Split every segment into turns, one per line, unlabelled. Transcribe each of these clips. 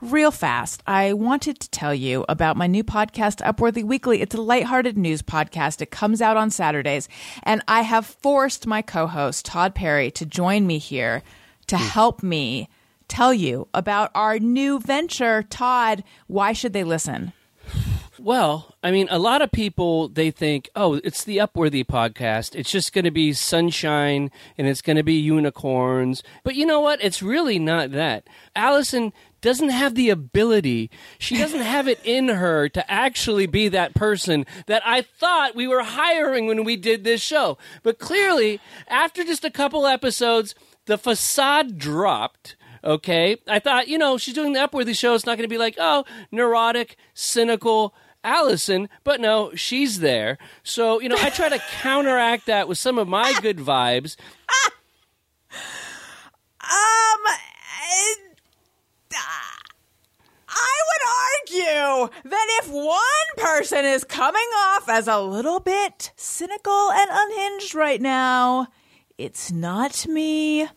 Real fast, I wanted to tell you about my new podcast, Upworthy Weekly. It's a lighthearted news podcast. It comes out on Saturdays, and I have forced my co host, Todd Perry, to join me here to help me tell you about our new venture. Todd, why should they listen?
Well, I mean, a lot of people they think, oh, it's the Upworthy podcast. It's just going to be sunshine and it's going to be unicorns. But you know what? It's really not that. Allison doesn't have the ability. She doesn't have it in her to actually be that person that I thought we were hiring when we did this show. But clearly, after just a couple episodes, the facade dropped okay? I thought, you know, she's doing the Upworthy show. It's not going to be like, oh, neurotic, cynical Allison, but no, she's there. So, you know, I try to counteract that with some of my good vibes.
Um, and, uh, I would argue that if one person is coming off as a little bit cynical and unhinged right now, it's not me.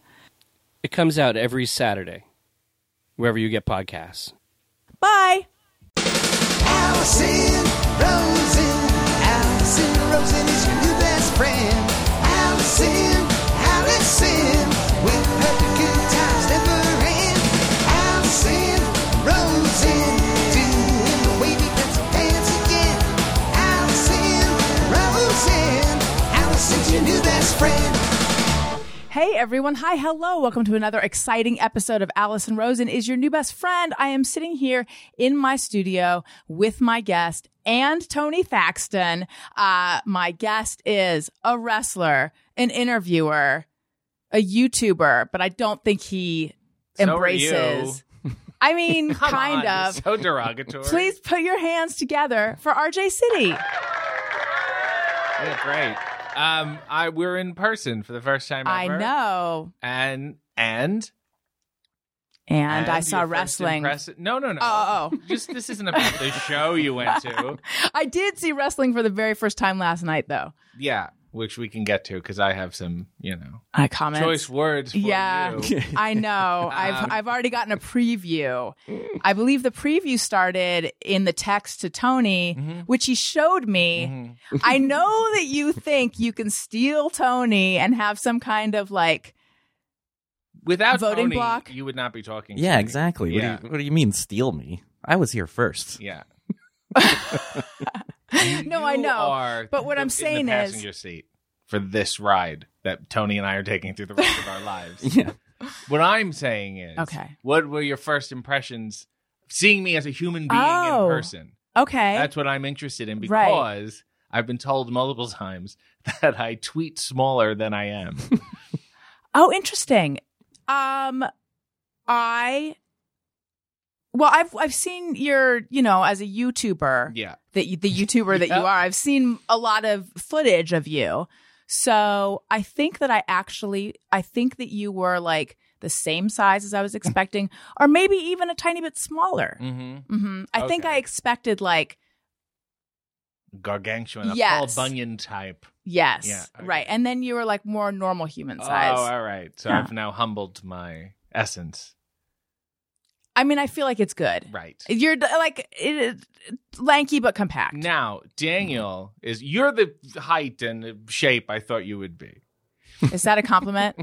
It comes out every Saturday, wherever you get podcasts.
Bye.
Allison Rosen. Allison Rosen is your new best friend. Allison, Allison, with her the good times never end. Allison Rosen, doing the wavy pencil dance again. Allison Rosen, Allison's your new best friend.
Hey everyone. Hi, hello. Welcome to another exciting episode of Allison Rosen is your new best friend. I am sitting here in my studio with my guest and Tony Thaxton. Uh, my guest is a wrestler, an interviewer, a YouTuber, but I don't think he
So are
embraces. I mean,
Come
kind
on,
of.
So derogatory.
Please put your hands together for RJ City.
Yeah, great. Um, I we're in person for the first time
I
ever.
know.
And and
And, I
your
saw
first
wrestling.
impress- no, no, no.
Oh, oh.
Just this isn't about the show you went to.
I did see wrestling for the very first time last night, though.
Yeah, which we can get to because I have some, you know,
I comment.
choice Um, words. For
yeah,
you.
I know. I've I've already gotten a preview. I believe the preview started in the text to Tony,
Mm-hmm.
which he showed me. I know that you think you can steal Tony and have some kind of like
Without
Voting
Tony,
block?
you would not be talking.
Yeah,
to me.
exactly.
Yeah,
What, do you, what do you mean steal me? I was here first.
yeah.
No, I
You
know.
are
But what I'm
in the
saying is-
passenger seat for this ride that Tony and I are taking through the rest of our lives.
Yeah.
What I'm saying is,
Okay.
What were your first impressions of seeing me as a human being
Oh.
in person?
okay.
That's what I'm interested in
Right.
because I've been told multiple times that I tweet smaller than I am.
Oh, interesting. Um, I well, I've I've seen your you know as a YouTuber
yeah,
that you, the YouTuber that
Yeah.
you are. I've seen a lot of footage of you, so I think that I actually I think that you were like the same size as I was expecting, or maybe even a tiny bit smaller.
mm-hmm.
hmm I think
Okay.
I expected like
gargantuan, a
Yes.
Paul Bunyan type.
yes,
Yeah, okay.
right, and then you were like more normal human size.
Oh, all right. So
Yeah.
I've now humbled my essence.
I mean, I feel like it's good.
Right.
You're like it, lanky but compact.
Now,
Mm-hmm.
Daniel is you're the height and shape I thought you would be.
Is that a compliment?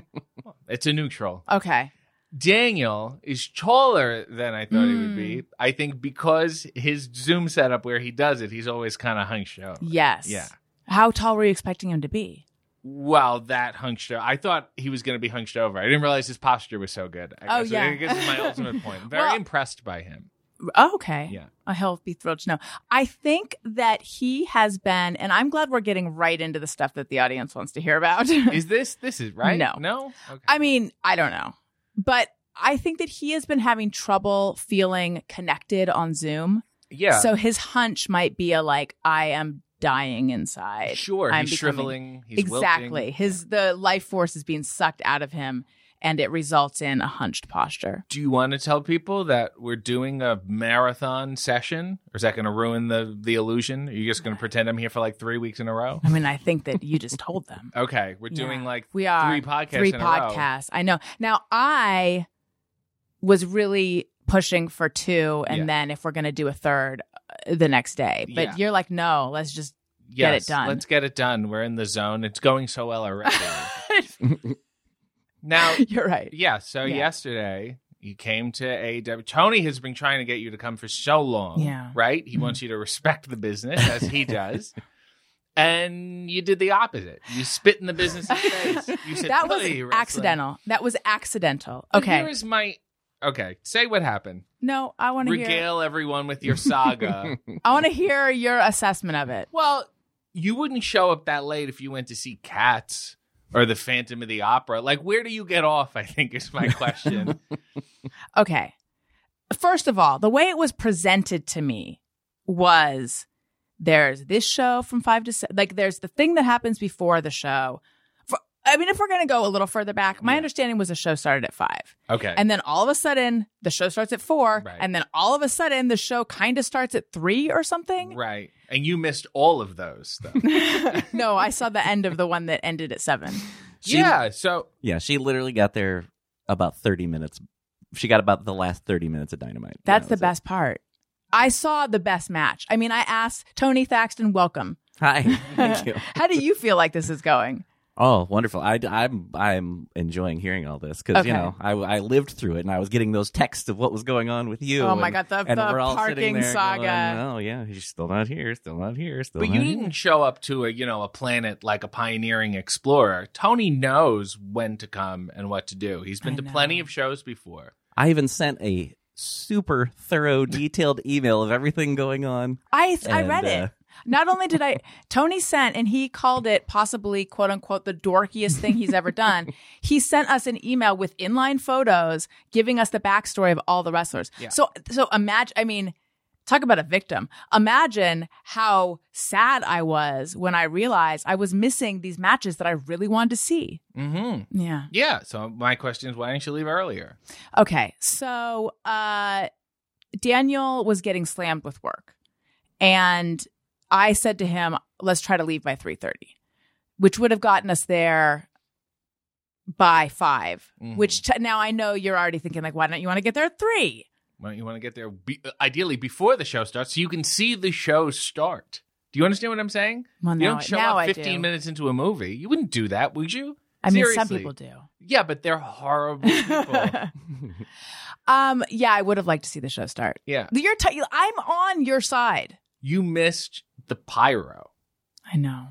It's a neutral.
okay.
Daniel is taller than I thought he would be.
Mm.
I think because his Zoom setup where he does it, he's always kind of hunched over.
Yes.
Yeah.
How tall were you expecting him to be?
Well, that hunched over. I thought he was going to be hunched over. I didn't realize his posture was so good. I
Oh,
guess.
yeah.
I guess is my ultimate point. I'm very
Well-
impressed by him.
Oh, okay.
Yeah.
Uh, He'll be thrilled to know. I think that he has been, and I'm glad we're getting right into the stuff that the audience wants to hear about.
Is this this is right?
No.
No? Okay.
I mean, I don't know, but I think that he has been having trouble feeling connected on Zoom.
yeah.
So his hunch might be a like, I am dying inside.
sure.
I'm
he's
becoming-
shriveling. He's
exactly.
wilting.
His the life force is being sucked out of him, and it results in a hunched posture.
Do you want to tell people that we're doing a marathon session? Or is that going to ruin the the illusion? Are you just going to pretend I'm here for like 3 weeks in a row?
I mean, I think that you just told them.
Okay, we're doing
Yeah.
like
we are
three podcasts
three
in a row.
podcasts. I know. Now I was really pushing for two, and
Yeah.
then if we're going to do a third uh, the next day. But
Yeah.
you're like, no, let's just.
Yes,
Get it done.
Let's get it done. We're in the zone. It's going so well already. now,
you're right.
yeah. So
Yeah.
yesterday you came to AW. Tony has been trying to get you to come for so long.
Yeah.
Right. He
Mhm.
wants you to respect the business as he does. And you did the opposite. You spit in the business's face. You said
that was
"Hey, wrestling."
accidental. That was accidental.
But Here
Okay.
is my. Okay, say what happened.
No, I want to hear.
Regale everyone with your saga.
I want to hear your assessment of it.
Well, you wouldn't show up that late if you went to see Cats or The Phantom of the Opera. Like, where do you get off? I think is my question.
Okay. First of all, the way it was presented to me was there's this show from five to seven. Like there's the thing that happens before the show. For, I mean, if we're going to go a little further back, my
Yeah.
understanding was the show started at five.
okay.
And then all of a sudden, the show starts at four.
Right.
And then all of a sudden, the show kind of starts at three or something.
right. And you missed all of those, though.
no, I saw the end of the one that ended at seven.
She-
yeah. So,
Yeah, she literally got there about 30 minutes. She got about the last 30 minutes of Dynamite.
That's
Yeah,
the
it.
best part. I saw the best match. I mean, I asked Tony Thaxton, welcome.
Hi. Thank you.
How do you feel like this is going?
Oh, wonderful! I, am I'm enjoying hearing all this because you
Okay.
know I, I lived through it and I was getting those texts of what was going on with you.
Oh my
and-
God, the-
and
the
we're all sitting
parking
there
saga.
Going, oh yeah, he's still not here, still not here, still.
but
not
you
here."
didn't show up to a you know a planet like a pioneering explorer. Tony knows when to come and what to do. He's been
I
to
know.
plenty of shows before.
I even sent a super thorough, detailed email of everything going on.
I I
And,
read it.
uh,
Not only did I Tony sent and he called it possibly quote unquote the dorkiest thing he's ever done. he sent us an email with inline photos giving us the backstory of all the wrestlers.
Yeah.
So so imagine I mean talk about a victim. Imagine how sad I was when I realized I was missing these matches that I really wanted to see.
Mm-hmm.
Yeah.
Yeah. So my question is, why didn't you leave earlier?
Okay. So uh Daniel was getting slammed with work. And I said to him, let's try to leave by 3:30, which would have gotten us there by 5,
Mhm.
which t- now I know you're already thinking like why don't you want to get there at 3?
Why don't you want to get there be- ideally before the show starts so you can see the show start? Do you understand what I'm saying?
Well,
you
now,
don't show
now
up
I
15
do.
minutes into a movie. You wouldn't do that, would you?
I mean, some
Seriously.
people do.
Yeah, but they're horrible people.
um yeah, I would have liked to see the show start.
yeah.
You're t- I'm on your side.
You missed the pyro.
I know.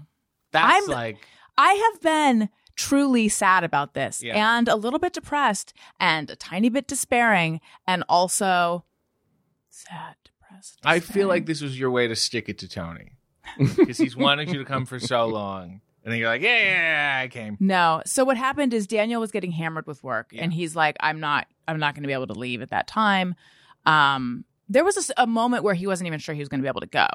That's
I'm-
like,
I have been truly sad about this
Yeah.
and a little bit depressed and a tiny bit despairing and also sad, depressed.
I feel
despairing.
like this was your way to stick it to Tony because he's wanted you to come for so long. And then you're like, yeah, yeah, yeah, I came.
No. So what happened is Daniel was getting hammered with work
Yeah.
and he's like I'm not I'm not going to be able to leave at that time. Um there was a s- a, moment where he wasn't even sure he was going to be able to go.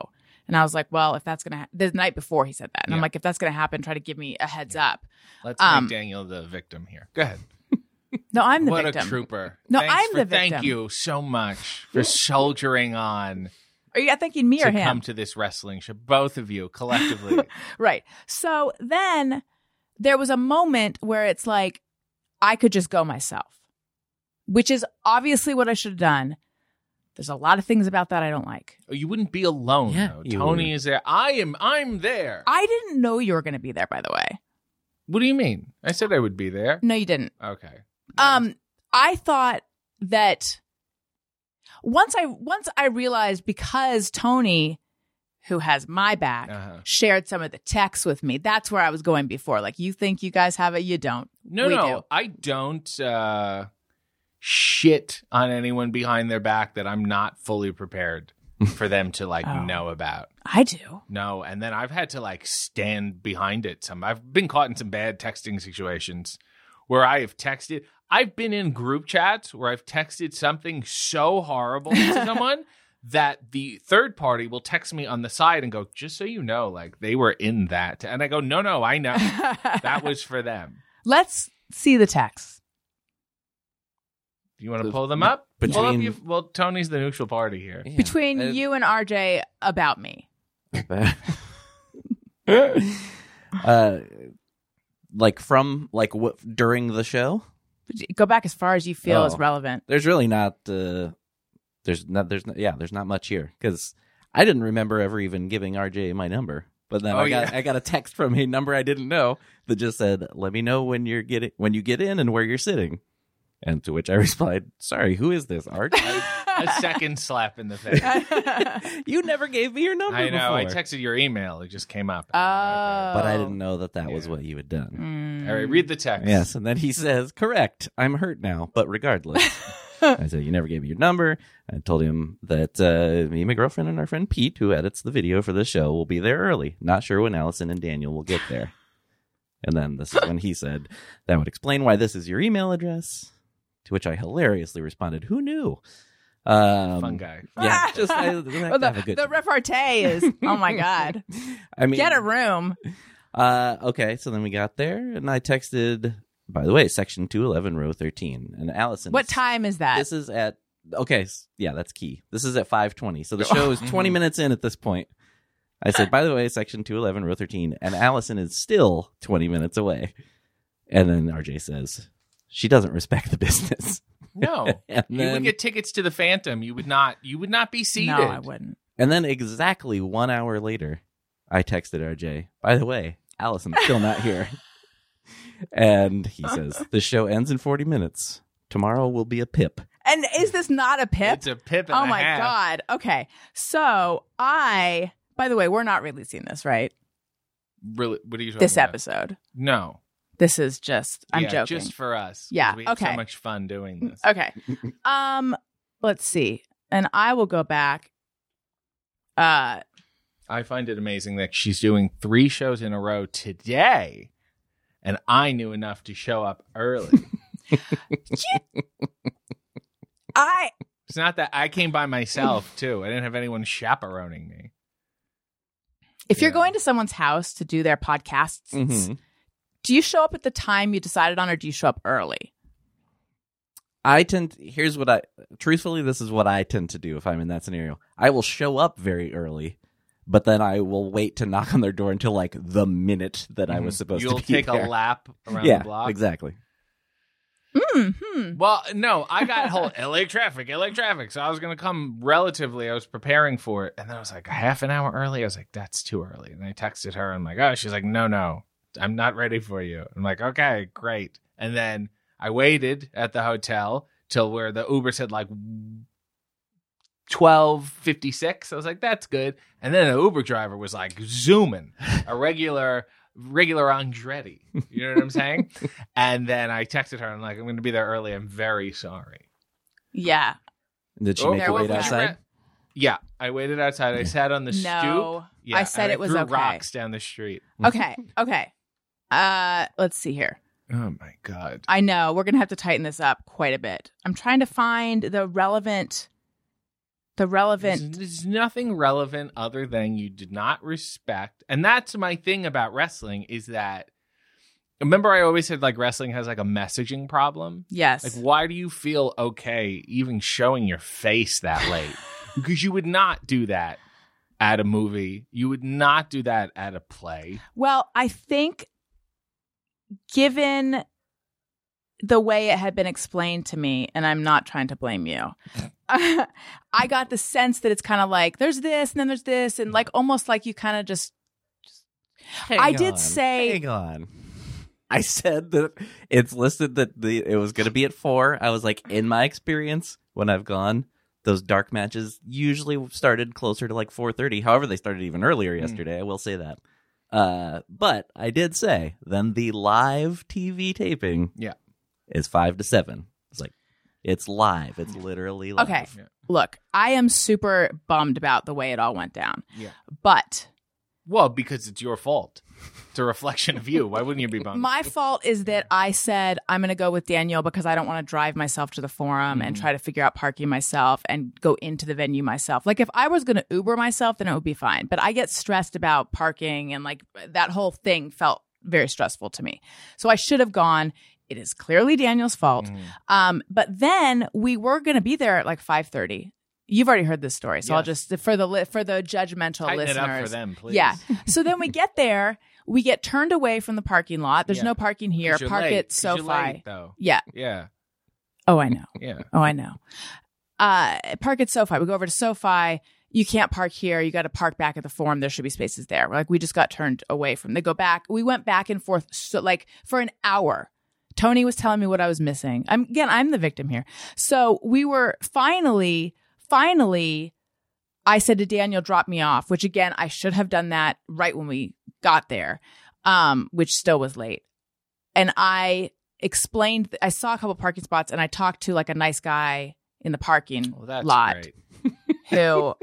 And I was like, well, if that's going to ha-, the night before he said that. And I'm
Yeah.
like if that's going to happen, try to give me a heads up.
Let's
Um,
make Daniel the victim here. Go ahead.
No, I'm the
what
victim.
a trooper.
No,
Thanks
I'm
for-
the
Thank
victim.
you so much for soldiering on
Are you thinking me or
to
him?
come to this wrestling show. Both of you collectively.
Right. So then there was a moment where it's like, I could just go myself, which is obviously what I should have done. There's a lot of things about that I don't like.
you wouldn't be alone
Yeah,
though.
you
Tony
would.
is there. I am I'm there.
I didn't know you were going to be there, by the way.
What do you mean? I said I would be there.
No, you didn't.
Okay.
Um, I thought that once I once I realized because Tony, who has my back,
Uh-huh.
shared some of the texts with me. That's where I was going before. Like you think you guys have it, you don't.
No,
We
no,
do.
I don't uh, shit on anyone behind their back that I'm not fully prepared for them to like
Oh.
know about.
I do.
No, and then I've had to like stand behind it. Some I've been caught in some bad texting situations where I have texted. I've been in group chats where I've texted something so horrible to someone that the third party will text me on the side and go, "Just so you know, like they were in that," and I go, "No, no, I know that was for them."
Let's see the text.
Do you want to
So
pull them up?
between-
Pull up your, well, Tony's the neutral party here.
Yeah.
Between
Uh,
you and RJ about me.
uh, like from like what during the show?
Go back as far as you feel
Oh.
is relevant.
There's really not uh, there's not there's not, yeah there's not much here because I didn't remember ever even giving RJ my number. But then
Oh,
I got
yeah.
I got a text from a number I didn't know that just said, "Let me know when you're getting when you get in and where you're sitting." And to which I replied, "Sorry, who is this, Art?
a second slap in the face.
you never gave me your number
I know. I
before."
texted your email. It just came up.
Oh.
but I didn't know that that was
Yeah.
what you had done.
All right, read the text.
Yes, and then he says, "Correct. I'm hurt now, but regardless." I said, "You never gave me your number." I told him that uh, me, my girlfriend, and our friend Pete, who edits the video for the show, will be there early. Not sure when Allison and Daniel will get there. And then this is when he said, "That would explain why this is your email address." To which I hilariously responded, "Who knew?" Um,
Fun guy.
Yeah, just I, I have to
Well, the,
have a good
the
time.
repartee is, oh my God.
I mean,
Get a room.
Uh, okay, so then we got there, and I texted. By the way, section two eleven, row thirteen, and Allison.
What
is-
time is that?
This is at okay, s- yeah, that's key. This is at five twenty, so the show
Mm-hmm.
is twenty minutes in at this point. I said, by the way, section two eleven, row thirteen, and Allison is still twenty minutes away. And then RJ says she doesn't respect the business.
No.
And
You
then,
would get tickets to the Phantom. You would not. You would not be seated.
no, I wouldn't.
and then exactly one hour later, I texted RJ. By the way, Allison's still not here. and he says the show ends in forty minutes. Tomorrow will be a pip.
And is this not a pip?
It's a pip. And
oh
a
my
half.
God. Okay. So I, by the way, we're not releasing this, right?
Really? What are you? Talking
This
about?
episode.
No.
This is just, I'm
Oh, Yeah,
joking.
Just for us. 'cause
Yeah,
We have
okay. Mm,
so much fun doing this.
Okay. Um, let's see. And I will go back. Uh,
I find it amazing that she's doing three shows in a row today, and I knew enough to show up early.
I
it's not that I came by myself too. I didn't have anyone chaperoning me.
if you're
Yeah.
going to someone's house to do their podcasts,
Mm-hmm.
Mm-hmm.
do you show up at the time you decided on, or do you show up early?
I tend here's what I truthfully this is what I tend to do if I'm in that scenario. I will show up very early, but then I will wait to knock on their door until like the minute that I was supposed
Mm-hmm. You'll
to be
take
there.
a lap around
yeah,
the block.
exactly.
Hmm. hmm.
Well, no, I got whole LA traffic, LA traffic. So I was going to come relatively. I was preparing for it. And then I was like, a half an hour early. I was like, that's too early. And I texted her. I'm like, oh, she's like, no, no, I'm not ready for you. I'm like, okay, great. And then I waited at the hotel till where the Uber said like 1256. I was like, that's good. And then the Uber driver was like zooming a regular, regular Andretti. You know what I'm saying? And then I texted her. I'm like, I'm going to be there early. I'm very sorry.
Yeah.
Did she
Oh,
make
there
her
was
wait
that.
outside?
Yeah, I waited outside. I sat on the stoop.
No.
Yeah,
I said
and
it was
threw
okay.
rocks down the street.
Okay. Okay. Uh, let's see here.
Oh my god.
I know we're gonna have to tighten this up quite a bit. I'm trying to find the relevant, the
There's,
relevant.
there's nothing relevant other than you did not respect. And that's my thing about wrestling is that remember I always said like wrestling has like a messaging problem.
Yes.
Like, why do you feel okay even showing your face that late? because you would not do that at a movie. You would not do that at a play.
Well, I think given the way it had been explained to me, and I'm not trying to blame you, I got the sense that it's kind of like there's this and then there's this, and like almost like you kind of just. I did say-
hang on. I said that it's listed that the it was going to be at four. I was like, in my experience, when I've gone, those dark matches usually started closer to like four thirty. However, they started even earlier
Hmm.
yesterday. I will say that. Uh, but I did say then the live TV taping,
Yeah.
is five to seven. It's like it's live. It's literally live.
Hmm. Okay. Look, I am super bummed about the way it all went down.
Yeah.
But
Well, because it's your fault. It's a reflection of you. Why wouldn't you be bummed?
my fault is that I said I'm going to go with Daniel because I don't want to drive myself to the forum
Mm-hmm.
and try to figure out parking myself and go into the venue myself. Like if I was going to Uber myself, then it would be fine. But I get stressed about parking and like that whole thing felt very stressful to me. So I should have gone. It is clearly Daniel's fault.
Mm-hmm. Mm.
Um, but then we were going to be there at like 5:30. You've already heard this story, so I'll
Yes.
just for the li- for the judgmental
Tighten
listeners.
it up for them, please.
Yeah. So then we get there. We get turned away from the parking lot. There's
Yeah.
no parking here.
'Cause you're
Park
late.
at
'Cause you're
SoFi.
late, though.
Yeah.
Yeah.
Oh, I know.
Yeah.
Oh, I know. uh, park at SoFi. We go over to SoFi. You can't park here. You got to park back at the forum. There should be spaces there. We're like, we just got turned away from. They go back. We went back and forth, so like for an hour. Tony was telling me what I was missing. I'm again, I'm the victim here. So we were finally, finally, I said to Daniel, drop me off, which again, I should have done that right when we got there, um, which still was late. And I explained, I saw a couple parking spots and I talked to like a nice guy in the parking
Well, Oh, that's
lot
great.
who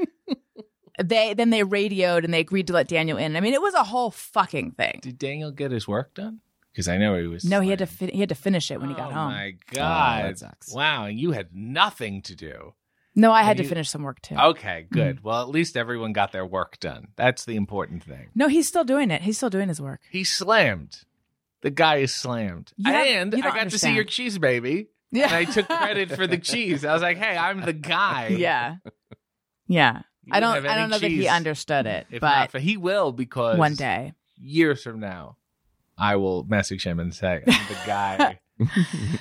they then they radioed and they agreed to let Daniel in. I mean, it was a whole fucking thing.
Did Daniel get his work done? Because I know he was.
No, he had to
slammed.
fin- he had to finish it when he got
oh
home.
my god!
that sucks.
Wow, and you had nothing to do.
No, I had
And
to
Oh. you-
finish some work too. Mm-hmm.
Okay, good. Well, at least everyone got their work done. That's the important thing.
No, he's still doing it. He's still doing his work.
He slammed. The guy is slammed.
You have-
and
you
I
don't
got to see your
understand.
cheese baby.
Yeah.
And I took credit for the cheese. I was like, hey, I'm the guy.
yeah. Yeah.
You
I
didn't
don't
have
I
any
don't know that he
cheese.
understood it,
If not
but
for- he will because
one day.
years from now, I will message him and say, I'm the guy.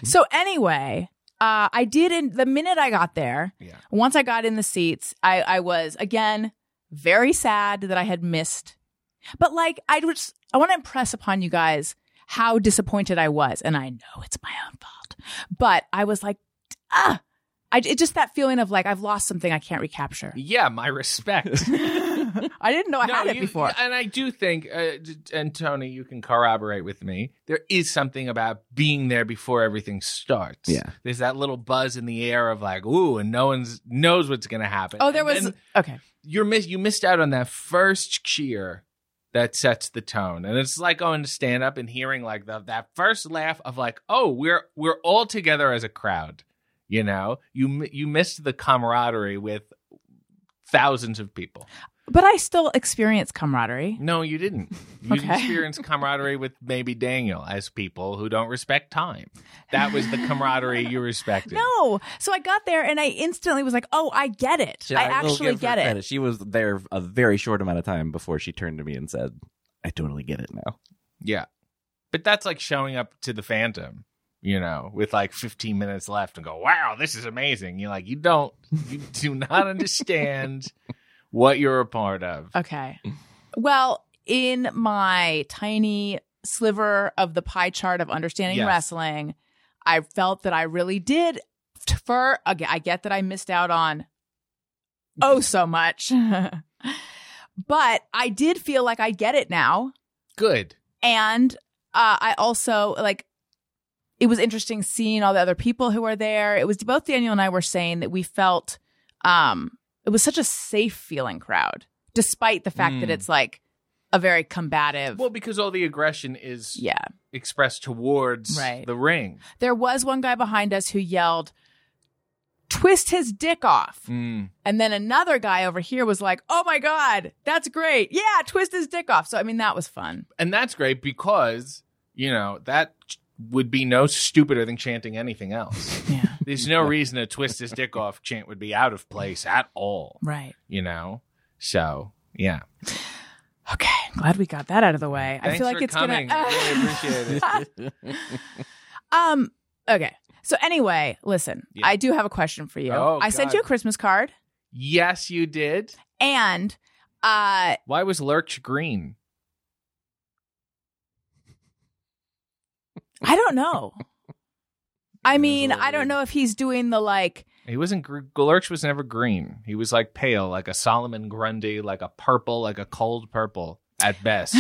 So anyway, uh, I did in the minute I got there.
Yeah.
Once I got in the seats, I, I was again very sad that I had missed. But like I was, I want to impress upon you guys how disappointed I was, and I know it's my own fault, but I was like, ah, I it just that feeling of like I've lost something I can't recapture.
yeah, my respect.
I didn't know I had it
you-
before.
And I do think, uh, d- and Tony, you can corroborate with me. There is something about being there before everything starts.
Yeah.
there's that little buzz in the air of like, ooh, and no one's knows what's gonna happen.
oh, there
And
was
then
okay.
you're miss you missed out on that first cheer that sets the tone, and it's like going to stand up and hearing like the, that first laugh of like, oh, we're we're all together as a crowd. You know, you mi- you missed the camaraderie with thousands of people.
But I still experience camaraderie.
No, you didn't. You
Okay.
experienced camaraderie with maybe Daniel as people who don't respect time. That was the camaraderie you respected.
No. So I got there and I instantly was like, oh, I get it. I,
will
actually
give her
get it.
credit. She was there a very short amount of time before she turned to me and said, "I totally get it now."
Yeah. But that's like showing up to the Phantom, you know, with like 15 minutes left and go, wow, this is amazing. You're like, you don't, you do not understand what you're a part of.
Okay. Well, in my tiny sliver of the pie chart of understanding
Yes.
wrestling, I felt that I really did. For again, I get that I missed out on oh so much, but I did feel like I get it now,
Good.
and uh, I also like. It was interesting seeing all the other people who were there. It was both Daniel and I were saying that we felt um it was such a safe feeling crowd despite the fact that
Mm.
it's like a very combative
Well, because all the aggression is
yeah
expressed towards
Right.
the ring.
there was one guy behind us who yelled twist his dick off
Mm.
and then another guy over here was like oh my god that's great yeah twist his dick off so i mean that was fun
And that's great because, you know, that would be no stupider than chanting anything else.
yeah
There's no reason to twist his dick off chant would be out of place at all,
right
you know? So, yeah.
okay i'm glad we got that out of the way i
Thanks
feel like
for
it's
coming.
gonna
I really appreciate it.
um okay so anyway listen
Yeah.
i do have a question for you
Oh,
i sent
God.
you a christmas card
Yes, you did.
and uh
Why was Lurch green?
I don't know. I
It is a
mean,
little
I don't
weird.
know if he's doing the like.
He wasn't. Gr- Lurch was never green. He was like pale, like a Solomon Grundy, like a purple, like a cold purple at best.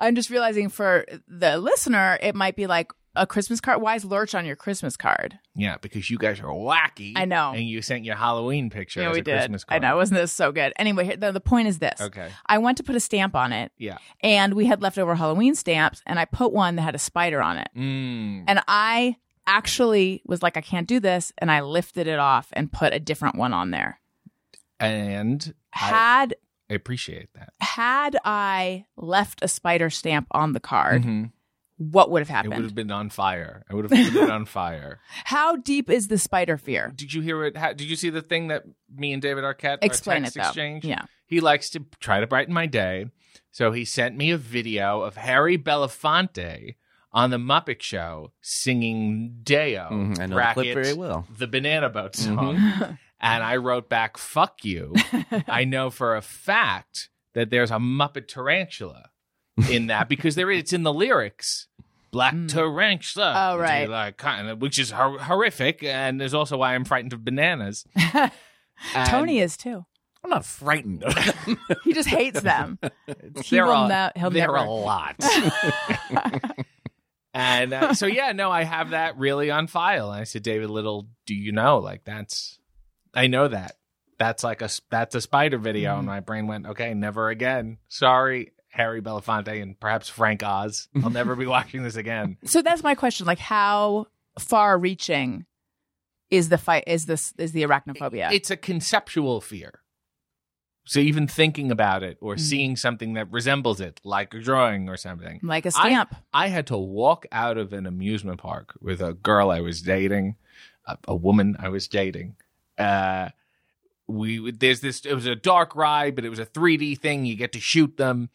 I'm just realizing for the listener, it might be like a Christmas card. Why is Lurch on your Christmas card?
yeah, because you guys are wacky.
I know.
And you sent your Halloween picture as a Christmas
I
card.
know. Wasn't this so good? Anyway, here, the, the point is this:
Okay.
I went to put a stamp on it,
Yeah.
and we had leftover Halloween stamps, and I put one that had a spider on it,
Mm.
and I actually was like, I can't do this, and I lifted it off and put a different one on there.
And I,
Had
I appreciate that.
had I left a spider stamp on the card,
Mhm.
what would have
It would
happened?
have been on fire. I would have put it on fire.
How deep is the spider fear?
Did you hear it? How, did you see the thing that me and David Arquette our
Explain it
text
though.
Exchange?
Yeah.
he likes to try to brighten my day. So he sent me a video of Harry Belafonte on the Muppet Show singing Deo, Oh,
Mhm, I know the clip
bracket,
very well. Mm-hmm.
the Banana Boat song. And I wrote back, fuck you. I know for a fact that there's a Muppet tarantula in that because there is, it's in the lyrics. Black
Mm.
tarantula.
Oh, right.
They like kind of- Which is hor- horrific. And there's also why I'm frightened of bananas. And
Tony is too.
I'm not frightened.
He just hates them. He
They're
will
all-
ne- he'll
they're
never.
a lot. and uh, so, yeah, no, I have that really on file. And I said, David Little, do you know? Like, that's, I know that. That's like a, that's a spider video.
Mm-hmm.
And my brain went, okay, never again. Sorry, Harry Belafonte and perhaps Frank Oz. I'll never be watching this again.
so that's my question. Like, how far-reaching is the fight? Is this is the arachnophobia?
It's a conceptual fear. So even thinking about it or
Mm.
seeing something that resembles it, like a drawing or something,
like a
I-
stamp.
I had to walk out of an amusement park with a girl I was dating, a, a woman I was dating. Uh, we there's this. It was a dark ride, but it was a 3D thing. You get to shoot them,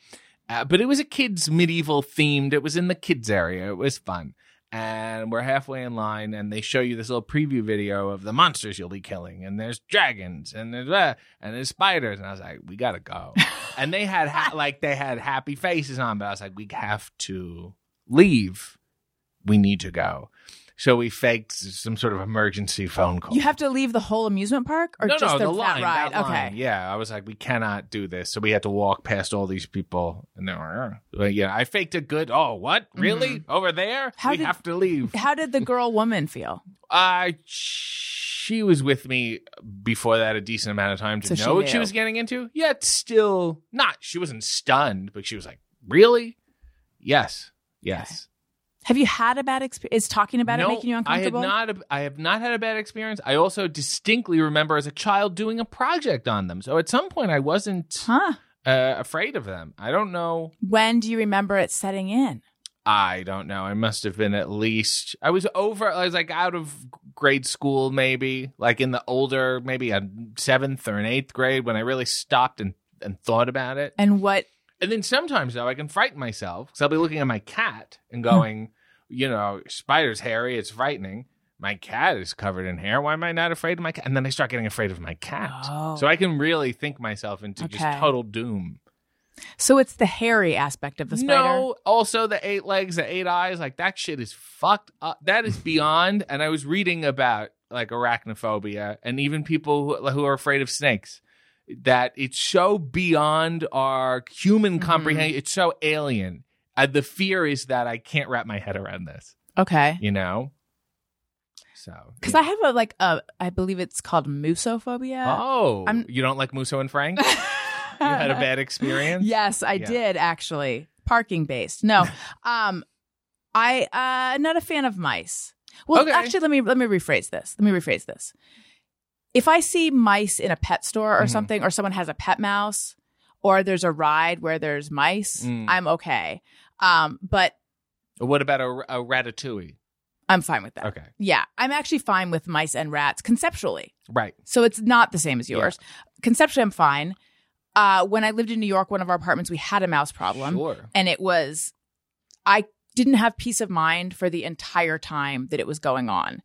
uh, but it was a kids medieval themed. It was in the kids area. It was fun. And we're halfway in line, and they show you this little preview video of the monsters you'll be killing, and there's dragons, and there's uh, and there's spiders, and I was like, we gotta go. and they had ha- like they had happy faces on, but I was like, we have to leave. We need to go. So we faked some sort of emergency phone call.
you have to leave the whole amusement park, or
no,
just
no,
the,
the line,
that ride?
that
okay.
line. Yeah, I was like, we cannot do this. So we had to walk past all these people, and they were, but yeah, I faked a good. Oh, what really over there?
Mm-hmm. How
we
did-
have to leave.
How did the girl woman feel?
Uh, she was with me before that a decent amount of time to
So
know
she
what she
knew.
was getting into. Yet still not. She wasn't stunned, but she was like, really? Yes, yes.
Have you had a bad experience? Is talking about it
No,
making you uncomfortable?
I had not. I have not had a bad experience. I also distinctly remember as a child doing a project on them. So at some point, I wasn't
Huh?
uh, afraid of them. I don't know.
When do you remember it setting in?
I don't know. I must have been at least. I was over. I was like out of grade school, maybe like in the older, maybe a seventh or an eighth grade when I really stopped and and thought about it.
And what?
And then sometimes though I can frighten myself because I'll be looking at my cat and
Hmm.
going, you know, spider's hairy, it's frightening. My cat is covered in hair. Why am I not afraid of my cat? And then I start getting afraid of my cat.
Oh.
So I can really think myself into
Okay.
just total doom.
So it's the hairy aspect of the spider.
No, also the eight legs, the eight eyes, like that shit is fucked up. That is beyond. and I was reading about like arachnophobia and even people who, who are afraid of snakes. That it's so beyond our human
Mhm.
comprehension. It's so alien. Uh, the fear is that I can't wrap my head around this.
Okay.
You know. So.
Because
yeah.
I have a like a, I believe it's called musophobia.
Oh,
I'm-
you don't like Musso and Frank? you had a bad experience.
Yes, I
Yeah.
did actually. Parking based. No. um I uh not a fan of mice. Well,
Okay.
actually let me let me rephrase this. Let me rephrase this. If I see mice in a pet store or
Mhm.
something or someone has a pet mouse or there's a ride where there's mice,
Mm.
I'm okay. Um but
What about a, a ratatouille?
I'm fine with that.
Okay.
Yeah, I'm actually fine with mice and rats conceptually.
Right.
So it's not the same as yours. Conceptually, I'm fine. Uh, when I lived in New York, one of our apartments, we had a mouse problem.
Sure.
And it was, I didn't have peace of mind for the entire time that it was going on.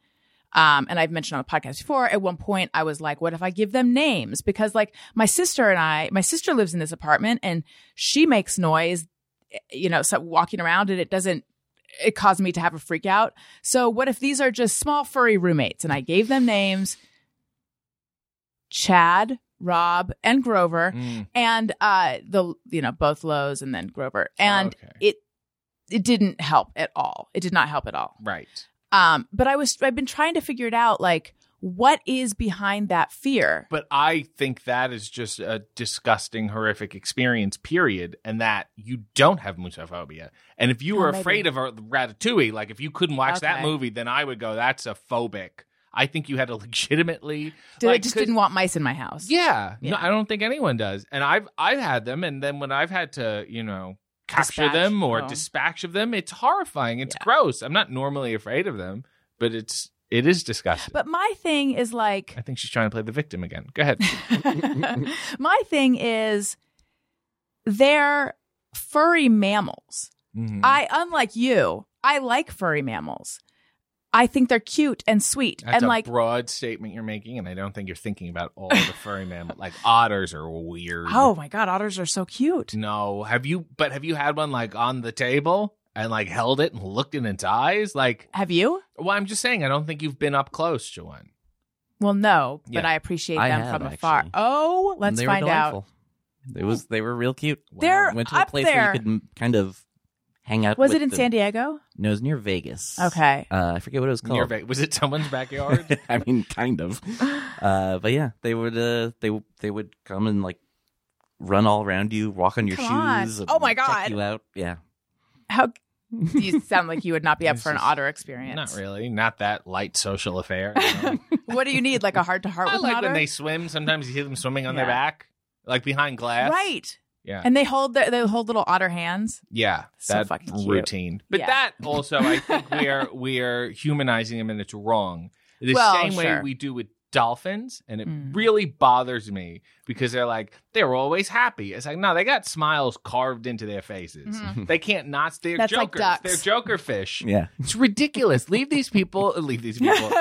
Um, and I've mentioned on the podcast before, at one point I was like, what if I give them names? Because like my sister and I, my sister lives in this apartment and she makes noise, eh, you know, so walking around and it doesn't, it caused me to have a freak out. So what if these are just small furry roommates? And I gave them names Chad, Rob, and Grover
Mm.
and uh the you know both lows and then grover and
Oh, Okay.
it it didn't help at all it did not help at all
Right.
um but i was i've been trying to figure it out like what is behind that fear
But I think that is just a disgusting, horrific experience, period. And that you don't have musophobia. And if you
Oh,
were
maybe.
afraid of a ratatouille, like if you couldn't watch that
Okay.
movie, then I would go, that's a phobic. I think you had to legitimately.
Did- i
like,
just
'cause-
didn't want mice in my house
Yeah,
Yeah.
No, I don't think anyone does. And I've I've had them, and then when I've had to, you know, capture
Dispatch.
them or
Oh.
dispatch of them, it's horrifying. It's
Yeah.
gross. I'm not normally afraid of them, but it's it is disgusting.
but my thing is like
I think she's trying to play the victim again. Go ahead.
my thing is they're furry mammals
Mhm.
I, unlike you, I like furry mammals. I think they're cute and sweet
That's
and
a
like
broad statement you're making, and I don't think you're thinking about all the furry mammals. Like otters are weird.
oh my god, otters are so cute.
no, have you? But have you had one like on the table and like held it and looked in its eyes? Like,
Have you?
well, I'm just saying, I don't think you've been up close to one.
Well, no, but
Yeah.
I appreciate
I
them
have,
from afar.
actually.
Oh, let's
And they
find
were
out.
delightful. It was they were real cute.
They're
Went to a
up
place
there.
where you could m- kind of hang out.
Was
with
it in
them.
San Diego?
No, it was near Vegas.
Okay.
Uh, I forget what it was
Near
called.
Ve- was it someone's backyard?
I mean, kind of. Uh, but yeah, they would uh, they w- they would come and like run all around you, walk on your
Come on.
shoes. and
Oh my
check
God.
you out? Yeah.
How you sound like you would not be up
This
for an
is-
otter experience.
Not really. Not that light social affair. you know?
What do you need? Like a heart to heart
I
with
like
an otter?
when they swim. Sometimes you hear them swimming on
Yeah.
their back, like behind glass.
right.
Yeah.
And they hold their, they hold little otter hands.
yeah.
So
That
fucking cute.
routine. But
Yeah.
that also, I think we are we are humanizing them, and it's wrong. The
Well,
same way
sure.
we do with dolphins, and it
Mm.
really bothers me because they're like they're always happy. It's like no, they got smiles carved into their faces.
Mhm.
They can't not. They're
That's like
jokers.
ducks.
They're joker fish.
Yeah.
It's ridiculous. leave these people. Leave these people.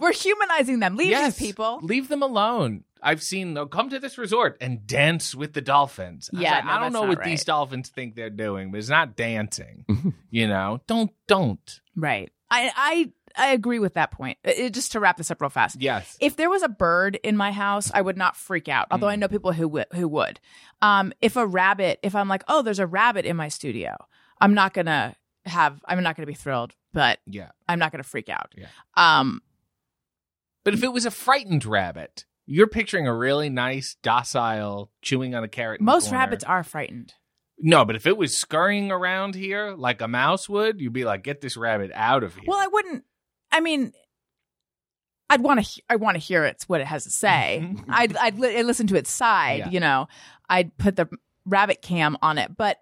We're humanizing them. Leave
yes,
these people.
Leave them alone. I've seen them come to this resort and dance with the dolphins. I was
Yeah,
like,
no,
I don't
that's
know
not
what
right.
these dolphins think they're doing, but it's not dancing. you know, don't, don't.
Right. I I I agree with that point. Uh, uh, just to wrap this up real fast.
Yes,
If there was a bird in my house, I would not freak out. Although
Mm.
I know people who w- who would. Um, if a rabbit, if I'm like, oh, there's a rabbit in my studio, I'm not gonna have. I'm not gonna be thrilled, but
yeah.
I'm not gonna freak out.
Yeah.
Um,
But if it was a frightened rabbit, you're picturing a really nice, docile, chewing on a carrot. in the
most
corner.
rabbits are frightened.
No, but if it was scurrying around here like a mouse would, you'd be like, "Get this rabbit out of here."
Well, I wouldn't. I mean, I'd want to. He- I want to hear it's what it has to say. I'd I'd, li- I'd listen to its side.
Yeah.
You know, I'd put the rabbit cam on it, but.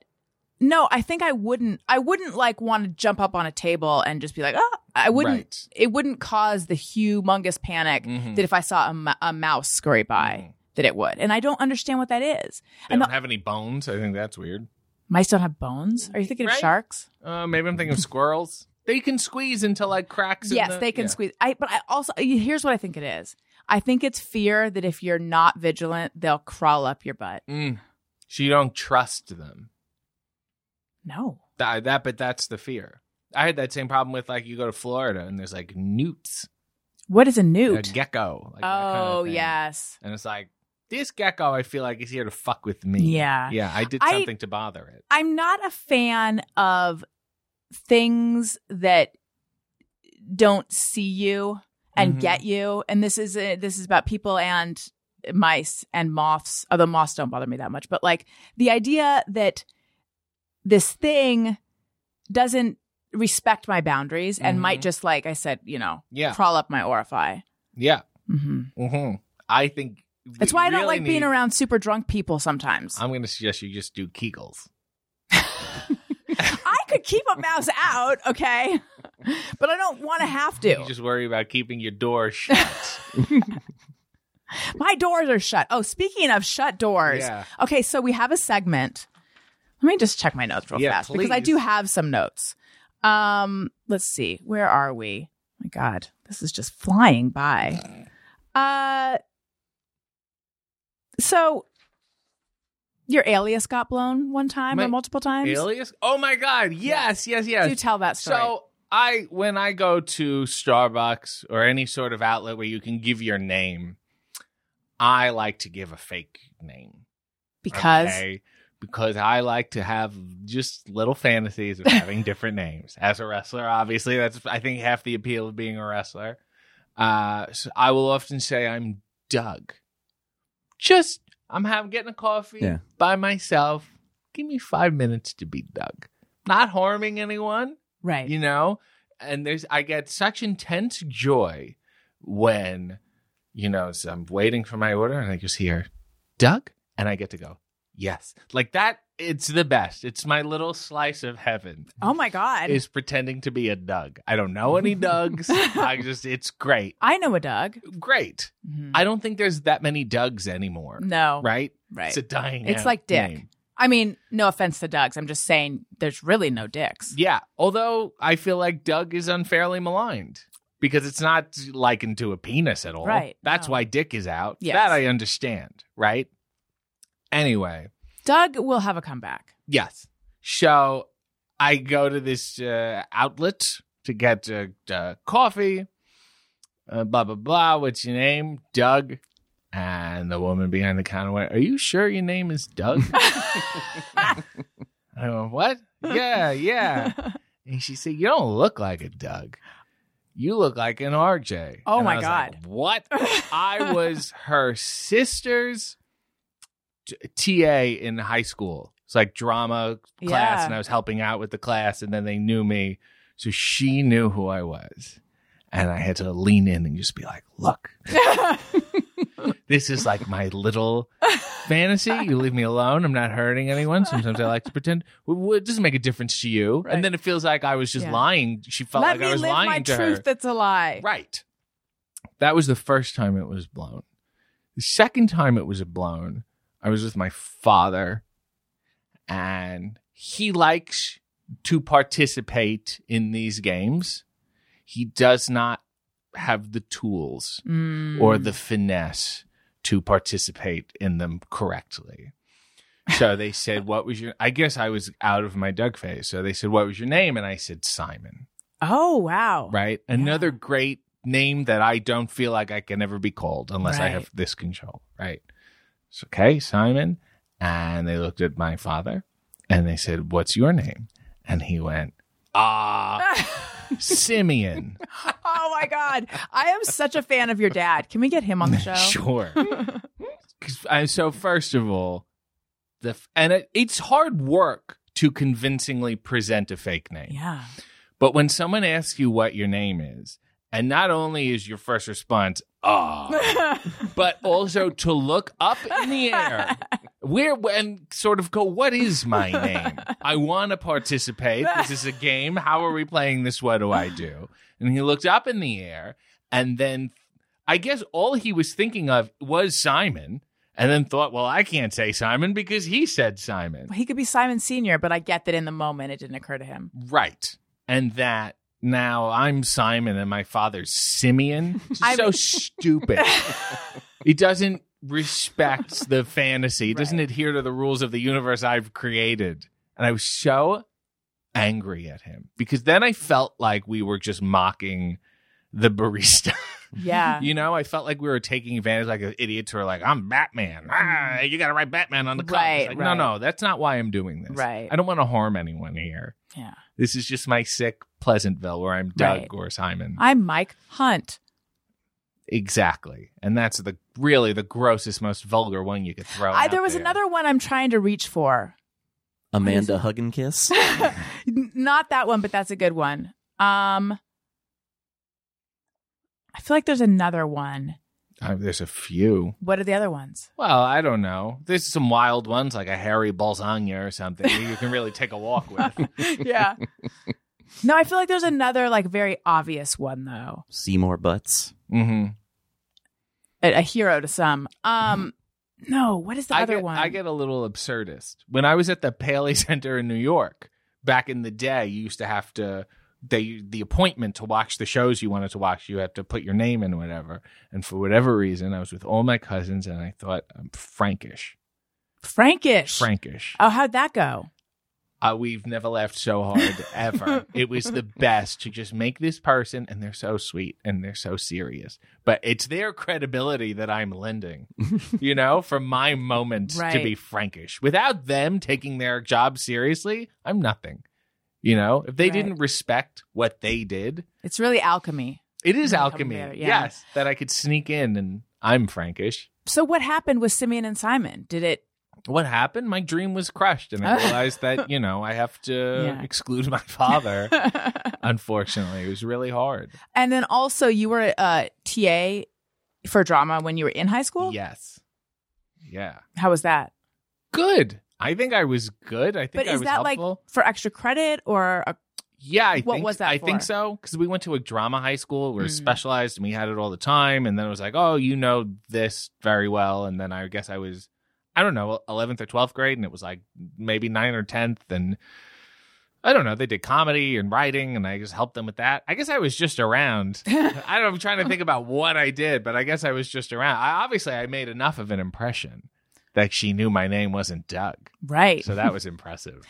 No, I think I wouldn't. I wouldn't like want to jump up on a table and just be like, "Ah!" I wouldn't.
Right.
It wouldn't cause the humongous panic
Mhm.
that if I saw a, mo- a mouse scurry by,
Mhm.
that it would. And I don't understand what that is.
They
and
don't have any bones. I think that's weird.
Mice don't have bones. Are you thinking of
Right.
sharks?
Uh, maybe I'm thinking of squirrels. They can squeeze into like cracks. in
Yes,
the-
they can
yeah.
squeeze. I but I also here's what I think it is. I think it's fear that if you're not vigilant, they'll crawl up your butt.
Mm. So you don't trust them.
No.
That, that, but that's the fear. I had that same problem with like you go to Florida and there's like newts,
What is a newt?
a gecko. Like that kind of
oh
thing.
yes.
and it's like this gecko. I feel like is here to fuck with me.
Yeah.
yeah. I did
I-
something to bother it.
I'm not a fan of things that don't see you and
Mhm.
get you. And this is uh, this is about people and mice and moths. Although moths don't bother me that much, but like the idea that this thing doesn't respect my boundaries and
Mhm.
might just like I said, you know,
Yeah,
crawl up my orifi.
yeah.
hmm
hmm I think
That's
we
why I don't
really
like being
need-
around super drunk people sometimes.
I'm going to suggest you just do Kegels.
I could keep a mouse out, okay, but I don't want to have to.
You just worry about keeping your door shut.
My doors are shut. Oh, speaking of shut doors.
Yeah.
Okay, so we have a segment. Let me just check my notes real
Yeah,
fast because I
please.
do have some notes. Um, let's see. Where are we? my god, this is just flying by. Uh So your alias got blown one time
My
or multiple times?
Alias? Oh my god! Yes, yes, yes.
Do tell that story.
So I, when I go to Starbucks or any sort of outlet where you can give your name, I like to give a fake name
because
okay? because I like to have just little fantasies of having different names. As a wrestler, obviously, that's I think half the appeal of being a wrestler. Uh, so I will often say I'm Doug. Just I'm having getting a coffee
Yeah.
by myself. Give me five minutes to be Doug. Not harming anyone
right.
you know and there's i get such intense joy when you know so i'm waiting for my order and i just hear doug and i get to go yes like that it's the best it's my little slice of heaven
oh my god.
is pretending to be a doug i don't know any dougs i just it's great
I know a Doug.
great
Mhm.
i don't think there's that many dougs anymore
no.
right
Right.
it's a dying
It's
out
like Dick.
name.
I mean, no offense to Doug's. I'm just saying there's really no dicks.
Yeah. Although I feel like Doug is unfairly maligned because it's not likened to a penis at all.
Right,
That's
no.
why dick is out.
Yes.
That I understand, right? Anyway,
Doug will have a comeback.
yes. So I go to this uh, outlet to get uh, uh, coffee, uh, blah, blah, blah. What's your name? Doug. And the woman behind the counter went, Are you sure your name is Doug? I went, What? Yeah, yeah. And she said, "You don't look like a Doug. You look like an RJ."
Oh
And
my
I was like,
God.
what? I was her sister's t- TA in high school. It's like drama class,
Yeah.
and I was helping out with the class, and then they knew me, so she knew who I was, and I had to lean in and just be like, "Look, this is like my little." Fantasy, you leave me alone. I'm not hurting anyone. Sometimes I like to pretend. W- w- It doesn't make a difference to you.
Right.
And then it feels like I was just
Yeah.
lying. She felt
Let
like
me
I was
live
lying
my
to
truth
her.
that's a lie.
Right. That was the first time it was blown. The second time it was blown, I was with my father, and he likes to participate in these games. He does not have the tools
Mm.
or the finesse to participate in them correctly. So they said, What was your I guess I was out of my Doug phase. So they said, What was your name? And I said Simon.
Oh, wow.
Right? Another great name that I don't feel like I can ever be called unless I
Right.
have this control. Right. So okay, Simon. And they looked at my father and they said, What's your name? And he went, Ah, Simeon.
Oh my God. I am such a fan of your dad. Can we get him on the show?
Sure. 'Cause I- so first of all, the f- and it, it's hard work to convincingly present a fake name.
Yeah.
But when someone asks you what your name is, and not only is your first response ah, but also to look up in the air, where and sort of go, what is my name? I want to participate. This is a game. How are we playing this? What do I do? And he looked up in the air, and then I guess all he was thinking of was Simon, and then thought, well, I can't say Simon because he said Simon.
he could be Simon Sr., but I get that in the moment it didn't occur to him.
Right. And that now I'm Simon and my father's Simeon. It's
I
so
mean-
stupid. he doesn't respect the fantasy. He doesn't adhere to the rules of the universe I've created. And I was so angry at him because then I felt like we were just mocking the barista.
Yeah.
you know, I felt like we were taking advantage like an idiots who are like, I'm Batman. Ah, you gotta write Batman on the cover. It's
Mm-hmm. Right,
like,
right.
No, no, that's not why I'm doing this.
Right.
I don't want to harm anyone here.
yeah.
This is just my sick Pleasantville where I'm Doug
Right.
or Simon.
I'm Mike Hunt.
exactly. And that's the really the grossest, most vulgar one you could throw.
I,
out
there was another one I'm trying to reach for.
Amanda Hug and Kiss.
N- Not that one, but that's a good one. Um, I feel like there's another one.
Uh, there's a few.
What are the other ones?
Well, I don't know. There's some wild ones like a Harry Balzania or something that you can really take a walk with.
yeah. No, I feel like there's another like very obvious one though.
Seymour Butts.
mm-hmm.
A, a hero to some. Um, no, what is the
I
other
get,
one?
I get a little absurdist. When I was at the Paley Center in New York back in the day, you used to have to they the appointment to watch the shows you wanted to watch. You had to put your name in whatever. And for whatever reason, I was with all my cousins, and I thought I'm Frankish,
Frankish.
Frankish.
Oh, how'd that go?
Uh, we've never laughed so hard ever. it was the best to just make this person, and they're so sweet and they're so serious. But it's their credibility that I'm lending, you know, for my moments to
Right.
be frankish. Without them taking their job seriously, I'm nothing. You know, if they
Right.
didn't respect what they did,
It's really alchemy.
it is
Come
alchemy.
there, yeah.
Yes, that I could sneak in and I'm frankish.
So what happened with Simeon and Simon? Did it?
what happened? My dream was crushed, and I realized that you know I have to
Yeah.
exclude my father. Unfortunately, it was really hard.
And then also you were uh, a TA for drama when you were in high school.
Yes, yeah,
How was that?
good. I think I was good. I think
But
I
is
was
that
helpful.
like for extra credit or a,
yeah, I
what
think,
was that
I think
for?
so because we went to a drama high school. We were
Mm.
specialized, and we had it all the time. And then it was like, oh, you know this very well. And then I guess I was I don't know, 11th or 12th grade, and it was like maybe 9th or 10th. And I don't know, they did comedy and writing, and I just helped them with that. I guess I was just around. I don't, I'm trying to think about what I did, but I guess I was just around. I, obviously, I made enough of an impression that she knew my name wasn't Doug.
Right.
So that was impressive.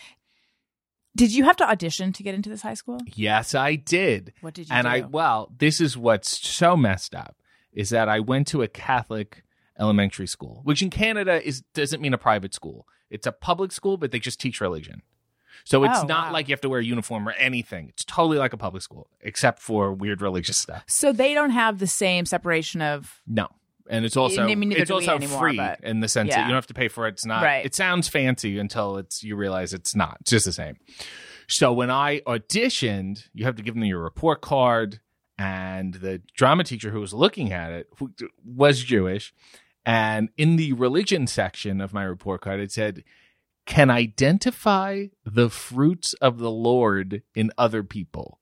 Did you have to audition to get into this high school?
Yes, I did.
What did you
and
do?
I well, this is what's so messed up is that I went to a Catholic elementary school, which in Canada is doesn't mean a private school. It's a public school, but they just teach religion. So it's
Oh,
not
wow.
like you have to wear a uniform or anything. It's totally like a public school, except for weird religious stuff.
so they don't have the same separation of
No. And it's also
I mean, neither
it's
do we
also
anymore,
free
but-
in the sense that
Yeah.
you don't have to pay for it. It's not
Right.
it sounds fancy until it's you realize it's not. It's just the same. So when I auditioned, you have to give them your report card and the drama teacher who was looking at it who was Jewish and in the religion section of my report card it said can identify the fruits of the Lord in other people.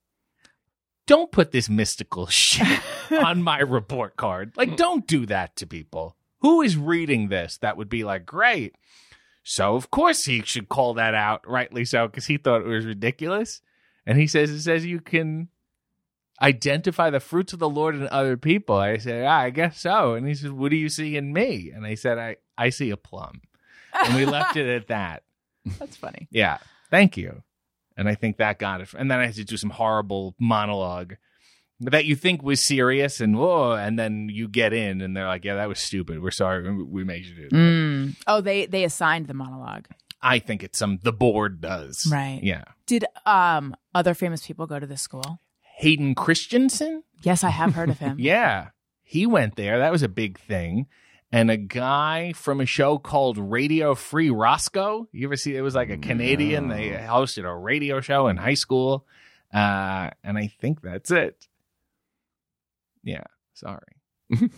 Don't put this mystical shit on my report card. Like, don't do that to people. Who is reading this that would be like, great. So, of course, he should call that out, rightly so, because he thought it was ridiculous. And he says, it says you can identify the fruits of the Lord in other people. I said, ah, I guess so. And he says, what do you see in me? And I said, I, I see a plum. And we left it at that.
that's funny.
Yeah. Thank you. And I think that got it. And then I had to do some horrible monologue that you think was serious and whoa, and then you get in and they're like, yeah, that was stupid. We're sorry. We- We made you do that.
Mm. Oh, they they assigned the monologue.
I think it's some, the board does.
Right.
Yeah.
Did um other famous people go to this school?
Hayden Christensen?
Yes, I have heard of him.
Yeah. He went there. That was a big thing. And a guy from a show called Radio Free Roscoe. You ever see? It was like a Canadian.
No.
They hosted a radio show in high school. Uh, and I think that's it. Yeah. Sorry.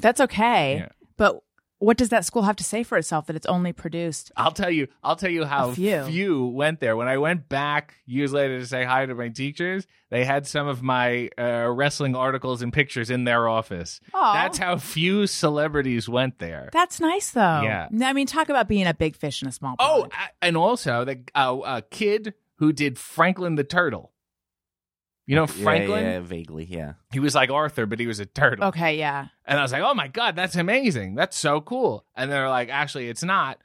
That's okay.
Yeah.
But what does that school have to say for itself that it's only produced?
I'll tell you. I'll tell you how
A few.
few. went there. When I went back years later to say hi to my teachers, they had some of my uh, wrestling articles and pictures in their office.
Oh,
That's how few celebrities went there.
that's nice though.
Yeah.
I mean, talk about being a big fish in a small
Oh,
pond.
a- and also the uh, a kid who did Franklin the Turtle. You know
Yeah,
Franklin?
yeah, vaguely, yeah.
He was like Arthur, but he was a turtle.
okay, yeah.
And I was like, "Oh my god, that's amazing! That's so cool!" And they're like, "Actually, it's not.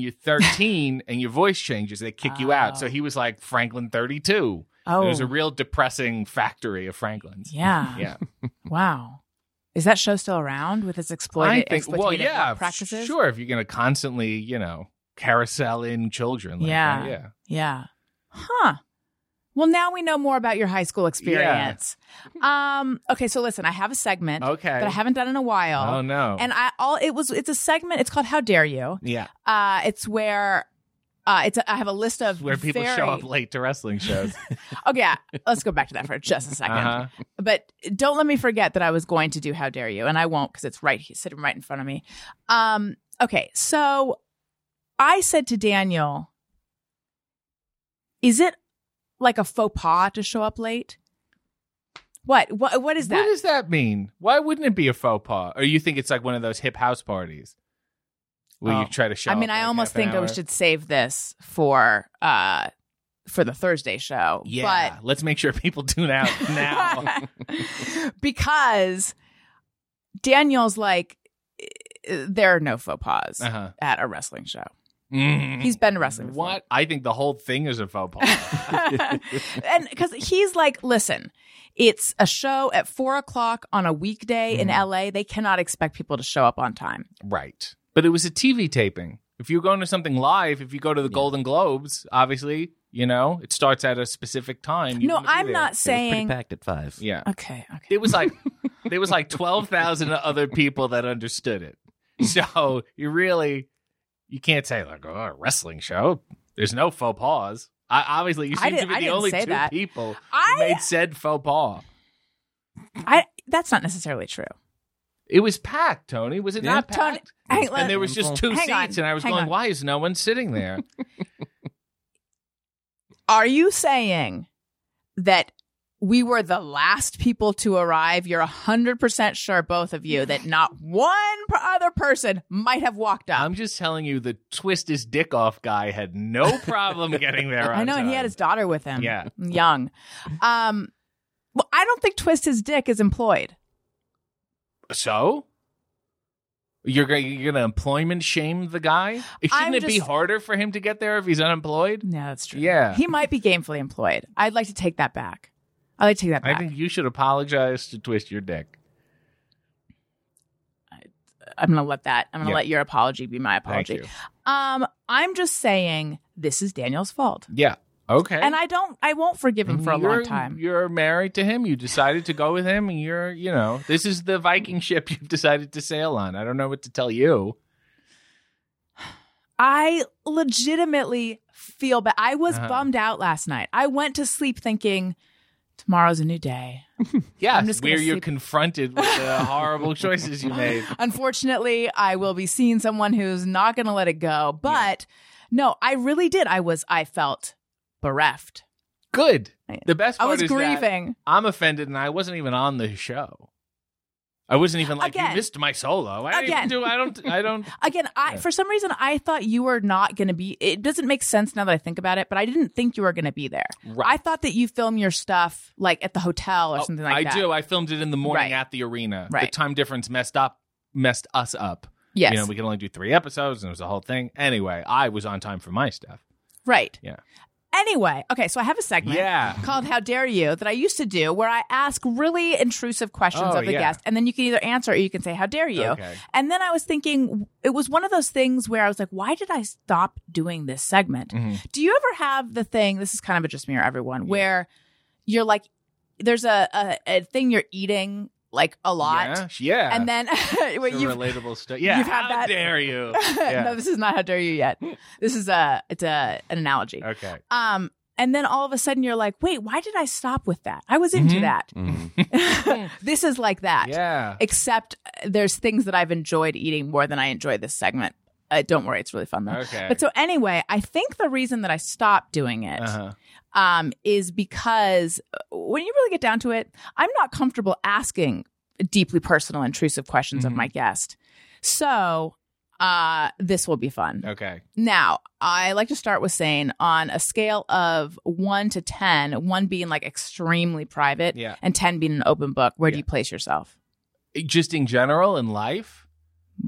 you're 13 and your voice changes, they kick you
Oh.
out." So he was like Franklin 32.
Oh,
It was a real depressing factory of Franklins.
yeah.
Yeah.
Wow. Is that show still around with its exploit-
I think.
exploitative
Well, yeah,
work practices?
sure. If you're gonna constantly, you know, carousel in children, like
Yeah.
that, yeah.
Yeah. Huh. Well, now we know more about your high school experience. Um, okay, so listen, I have a segment
Okay.
that I haven't done in a while.
Oh no.
And I all it was it's a segment, it's called How Dare You.
yeah.
Uh it's where uh it's a, I have a list of
where people
very-
show up late to wrestling shows.
Oh yeah. Let's go back to that for just a 2nd
Uh-huh.
but don't let me forget that I was going to do How Dare You, and I won't because it's right he- sitting right in front of me. Um, okay, so I said to Daniel, "Is it like a faux pas to show up late? What? What? What is that?
What does that mean? Why wouldn't it be a faux pas? Or you think it's like one of those hip house parties where
Oh.
you try to show?
I mean,
up,
I
like,
almost
half an
think that we
hour?
should save this for uh for the Thursday show.
Yeah,
but
let's make sure people tune out now.
because Daniel's like, "Eh, there are no faux pas
uh-huh.
at a wrestling show.
Mm.
Mm-hmm. He's been to wrestling. before.
what? I think the whole thing is a faux pas.
and because he's like, listen, it's a show at four o'clock on a weekday
Mm.
in LA. They cannot expect people to show up on time.
right, but it was a TV taping. If you're going to something live, if you go to the Golden Globes, obviously, you know it starts at a specific time. You
no,
wanna be
I'm
there.
not
It was pretty
saying.
packed at five.
Yeah,
Okay, okay.
it was like there was like 12,000 other people that understood it. So you really you can't say like oh a wrestling show. There's no faux pas. I, obviously you
I
seem
didn't-
to be
I
the
didn't
only
say
two
that.
people who
I,
made said faux pas.
I, that's not necessarily true.
It was packed, Tony. Was it
Yeah.
not
Tony-
packed?
hang on.
and there was just two
Hang
seats,
on,
and I was
hang
going,
on.
"Why is no one sitting there?"
Are you saying that we were the last people to arrive. You're 100% sure, both of you, that not one per- other person might have walked up.
I'm just telling you, the twist his dick off guy had no problem getting there.
I
on
know, and he
time.
had his daughter with him.
Yeah.
Young. Um, well, I don't think Twist His Dick is employed.
So. You're gonna, you're gonna employment shame the guy?
I'm
Shouldn't it be
just-
harder for him to get there if he's unemployed?
No, that's true.
Yeah.
He might be gamefully employed. I'd like to take that back. I'd like to take that
I
back.
think you should apologize to twist your dick.
I'm going to let that, I'm going to
Yeah.
let your apology be my
Thank
apology.
you.
Um, I'm just saying this is Daniel's fault.
Yeah. Okay.
And I don't, I won't forgive him for a long
Mm, You're-
time.
You're married to him. You decided to go with him, and you're, you know, this is the Viking ship you've decided to sail on. I don't know what to tell you.
I legitimately feel bad. I was
Uh-huh.
bummed out last night. I went to sleep thinking, tomorrow's a new day.
Yeah,
just gonna
where you're
sleep.
confronted with the horrible choices you made.
Unfortunately, I will be seeing someone who's not going to let it go. But no, I really did. I was, I felt bereft.
Good. The best
I
part
was
is that
grieving.
I'm offended, and I wasn't even on the show. I wasn't even like
Again.
you missed my solo. I didn't
Again.
even do. I don't. I don't.
Again, I for some reason I thought you were not going to be. It doesn't make sense now that I think about it, but I didn't think you were going to be there. I
Right. Oh,
thought that you film your stuff like at the hotel or something like
I
that.
do. I filmed it in the
Right.
morning at the arena. The
Right.
time difference messed up. Messed us up.
Yes,
You know, we could only do three episodes, and it was a whole thing. Anyway, I was on time for my stuff.
right.
Yeah.
Anyway, okay, so I have a segment.
Yeah.
called How Dare You that I used to do where I ask really intrusive questions
Oh,
of the
yeah.
guest and then you can either answer or you can say How Dare You.
Okay.
And then I was thinking it was one of those things where I was like why did I stop doing this segment?
Mhm.
Do you ever have the thing this is kind of a just me or everyone where you're like there's a, a, a thing you're eating like a lot
Yeah. yeah.
and then
It's
when
a
you
relatable stuff. Yeah.
you've had
how
that-
dare you?
no
Yeah. Mm.
this is not how dare you yet. This is a it's a an analogy.
okay.
Um, and then all of a sudden you're like, wait, why did I stop with that? I was into
Mhm.
Mm.
that. this is like that.
Yeah.
Except uh, there's things that I've enjoyed eating more than I enjoyed this segment. Uh, don't worry, it's really fun though.
Okay.
But so anyway, I think the reason that I stopped doing it is
Uh-huh.
um, is because uh, when you really get down to it, I'm not comfortable asking deeply personal, intrusive questions of
Mhm.
my guest. So uh, this will be fun.
Okay.
Now, I like to start with saying on a scale of one to 10, one being like extremely private
Yeah.
and 10 being an open book, where do
Yeah.
you place yourself?
Just in general in life,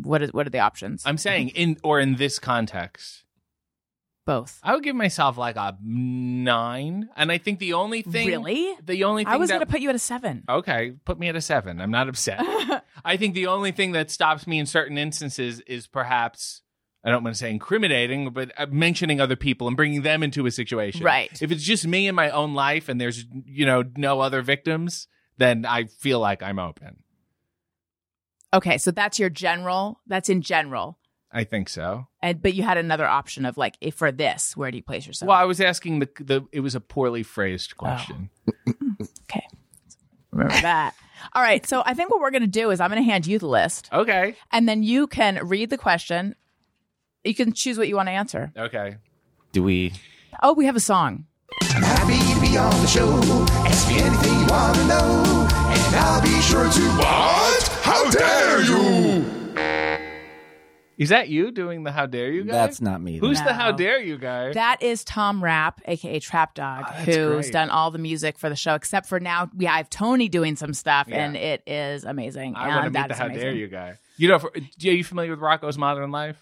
What, is, what are the options?
I'm saying in or in this context,
Both.
I would give myself like a nine, and I think the only thing
Really?
the only thing
I was
that
going to put you at a seven.
okay, put me at a seven. I'm not upset. I think the only thing that stops me in certain instances is perhaps I don't want to say incriminating, but uh, mentioning other people and bringing them into a situation.
Right.
If it's just me in my own life and there's you know no other victims, then I feel like I'm open. Oh.
okay, so that's your general. That's in general.
I think so.
And, but you had another option of like, if for this, where do you place yourself?
Well, I was asking the the it was a poorly
Oh.
phrased question.
Remember that. All right, so I think what we're going to do is I'm going to hand you the list
Okay.
and then you can read the question. You can choose what you want to answer.
Okay.
Do we?
Oh, we have a song.
Happy to be on the show. Ask me anything you want to know, and I'll be sure to. What? How dare you?
Is that you doing the how dare you guy?
That's not me.
Who's the
No.
how dare you guy?
That is Tom Rapp, aka Trap Dog,
Ah, that's
who's
great.
done all the music for the show, except for now we have Tony doing some stuff,
Yeah.
and it is amazing.
I
and
want to meet
that
the
is
how
amazing.
dare you guy. You know, for, are you familiar with Rocco's Modern Life?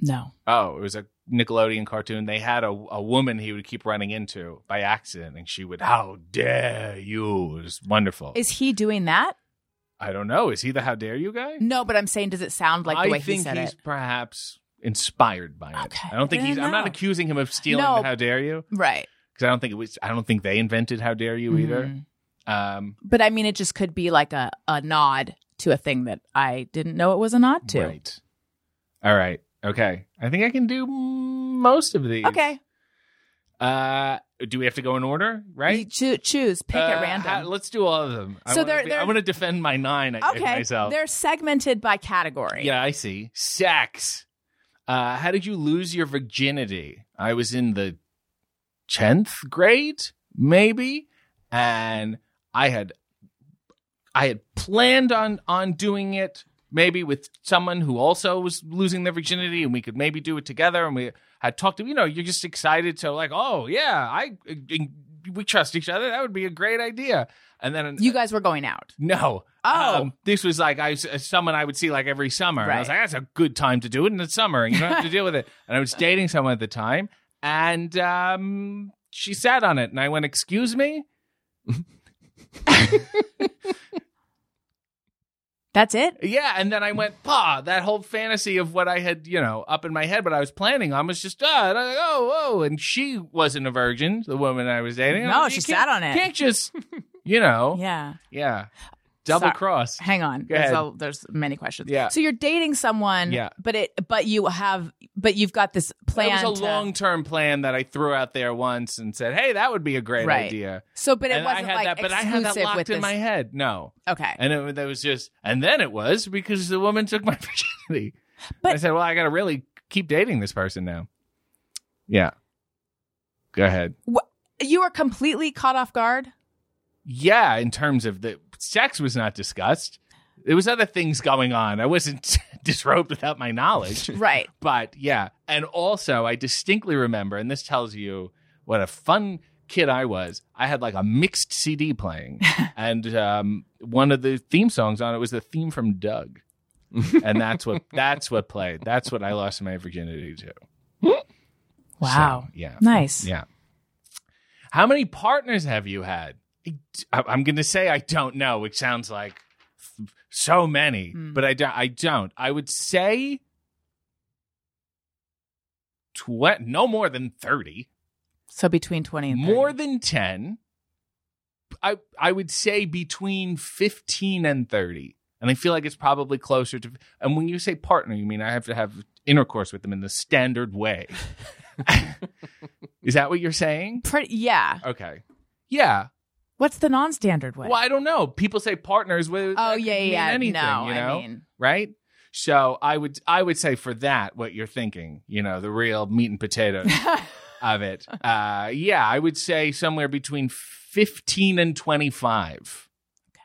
No.
Oh, it was a Nickelodeon cartoon. They had a, a woman he would keep running into by accident, and she would, How dare you? It was wonderful.
Is he doing that?
I don't know. Is he the how dare you guy?
No, but I'm saying, does it sound like the
I
way
think
he said
he's
it?
perhaps inspired by it.
Okay.
I don't think
I
he's,
don't
I'm not
know.
accusing him of stealing
No.
the how dare you.
Right.
because I don't think it was. I don't think they invented "How dare you" either.
Mhm.
Um,
But I mean, it just could be like a, a nod to a thing that I didn't know it was a nod to.
Right. All right. Okay. I think I can do mm, most of these.
Okay.
Uh, do we have to go in order? Right.
You choo- choose, pick
Uh,
at random.
ha- let's do all of them. I
So
wanna
they're-
be-
they're-
I want to defend my nine. I gave
okay.
myself.
They're segmented by category.
Yeah, I see. Sex. Uh, how did you lose your virginity? I was in the tenth grade, maybe, and I had I had planned on on doing it maybe with someone who also was losing their virginity and we could maybe do it together and we had talked to you know you're just excited so like oh yeah I we trust each other that would be a great idea and then
You guys were going out.
no. Um,
Oh.
this was like I was- uh, someone I would see like every summer. And I was
Right.
like, that's a good time to do it in the summer. You don't have to deal with it. And I was dating someone at the time, and um, she sat on it, and I went, "Excuse me."
That's it?
Yeah, and then I went, "Pa." That whole fantasy of what I had, you know, up in my head, what I was planning on was just, ah, and I was like, oh, oh. And she wasn't a virgin, the woman I was dating.
No,
I'm like,
she
"You
sat on it."
Can't just, you know, yeah,
Yeah.
double
Sorry.
cross.
Hang on.
Go
There's,
ahead.
a, there's many questions.
Yeah.
So you're dating someone,
Yeah.
but it but you have but you've got this plan.
It was a
to-
long term plan that I threw out there once and said, "Hey, that would be a great
Right.
idea."
So but it
and
wasn't
I had
like
that, but I
exclusive
had that locked
with
in
this.
my head. No,
Okay.
and it, that was just, and then it was because the woman took my virginity.
But-
I said, "Well, I got to really keep dating this person now." Yeah. Go ahead.
you were completely caught off guard?
Yeah, in terms of the sex was not discussed. There was other things going on. I wasn't disrobed without my knowledge.
Right.
But yeah, and also I distinctly remember, and this tells you what a fun kid I was. I had like a mixed CD playing, and um, one of the theme songs on it was the theme from Doug, and that's what that's what played. That's what I lost my virginity to.
Wow.
So, yeah.
Nice.
Yeah. How many partners have you had? I- I'm going to say I don't know, which sounds like so many,
Hmm.
but I, do- I don't. I would say tw- no more than 30,
So between 20 and 30.
more than 10. I, I would say between 15 and 30. And I feel like it's probably closer to. And when you say partner, you mean I have to have intercourse with them in the standard way. Is that what you're saying?
Pretty, yeah.
Okay. Yeah.
What's the non-standard way?
Well, I don't know. People say partners with.
Oh
that could
yeah,
mean
yeah.
Anything,
no,
you know?
I mean,
right? So I would I would say for that what you're thinking, you know, the real meat and potatoes of it. Uh, yeah, I would say somewhere between fifteen and twenty five. Okay.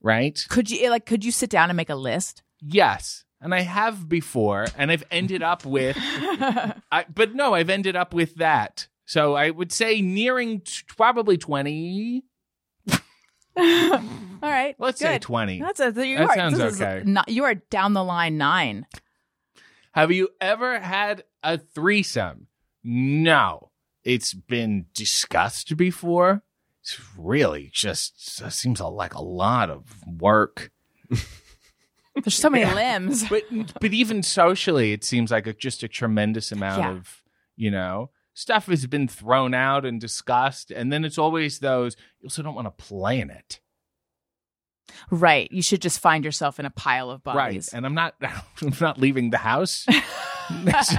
Right.
could you like could you sit down and make a list?
Yes. And I have before, and I've ended up with, I, but no, I've ended up with that. So I would say nearing t- probably 20.
All right.
Let's
good.
say 20.
That's a, you
That
are,
sounds
this is
okay.
Not, you are down the line nine.
Have you ever had a threesome? No. It's been discussed before. It's really just it seems like a lot of work.
There's so many limbs.
But but even socially, it seems like a, just a tremendous amount
Yeah.
of you know stuff has been thrown out and discussed, and then it's always those you also don't want to play in it,
Right. You should just find yourself in a pile of bodies.
And I'm not I'm not leaving the house,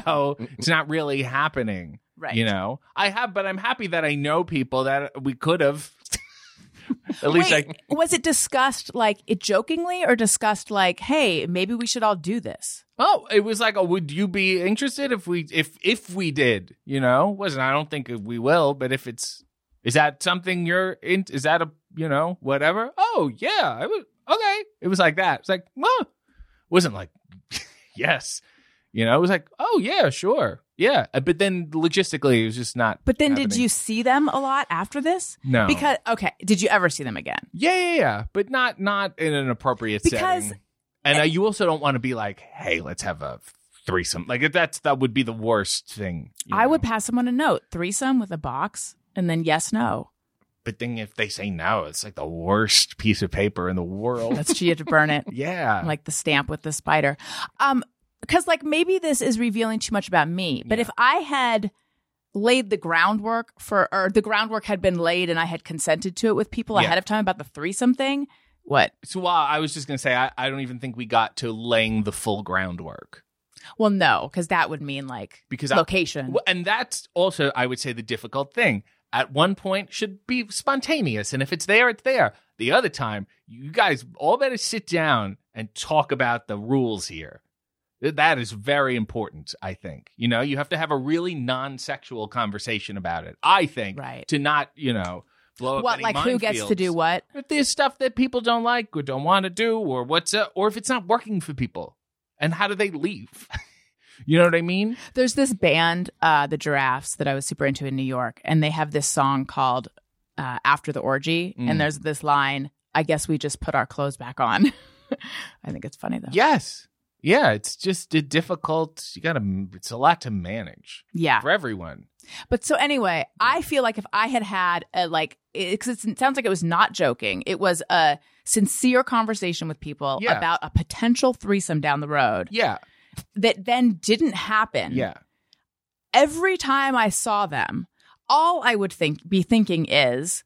so it's not really happening.
Right.
You know, I have, but I'm happy that I know people that we could have. At least
Wait,
I.
was it discussed like it jokingly or discussed like, hey, maybe we should all do this?
Oh, it was like, oh, would you be interested if we if if we did? You know, wasn't I don't think we will, but if it's is that something you're in? Is that a you know whatever? Oh yeah, I would. Okay, it was like that. It's like, well, it wasn't like yes, you know. It was like, oh yeah, sure, yeah. Uh, But then logistically, it was just not.
But then did
happening.
you see them a lot after this?
No.
Because okay, did you ever see them again?
Yeah, yeah, yeah, but not not in an appropriate
Because-
setting. And uh, you also don't want to be like, "Hey, let's have a threesome." Like that's that would be the worst thing. you
I
know?
would pass someone a note, threesome with a box, and then yes, no.
But then if they say no, it's like the worst piece of paper in the world.
That's she had to burn it.
yeah.
like the stamp with the spider. Um, because like maybe this is revealing too much about me, but if I had laid the groundwork for, or the groundwork had been laid and I had consented to it with people
Yeah.
ahead of time about the threesome thing, what?
so uh, I was just gonna say, I, I don't even think we got to laying the full groundwork
Well, no, because that would mean like
because I,
location.
Well, and that's also, I would say, the difficult thing. At one point, should be spontaneous, and if it's there, it's there. The other time, you guys all better sit down and talk about the rules here. Th- That is very important, I think. You know, you have to have a really non-sexual conversation about it. I think
Right.
to not, you know, blow up
what
any
like who gets to do
minefields.
what?
If there's stuff that people don't like or don't want to do, or what's up, or if it's not working for people, and how do they leave? you know what I mean?
There's this band, uh, the Giraffes, that I was super into in New York, and they have this song called uh, "After the Orgy,"
Mm.
and there's this line: "I guess we just put our clothes back on." I think it's funny though.
Yes. Yeah, it's just a difficult. You gotta. It's a lot to manage
Yeah.
for everyone.
But so anyway, I feel like if I had had a like, because it, sounds like it was not joking. It was a sincere conversation with people
Yeah.
about a potential threesome down the road
Yeah.
that then didn't happen.
Yeah.
Every time I saw them, all I would think be thinking is,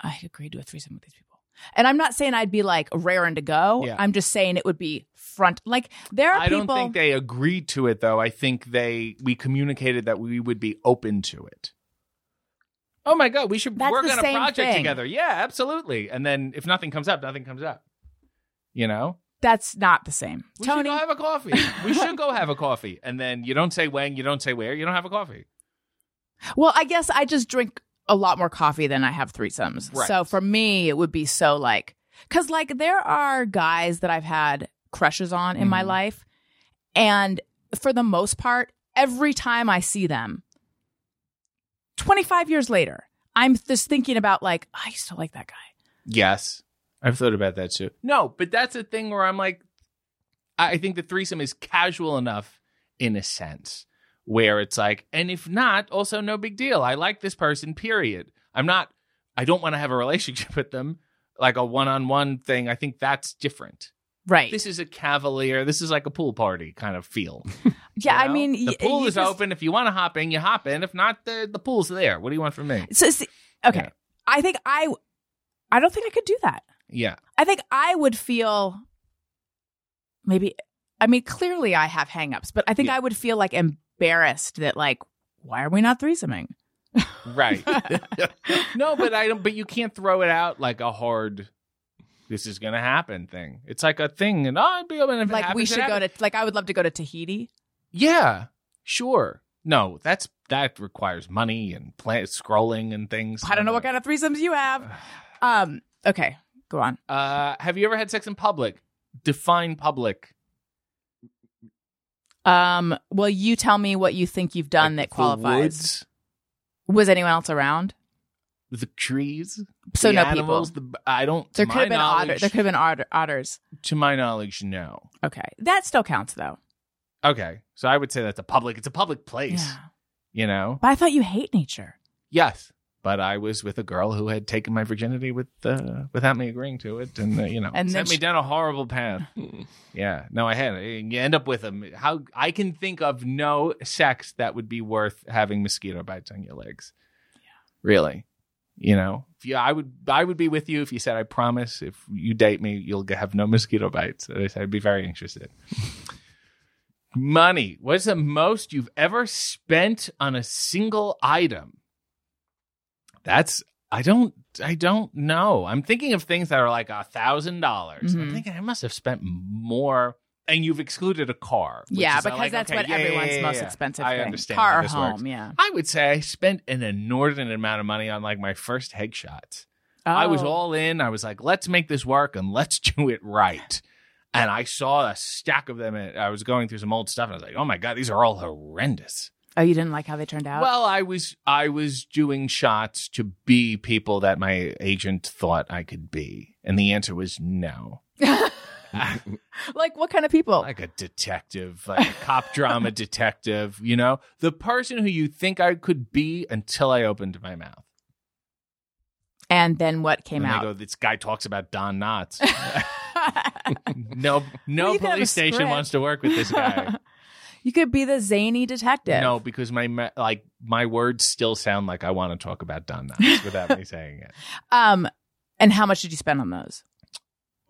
I agreed to a threesome with these people. And I'm not saying I'd be like raring to go.
Yeah.
I'm just saying it would be front. Like there are
I
people.
don't think they agreed to it though. I think they we communicated that we would be open to it. Oh my god, we should
That's
work
the
on a
same
project
thing.
together. Yeah, absolutely. And then if nothing comes up, nothing comes up. You know?
that's not the same.
We should
Tony,
go have a coffee. we should go have a coffee. And then you don't say when, you don't say where, you don't have a coffee.
Well, I guess I just drink a lot more coffee than I have threesomes.
Right.
So for me, it would be so like, because like there are guys that I've had crushes on in my
Mhm.
life. And for the most part, every time I see them, 25 years later, I'm just thinking about like, I used to like that guy.
Yes. I've thought about that too. No, but that's a thing where I'm like, I I think the threesome is casual enough in a sense where it's like, and if not, also no big deal. I like this person, period. I'm not, I don't want to have a relationship with them, like a one on one thing. I think that's different.
Right.
This is a cavalier, this is like a pool party kind of feel.
yeah.
you
I
know?
mean, y-
the pool
you
is
just-
open. If you want to hop in, you hop in. If not, the, the pool's there. What do you want from me?
So, see, okay.
Yeah.
I think I, I don't think I could do that.
Yeah.
I think I would feel maybe I mean clearly I have hangups, but I think
Yeah.
I would feel like embarrassed that like why are we not threesoming?
Right. no, but I don't. But you can't throw it out like a hard. This is gonna happen thing. It's like a thing, and oh, I'd be open if it
like we
happens, it
should go
happens.
to like I would love to go to Tahiti.
Yeah, sure. No, that's that requires money and plan- scrolling and things.
I don't know what kind of threesomes you have. Um okay, go on.
Uh, have you ever had sex in public? Define public.
Um well you tell me what you think you've done
Like
that
the
qualifies.
woods,
Was anyone else around?
the trees,
So
the
no
animals.
people.
The, I don't.
There
to
could
my
have been
knowledge,
otter there could have been otter, otters.
to my knowledge, no.
Okay. That still counts though.
Okay, so I would say that's a public. It's a public place.
Yeah.
You know.
But I thought you hate nature.
Yes, but I was with a girl who had taken my virginity with uh, without me agreeing to it, and uh, you know,
And then
sent me
she- Hmm.
down a horrible path. yeah, no, I had. And you end up with them. How I can think of no sex that would be worth having mosquito bites on your legs. Yeah, really. You know, if you, I would, I would be with you if you said, "I promise, if you date me, you'll g- have no mosquito bites." And I said, I'd be very interested. Money. What's the most you've ever spent on a single item? That's I don't I don't know. I'm thinking of things that are like a thousand dollars. I'm
Mhm.
thinking I must have spent more. And you've excluded a car. which
uh, Yeah,
is, I'm
because
like,
that's
okay,
what
yeah, yeah,
everyone's
yeah,
most
yeah.
expensive
I
thing.
understand how
Car or
this
home,
works.
yeah.
I would say I spent an inordinate amount of money on like my first head shots. I was
Oh.
all in. I was like, let's make this work and let's do it right. And I saw a stack of them. And I was going through some old stuff and I was like, oh my God, these are all horrendous.
Oh, you didn't like how they turned out?
Well, I was I was doing shots to be people that my agent thought I could be. And the answer was no.
like what kind of people?
Like a detective, like a cop drama detective, you know? The person who you think I could be until I opened my mouth.
and then what came
and
out?
They go, this guy talks about Don Knotts. no no
Well, you could have
police
a
station
script.
wants to work with this guy.
you could be the zany detective.
No, because my me- like my words still sound like I want to talk about Don Knotts without me saying it.
Um, and how much did you spend on those?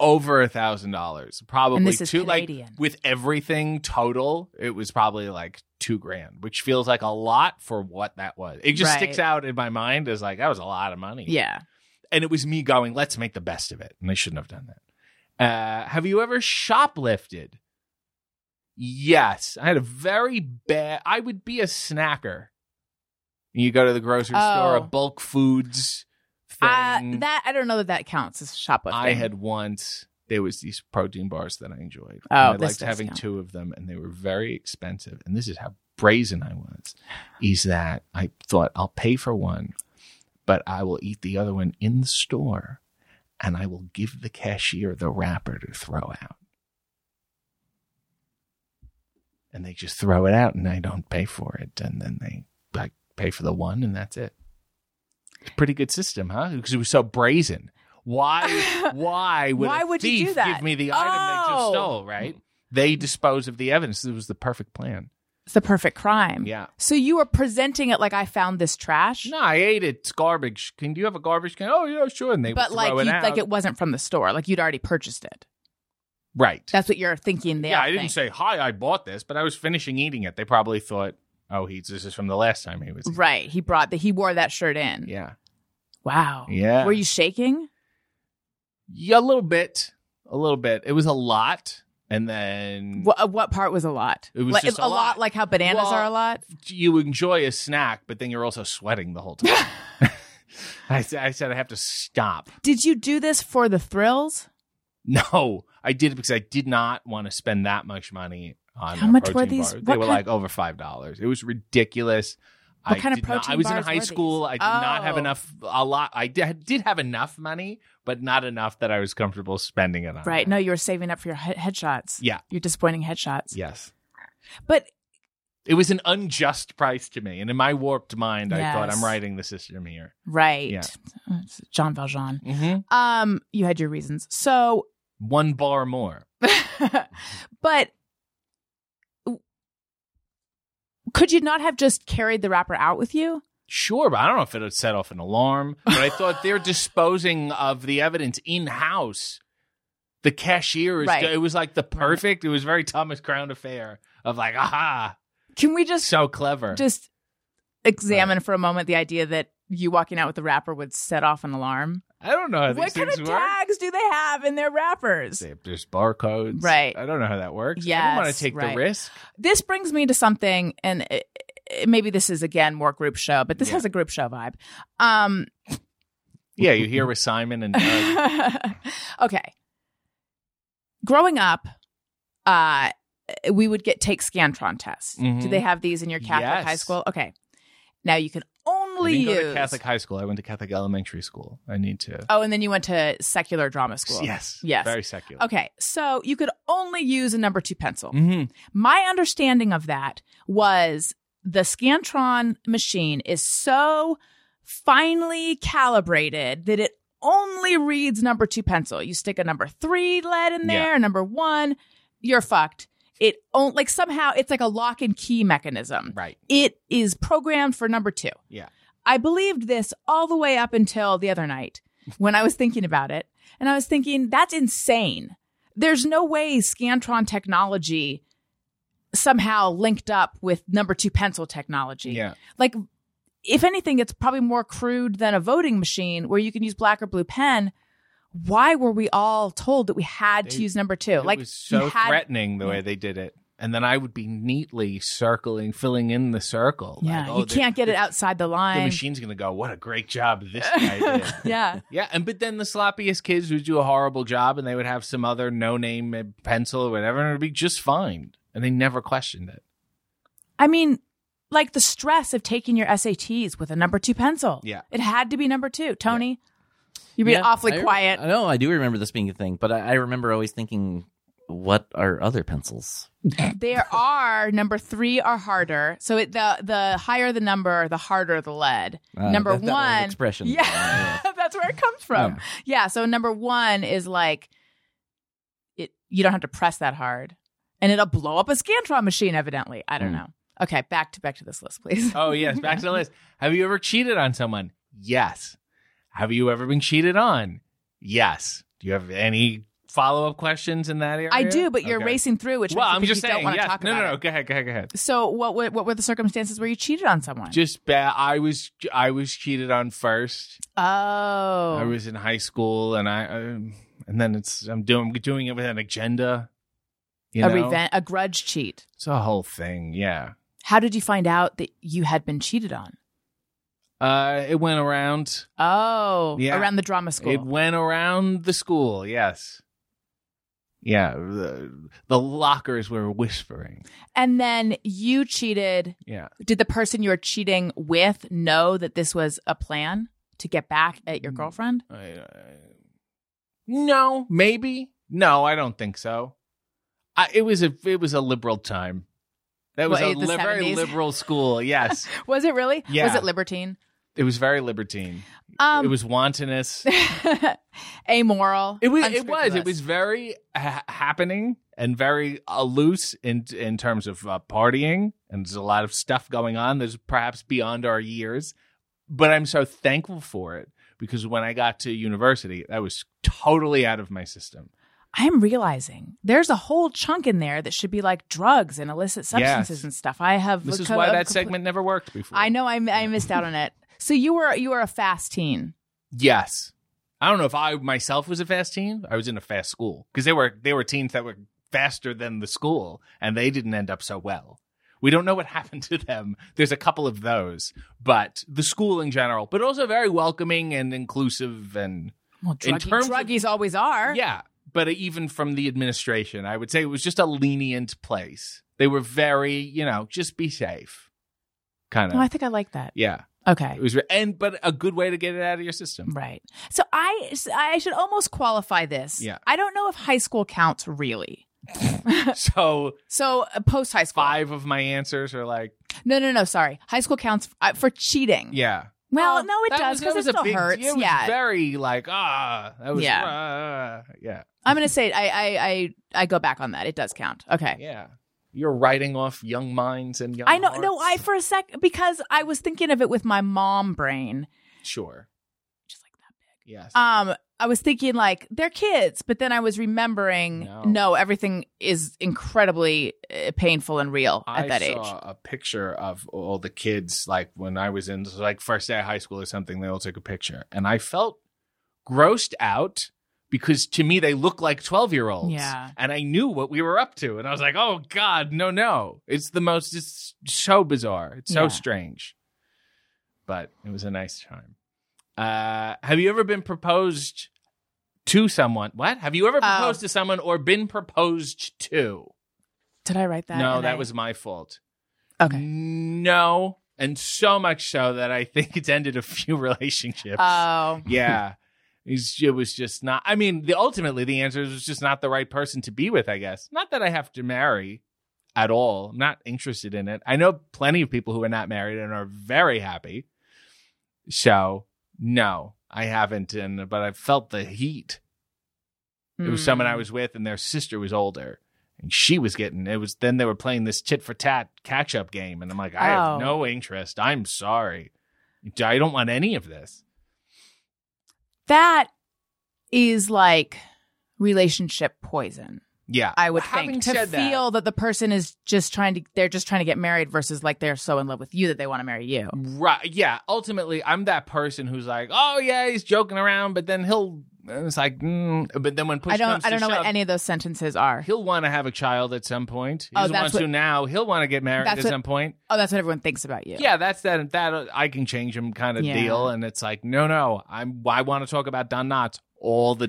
Over a thousand dollars, probably
And this is
two.
Canadian.
Like with everything total, it was probably like two grand, which feels like a lot for what that was. It just
Right.
sticks out in my mind as like that was a lot of money.
Yeah.
and it was me going, "Let's make the best of it," and I shouldn't have done that. Uh, have you ever shoplifted? Yes, I had a very bad. I would be a snacker. You go to the grocery store,
Oh.
a bulk foods thing.
Uh, that I don't know that that counts as shoplifting.
I had once. There was these protein bars that I enjoyed.
Oh,
and I
this
liked
does
having
count.
two of them, and they were very expensive. And this is how brazen I was: is that I thought I'll pay for one, but I will eat the other one in the store, and I will give the cashier the wrapper to throw out. And they just throw it out, and I don't pay for it, and then they like pay for the one, and that's it. It's a pretty good system, huh? Because it was so brazen. Why? Why would
Why
a
would you
thief
do that?
give me the item they just
Oh.
stole? Right? They dispose of the evidence. It was the perfect plan.
It's the perfect crime.
Yeah.
So you were presenting it like I found this trash,
No, I ate it. It's garbage. Can do you have a garbage can? Oh yeah, sure. And they
but
would
like
throw
you,
it out.
like it wasn't from the store. Like you'd already purchased it.
right.
That's what you're thinking there.
yeah, I didn't
think.
say hi. I bought this, but I was finishing eating it. They probably thought, oh, he this is from the last time he was. here.
Right. He brought that. He wore that shirt in.
Yeah,
Wow.
Yeah.
Oh. Were you shaking?
yeah, a little bit, a little bit. It was a lot, and then
What, uh, what part was a lot?
It was
like,
just a
lot.
lot.
like how bananas
Well-
are a lot.
you enjoy a snack, but then you're also sweating the whole time. I, s- I said I have to stop.
Did you do this for the thrills?
No, I did it because I did not want to spend that much money on
How
a
much
protein
were these?
bar.
What
They were
kind-
like over five dollars. It was ridiculous.
What
I
kind of
did not- I
protein
was in
bars
high
were these?
school. I did not have
Oh.
enough. A lot. I did, did have enough money, but not enough that I was comfortable spending it on.
Right.
that.
No, you were saving up for your he- headshots.
Yeah.
Your disappointing headshots.
Yes.
But
It was an unjust price to me, and in my warped mind, I thought
Yes.
I'm writing the system here.
right.
Yeah.
It's Jean Valjean.
Mm-hmm.
Um, you had your reasons. So
One bar more.
but could you not have just carried the wrapper out with you?
Sure, but I don't know if it would set off an alarm. But I thought they're disposing of the evidence in house. The cashier is.
Right.
It was like the perfect. It was very Thomas Crown affair of like, aha,
Can we just
so clever.
just examine for a moment the idea that you walking out with the wrapper would set off an alarm?
I don't know how these
What kind
things
of
work.
tags do they have in their wrappers?
They- There's barcodes.
Right.
I don't know how that works. I
Yes,
don't want to take
right.
the risk.
This brings me to something, and it, it- maybe this is again more group show, but this
Yeah.
has a group show vibe. Um,
Yeah, you hear with Simon and uh, Doug.
okay. Growing up, uh, we would get take Scantron tests. Do
Mhm.
they have these in your Catholic high
Yes.
school? Okay. Now you can only
I didn't
use
go to Catholic high school. I went to Catholic elementary school. I need to.
Oh, and then you went to secular drama school.
Yes.
Yes.
Very secular.
Okay, so you could only use a number two pencil.
hmm
My understanding of that was the Scantron machine is so finely calibrated that it only reads number two pencil. You stick a number three lead in
Yeah.
there, number one, you're fucked. It on, like somehow it's like a lock and key mechanism.
Right.
It is programmed for number two.
Yeah.
I believed this all the way up until the other night when I was thinking about it. And I was thinking, that's insane. There's no way Scantron technology somehow linked up with number two pencil technology.
Yeah.
Like, if anything, it's probably more crude than a voting machine where you can use black or blue pen. Why were we all told that we had to
They-
use number two?
It
like,
was so
you had-
threatening the way they did it. And then I would be neatly circling, filling in the circle.
yeah,
Like, oh,
you
the-
can't get it
the-
outside the
The
line.
machine's gonna go. What a great job this guy did.
yeah,
Yeah, and but then the sloppiest kids would do a horrible job, and they would have some other no-name uh, pencil or whatever, and it would be just fine. And they never questioned it.
I mean, like the stress of taking your SATs with a number two pencil.
Yeah.
it had to be number two. Tony, you've been
Yeah,
awfully
I re-
quiet.
I know. I do remember this being a thing, but I, I remember always thinking, "What are other pencils?"
There are number three are harder. So it, the the higher the number, the harder the lead.
Uh,
number
that- that old
one
expression.
Yeah, that's where it comes from. Yeah. So number one is like it. You don't have to press that hard, and it'll blow up a scantron machine. Evidently, I don't
Mm.
know. Okay, back to back to this list, please.
Oh yes, back to the list. Have you ever cheated on someone? Yes. Have you ever been cheated on? Yes. Do you have any follow-up questions in that area?
I do, but you're
Okay.
racing through, which
Well,
means
I'm just
you
saying.
don't want to
yes.
talk
no,
about
no, no.
it.
Go aha go ahead, go ahead.
So what, what what were the circumstances where you cheated on someone?
just bad. I was I was cheated on first.
oh,
I was in high school, and I um, and then it's I'm doing doing it with an agenda. You
a
know?
reven- a grudge cheat.
It's a whole thing. Yeah,
How did you find out that you had been cheated on?
Uh, it went around.
Oh,
Yeah.
around the drama school.
It went around the school. Yes. Yeah, the, the lockers were whispering.
and then you cheated.
Yeah.
Did the person you were cheating with know that this was a plan to get back at
Mm.
your girlfriend?
I, I, no, maybe. No, I don't think so. I, it was a it was a liberal time. That was
Well,
a
the
li- very
70s.
liberal school. Yes,
Was it really?
Yeah.
Was it libertine?
it was very libertine.
Um,
it was wantonous.
amoral.
It was. It was. It
unscrupulous.
was very ha- happening and very uh, loose in in terms of uh, partying. And there's a lot of stuff going on. That's perhaps beyond our years, but I'm so thankful for it because when I got to university, that was totally out of my system.
I'm realizing there's a whole chunk in there that should be like drugs and illicit substances
Yes.
and stuff. I have.
This is
co-
why
I've
that
comple-
segment never worked before.
I know. I, I missed out on it. So you were you were a fast teen.
Yes. I don't know if I myself was a fast teen. I was in a fast school because they were they were teens that were faster than the school, and they didn't end up so well. We don't know what happened to them. There's a couple of those, but the school in general, but also very welcoming and inclusive, and
Well,
In
druggie,
terms of-
druggies always are.
yeah. But even from the administration, I would say it was just a lenient place. They were very, you know, just be safe, kind
No, I
of.
think I like that.
Yeah,
Okay.
it was, re- and but a good way to get it out of your system.
Right. So I I should almost qualify this.
Yeah.
I don't know if high school counts really.
So
So uh, post high school.
five of my answers are like,
No, no, no. Sorry. High school counts uh, for cheating.
yeah.
Well,
Oh,
no, it
that
does
was-
because it
that was a
still
big-
hurts.
It was
yeah.
very like ah, that was
Yeah.
yeah, yeah,
I'm gonna say I, I I I go back on that. It does count. Okay.
yeah. You're writing off young minds and young.
I know. No, I
hearts.
for a sec because I was thinking of it with my mom brain,
sure.
just like that.
Yes.
Um, I was thinking like they're kids, but then I was remembering no,
No.
everything is incredibly uh, painful and real
I
at that
saw
age.
a picture of all the kids like when I was in like first day of high school or something. They all took a picture, and I felt grossed out because to me they look like twelve year olds.
Yeah.
and I knew what we were up to, and I was like, oh god, no, no! It's the most. It's so bizarre. It's so
Yeah.
strange. But it was a nice time. Uh, have you ever been proposed to someone? What? Have you ever
Oh.
proposed to someone or been proposed to?
Did I write that?
no,
And
that
I-
was my fault.
okay.
No, and so much so that I think it's ended a few relationships.
Oh,
yeah. It's- It was just not. I mean, the ultimately the answer is it's just not the right person to be with. I guess not that I have to marry at all. I'm not interested in it. I know plenty of people who are not married and are very happy. So no, I haven't. And but I felt the heat. It was someone I was with, and their sister was older, and she was getting it was. Then they were playing this tit for tat catch up game, and I'm like, I
Oh.
have no interest. I'm sorry, I don't want any of this.
hmm. That is like relationship poison.
Yeah,
I would
Having
think to
said that-
feel that. the person is just trying to they're just trying to get married versus like they're so in love with you that they want to marry you.
Right. Yeah. Ultimately, I'm that person who's like, oh yeah, he's joking around, but then he'll. And it's like, mm. but then when push
I don't
comes
I don't
to
know
shove,
what any of those sentences are.
He'll want to have a child at some point. He
Oh,
doesn't
that's
want
what-
to now. He'll want to get married
That's
at
what-
some point.
Oh, that's what everyone thinks about you.
Yeah, that's that that uh, I can change him kind of
Yeah.
deal. And it's like, no, no, I'm I want to talk about Don Knotts all the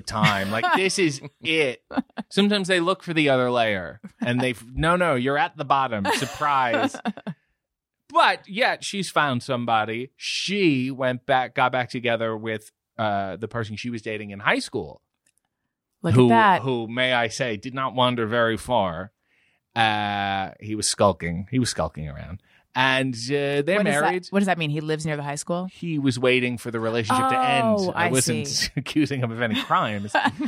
time. Like this is it. Sometimes they look for the other layer, and they no, no, you're at the bottom. Surprise. but yet she's found somebody. She went back, got back together with uh, the person she was dating in high school
Look
who,
at that.
Who, may I say, did not wander very far. Uh, he was skulking. He was skulking around, and uh, they're
What does that-
married.
what does that mean? He lives near the high school?
He was waiting for the relationship to
Oh,
end.
I
wasn't
see.
accusing him of any crimes. and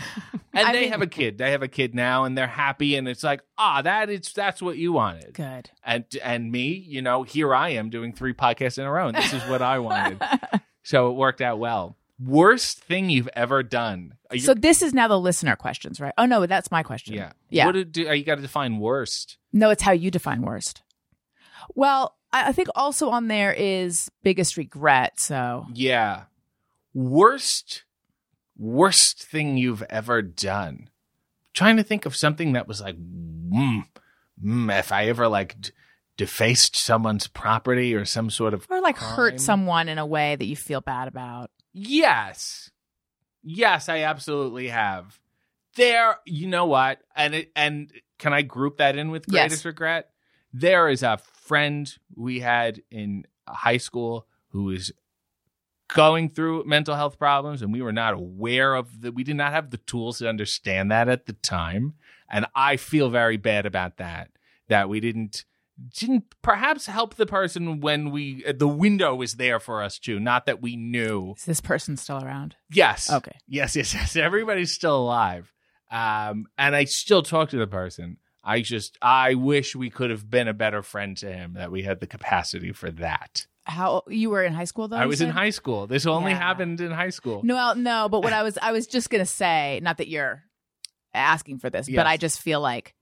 I
they
mean-
have a kid. They have a kid now, and they're happy. And it's like, ah, that is that's what you wanted.
Good.
And and me, you know, here I am doing three podcasts in a row. And this is what I wanted. So it worked out well. Worst thing you've ever done? Are you-
So this is now the listener questions, right? Oh no, that's my question.
yeah,
Yeah.
What did, do, are you got to define worst?
No, it's how you define worst. Well, I, I think also on there is biggest regret. So
Yeah. Worst, worst thing you've ever done. Trying to think of something that was like, mm, mm, if I ever like d- defaced someone's property or some sort of
or like
crime.
hurt someone in a way that you feel bad about.
Yes. Yes, I absolutely have. There, you know what? And it, and can I group that in with
Yes.
greatest regret? There is a friend we had in high school who is going through mental health problems and we were not aware of the we did not have the tools to understand that at the time and I feel very bad about that that we didn't didn't perhaps help the person when we the window was there for us too not that we knew
Is this person still around?
Yes.
Okay.
Yes, yes, yes. Everybody's still alive. Um, and I still talk to the person. I just, I wish we could have been a better friend to him, that we had the capacity for that.
How you were in high school though?
I
you
was in
said?
high school. This only
Yeah.
happened in high school.
No, well, no, but what I was I was just gonna say, not that you're asking for this,
Yes.
but I just feel like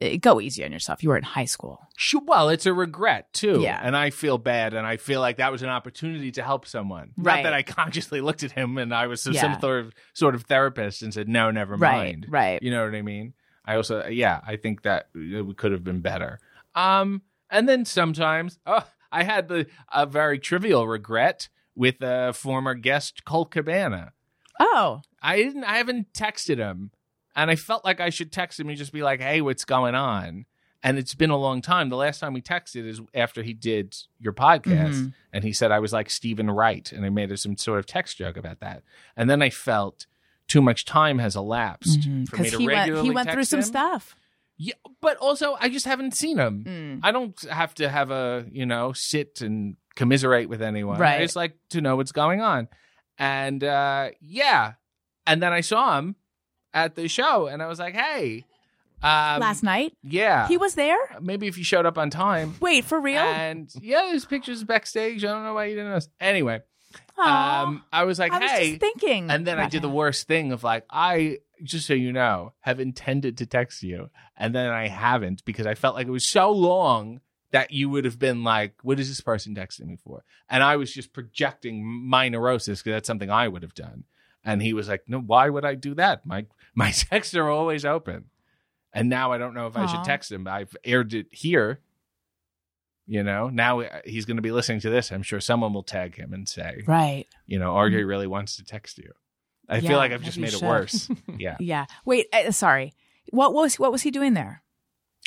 eh, go easy on yourself. You were in high school.
Sh- Well, it's a regret too.
Yeah.
And I feel bad. And I feel like that was an opportunity to help someone. Not
Right.
that I consciously looked at him and I was some
Yeah.
sort, of, sort of therapist and said, no, never
Right.
mind.
Right.
You know what I mean? I also, yeah, I think that we could have been better. Um, and then sometimes, oh, I had the a very trivial regret with a former guest, Colt Cabana.
Oh.
I didn't, I haven't texted him, and I felt like I should text him and just be like, "Hey, what's going on?" And it's been a long time. The last time we texted is after he did your podcast,
Mhm.
and he said I was like Stephen Wright, and I made some sort of text joke about that. And then I felt too much time has elapsed
Mhm.
for me to
he went
regularly
he went through
text
some
him.
stuff.
Yeah, but also I just haven't seen him.
Mm.
I don't have to have a you know sit and commiserate with anyone.
Right.
I just like to know what's going on, and uh, yeah, and then I saw him at the show, and I was like, hey, um,
Mm. Last night?
yeah,
He was there?
maybe if you showed up on time.
Wait, for real?
And yeah, there's pictures backstage. I don't know why you didn't notice. Anyway,
Aw.
um, I was like,
I was
hey,
just thinking.
and then I
about
did the
him.
worst thing of like, I, just so you know, have intended to text you. And then I haven't because I felt like it was so long that you would have been like, what is this person texting me for? And I was just projecting my neurosis because that's something I would have done. And he was like, no, why would I do that? My, my texts are always open. And now I don't know if I should
Aw.
text him. I've aired it here. You know, now uh, he's going to be listening to this. I'm sure someone will tag him and say,
Right.
you know, RJ really wants to text you. I
Mm-hmm. Yeah,
feel like I've just
maybe
made
you
it worse. yeah.
Yeah. Wait, uh, sorry. What was what was he doing there?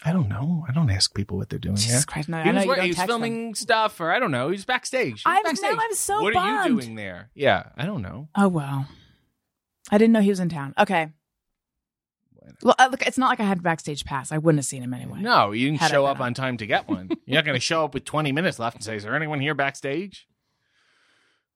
I don't know. I don't ask people what they're doing.
Jesus Christ! No, I
He
know
was,
you
wor-
don't
he was
text them.
filming stuff, or I don't know. He was backstage. He was
I'm- now
backstage.
I'm so
What are you
bummed.
doing there? Yeah, I don't know.
Oh wow, I didn't know he was in town. Okay. Well, uh, look, it's not like I had backstage pass. I wouldn't have seen him anyway.
No, you didn't
Had I
show
been
up on time to get one. You're not going to show up with 20 minutes left and say, "Is there anyone here backstage?"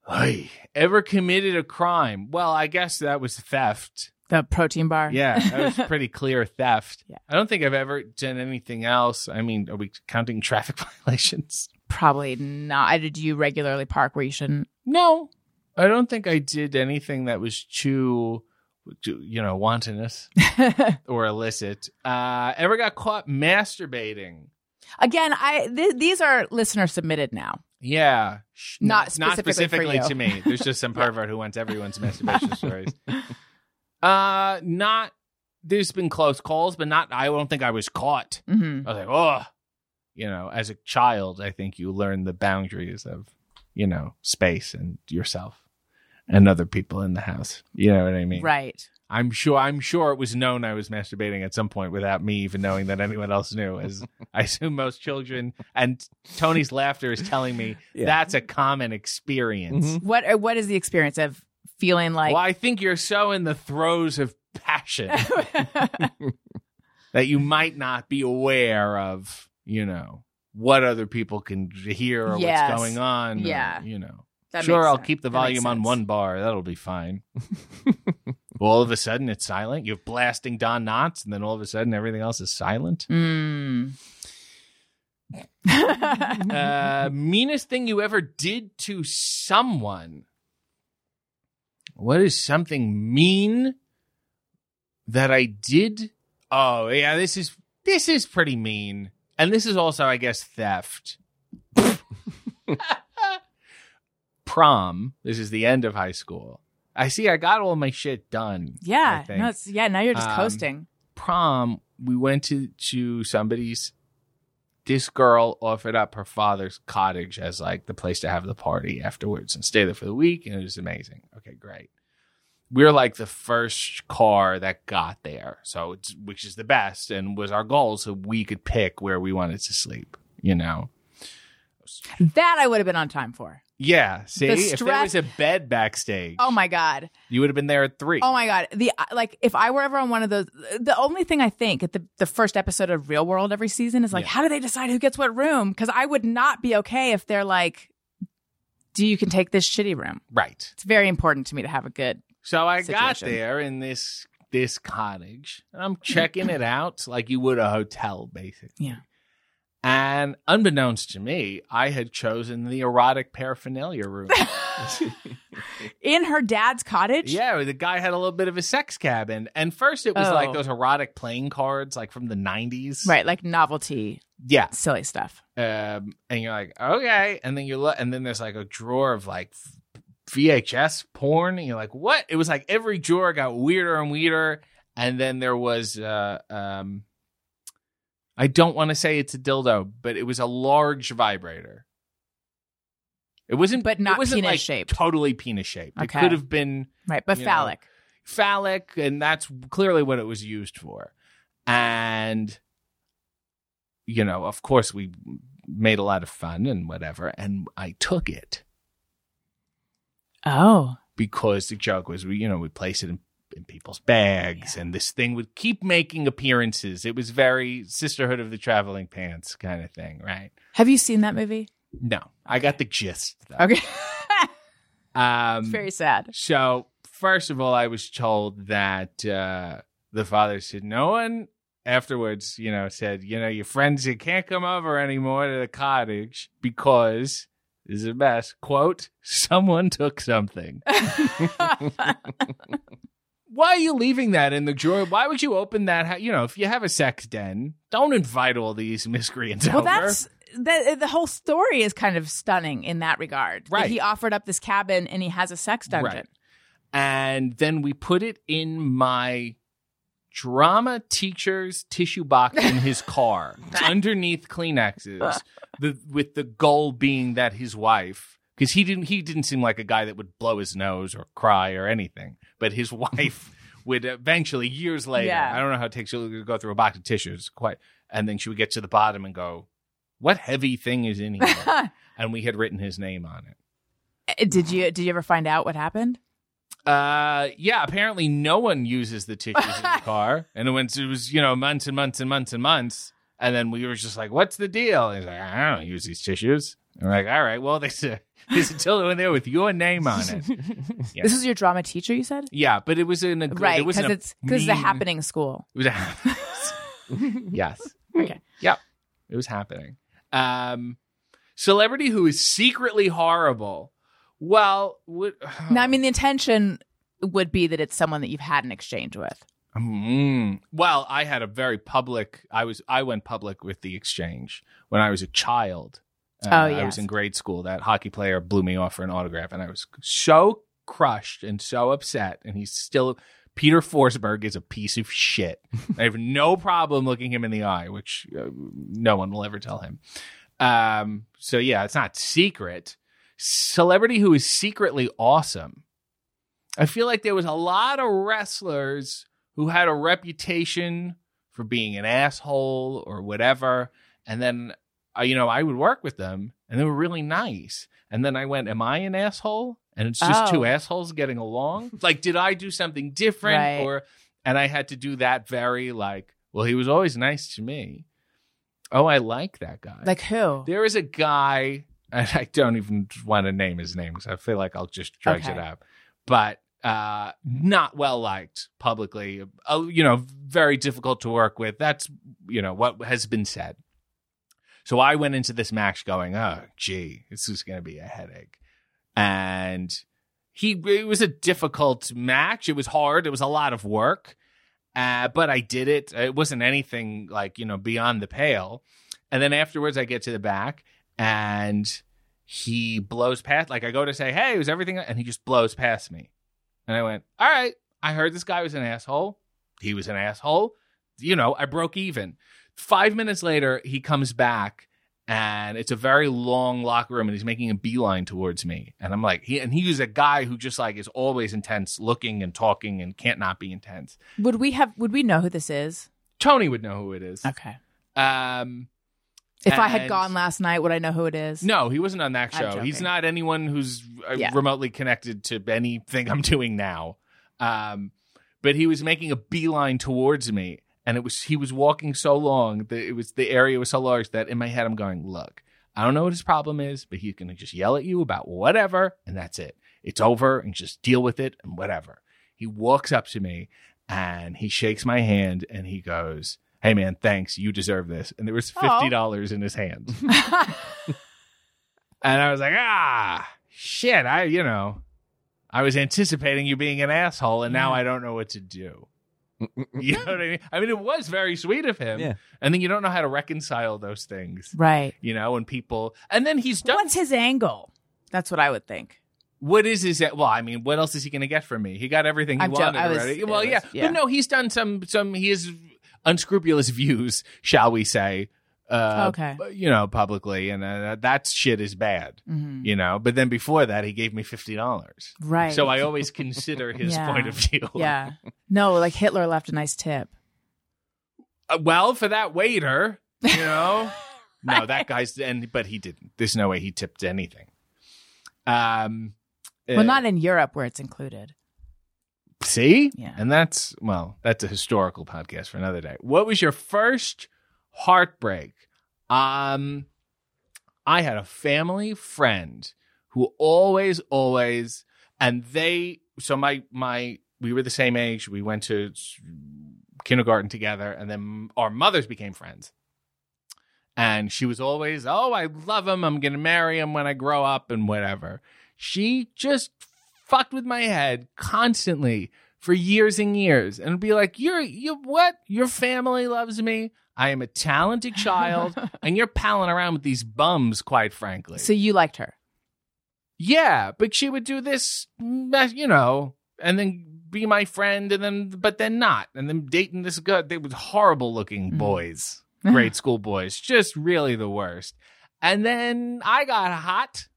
Hey, ever committed a crime? Well, I guess that was theft.
The protein bar.
Yeah, that was pretty clear theft.
Yeah.
I don't think I've ever done anything else. I mean, are we counting traffic violations?
Probably not. I did you regularly park where you shouldn't?
No, I don't think I did anything that was too, too, you know, wantonous or illicit. Uh, ever got caught masturbating?
Again, I th- these are listener submitted now.
Yeah, Sh-
Not
not
specifically for
specifically
you.
to me. There's just some pervert who wants everyone's masturbation stories. Uh, not. There's been close calls, but not. I don't think I was caught.
hmm
I was like, oh, you know, as a child, I think you learn the boundaries of, you know, space and yourself and other people in the house. You know what I mean?
Right.
I'm sure. I'm sure it was known I was masturbating at some point without me even knowing that anyone else knew. As I assume most children and Tony's laughter is telling me
Yeah.
that's a common experience.
Mhm.
What uh, What is the experience of feeling like?
well, I think you're so in the throes of passion that you might not be aware of, you know, what other people can hear or
Yes.
what's going on. or,
Yeah.
you know.
That
sure,
makes
I'll
sense.
keep the
That makes
volume on
sense.
one bar. That'll be fine. all of a sudden, it's silent. You're blasting Don Knotts, and then all of a sudden, everything else is silent.
Mm.
uh, meanest thing you ever did to someone. What is something mean that I did? Oh yeah, this is this is pretty mean, and this is also, I guess, theft. Prom. This is the end of high school. I see. I got all my shit done. I
yeah.
think
No, it's, yeah. Now you're just
Um,
coasting.
prom, we went to to somebody's this girl offered up her father's cottage as like the place to have the party afterwards and stay there for the week. And it was amazing. Okay, great. We're like the first car that got there. So it's, which is the best and was our goal. So we could pick where we wanted to sleep, you know?
That I would have been on time for.
Yeah. See, if there
stress-
was a bed backstage,
Oh my god.
you would have been there at three.
Oh my god. The like if I were ever on one of those the only thing I think at the the first episode of Real World every season is like
Yeah.
how do they decide who gets what room? Cuz I would not be okay if they're like do you can take this shitty room.
right.
It's very important to me to have a good.
So I got
situation.
there in this this cottage, and I'm checking it out like you would a hotel, basically.
Yeah.
And unbeknownst to me, I had chosen the erotic paraphernalia room.
In her dad's cottage?
yeah, the guy had a little bit of a sex cabin, and first it was
Oh.
like those erotic playing cards, like from the '90s.
Right, like novelty,
Yeah.
silly stuff.
um, and you're like, okay, and then you look, and then there's like a drawer of like VHS porn, and you're like, what? It was like every drawer got weirder and weirder, and then there was, uh, um, I don't want to say it's a dildo, but it was a large vibrator. It wasn't,
But not
it wasn't like
penis-shaped.
Totally penis shaped.
Okay.
It could have been
Right, but
You know.
phallic.
phallic, and that's clearly what it was used for. And you know, of course, we made a lot of fun and whatever, and I took it
Oh.
because the joke was, we you know, we placed it in, in people's bags, and this thing would keep making appearances. It was very Sisterhood of the Traveling Pants kind of thing, right?
Have you seen that movie?
No, I got the gist. Though.
Okay.
um,
it's very sad.
So, first of all, I was told that uh, the father said no one afterwards, you know, said, you know, your friends, you can't come over anymore to the cottage because, this is the best, quote, someone took something. Why are you leaving that in the drawer? Why would you open that? ho- You know, if you have a sex den, don't invite all these miscreants
Well,
over.
that's uh, the the whole story is kind of stunning in that regard. That
Right.
he offered up this cabin and he has a sex dungeon.
and then we put it in my drama teacher's tissue box in his car underneath Kleenexes the, with the goal being that his wife because he didn't he didn't seem like a guy that would blow his nose or cry or anything but his wife would eventually years later
Yeah.
I don't know how it takes you to go through a box of tissues quite and then she would get to the bottom and go what heavy thing is in here and we had written his name on it
Uh, did you did you ever find out what happened?
uh, yeah. Apparently, no one uses the tissues in the car, and it went. It was you know months and months and months and months, and then we were just like, "What's the deal?" And he's like, "I don't use these tissues." And we're like, "All right, well, there's a there's a dildo in there with your name on it." Yeah.
This is your drama teacher, you said,
Yeah, but it was in a
right?
It was
Because it's because it's a happening school.
It was a yes.
Okay.
Yeah, it was happening. Um, celebrity who is secretly horrible. Well, would,
Now, I mean, the intention would be that it's someone that you've had an exchange with.
Mm. Well, I had a very public. I was I went public with the exchange when I was a child. Uh,
Oh,
I
yes.
was in grade school. That hockey player blew me off for an autograph, and I was so crushed and so upset. And he's still Peter Forsberg is a piece of shit. I have no problem looking him in the eye, which uh, no one will ever tell him. Um, so yeah, it's not secret. Celebrity who is secretly awesome. I feel like there was a lot of wrestlers who had a reputation for being an asshole or whatever, and then uh, you know I would work with them, and they were really nice. And then I went, "Am I an asshole?" And it's just
Oh.
two assholes getting along. Like, did I do something different,
Right.
or and I had to do that very like, well, he was always nice to me. Oh, I like that guy.
Like who?
There is a guy, and I don't even want to name his name because I feel like I'll just dredge
Okay.
it up. But uh, not well liked publicly. Uh, you know, very difficult to work with. That's you know what has been said. So I went into this match going, oh, gee, this is going to be a headache, and he it was a difficult match. It was hard. It was a lot of work. Uh, but I did it. It wasn't anything like, you know, beyond the pale. And then afterwards, I get to the back and he blows past. Like, I go to say, hey, was everything? And he just blows past me. And I went, all right, I heard this guy was an asshole. He was an asshole. You know, I broke even. Five minutes later, he comes back and it's a very long locker room and he's making a beeline towards me. And I'm like, he, and he was a guy who just like is always intense looking and talking and can't not be intense.
Would we have? Would we know who this is?
Tony would know who it is.
Okay.
Um,
If I had
And-
gone last night, would I know who it is?
No, he wasn't on that
I'm
show. He's
joking.
not anyone who's uh,
Yeah.
remotely connected to anything I'm doing now. Um, but he was making a beeline towards me, and it was he was walking so long that it was the area was so large that in my head I'm going, look, I don't know what his problem is, but he's gonna just yell at you about whatever, and that's it. It's over, and just deal with it, and whatever. He walks up to me and he shakes my hand and he goes. Hey man, thanks. You deserve this. And there was
Aw.
fifty dollars in his hand. And I was like, ah, shit. I, you know, I was anticipating you being an asshole, and now I don't know what to do. You know what I mean? I mean, it was very sweet of him.
Yeah.
And then you don't know how to reconcile those things,
right.
you know, and people. And then he's done.
What's his angle? That's what I would think.
What is his? Well, I mean, what else is he going to get from me? He got everything he
I'm jo-
wanted
I was-
already.
it
Well,
was-
yeah.
yeah.
but no, he's done some some he has unscrupulous views, shall we say? Uh,
Okay.
you know, publicly, and uh, that shit is bad.
Mhm.
You know, but then before that, he gave me fifty dollars.
Right.
So I always consider his
Yeah.
point of view.
Yeah. No, like Hitler left a nice tip.
Uh, well, for that waiter, you know. no, that guy's and but he didn't. There's no way he tipped anything. Um uh,
Well, not in Europe where it's included.
See?
Yeah.
And that's, well, that's a historical podcast for another day. What was your first heartbreak? Um, I had a family friend who always, always, and they, so my, my, we were the same age. We went to s- kindergarten together, and then our mothers became friends. And she was always, oh, I love him. I'm going to marry him when I grow up and whatever. She just fucked with my head constantly for years and years and be like, You're you what? Your family loves me. I am a talented child and you're palling around with these bums, quite frankly.
So you liked her.
yeah, but she would do this mm, you know, and then be my friend and then but then not. And then dating this guy they was horrible looking
Mhm.
boys. Grade school boys. Just really the worst. And then I got hot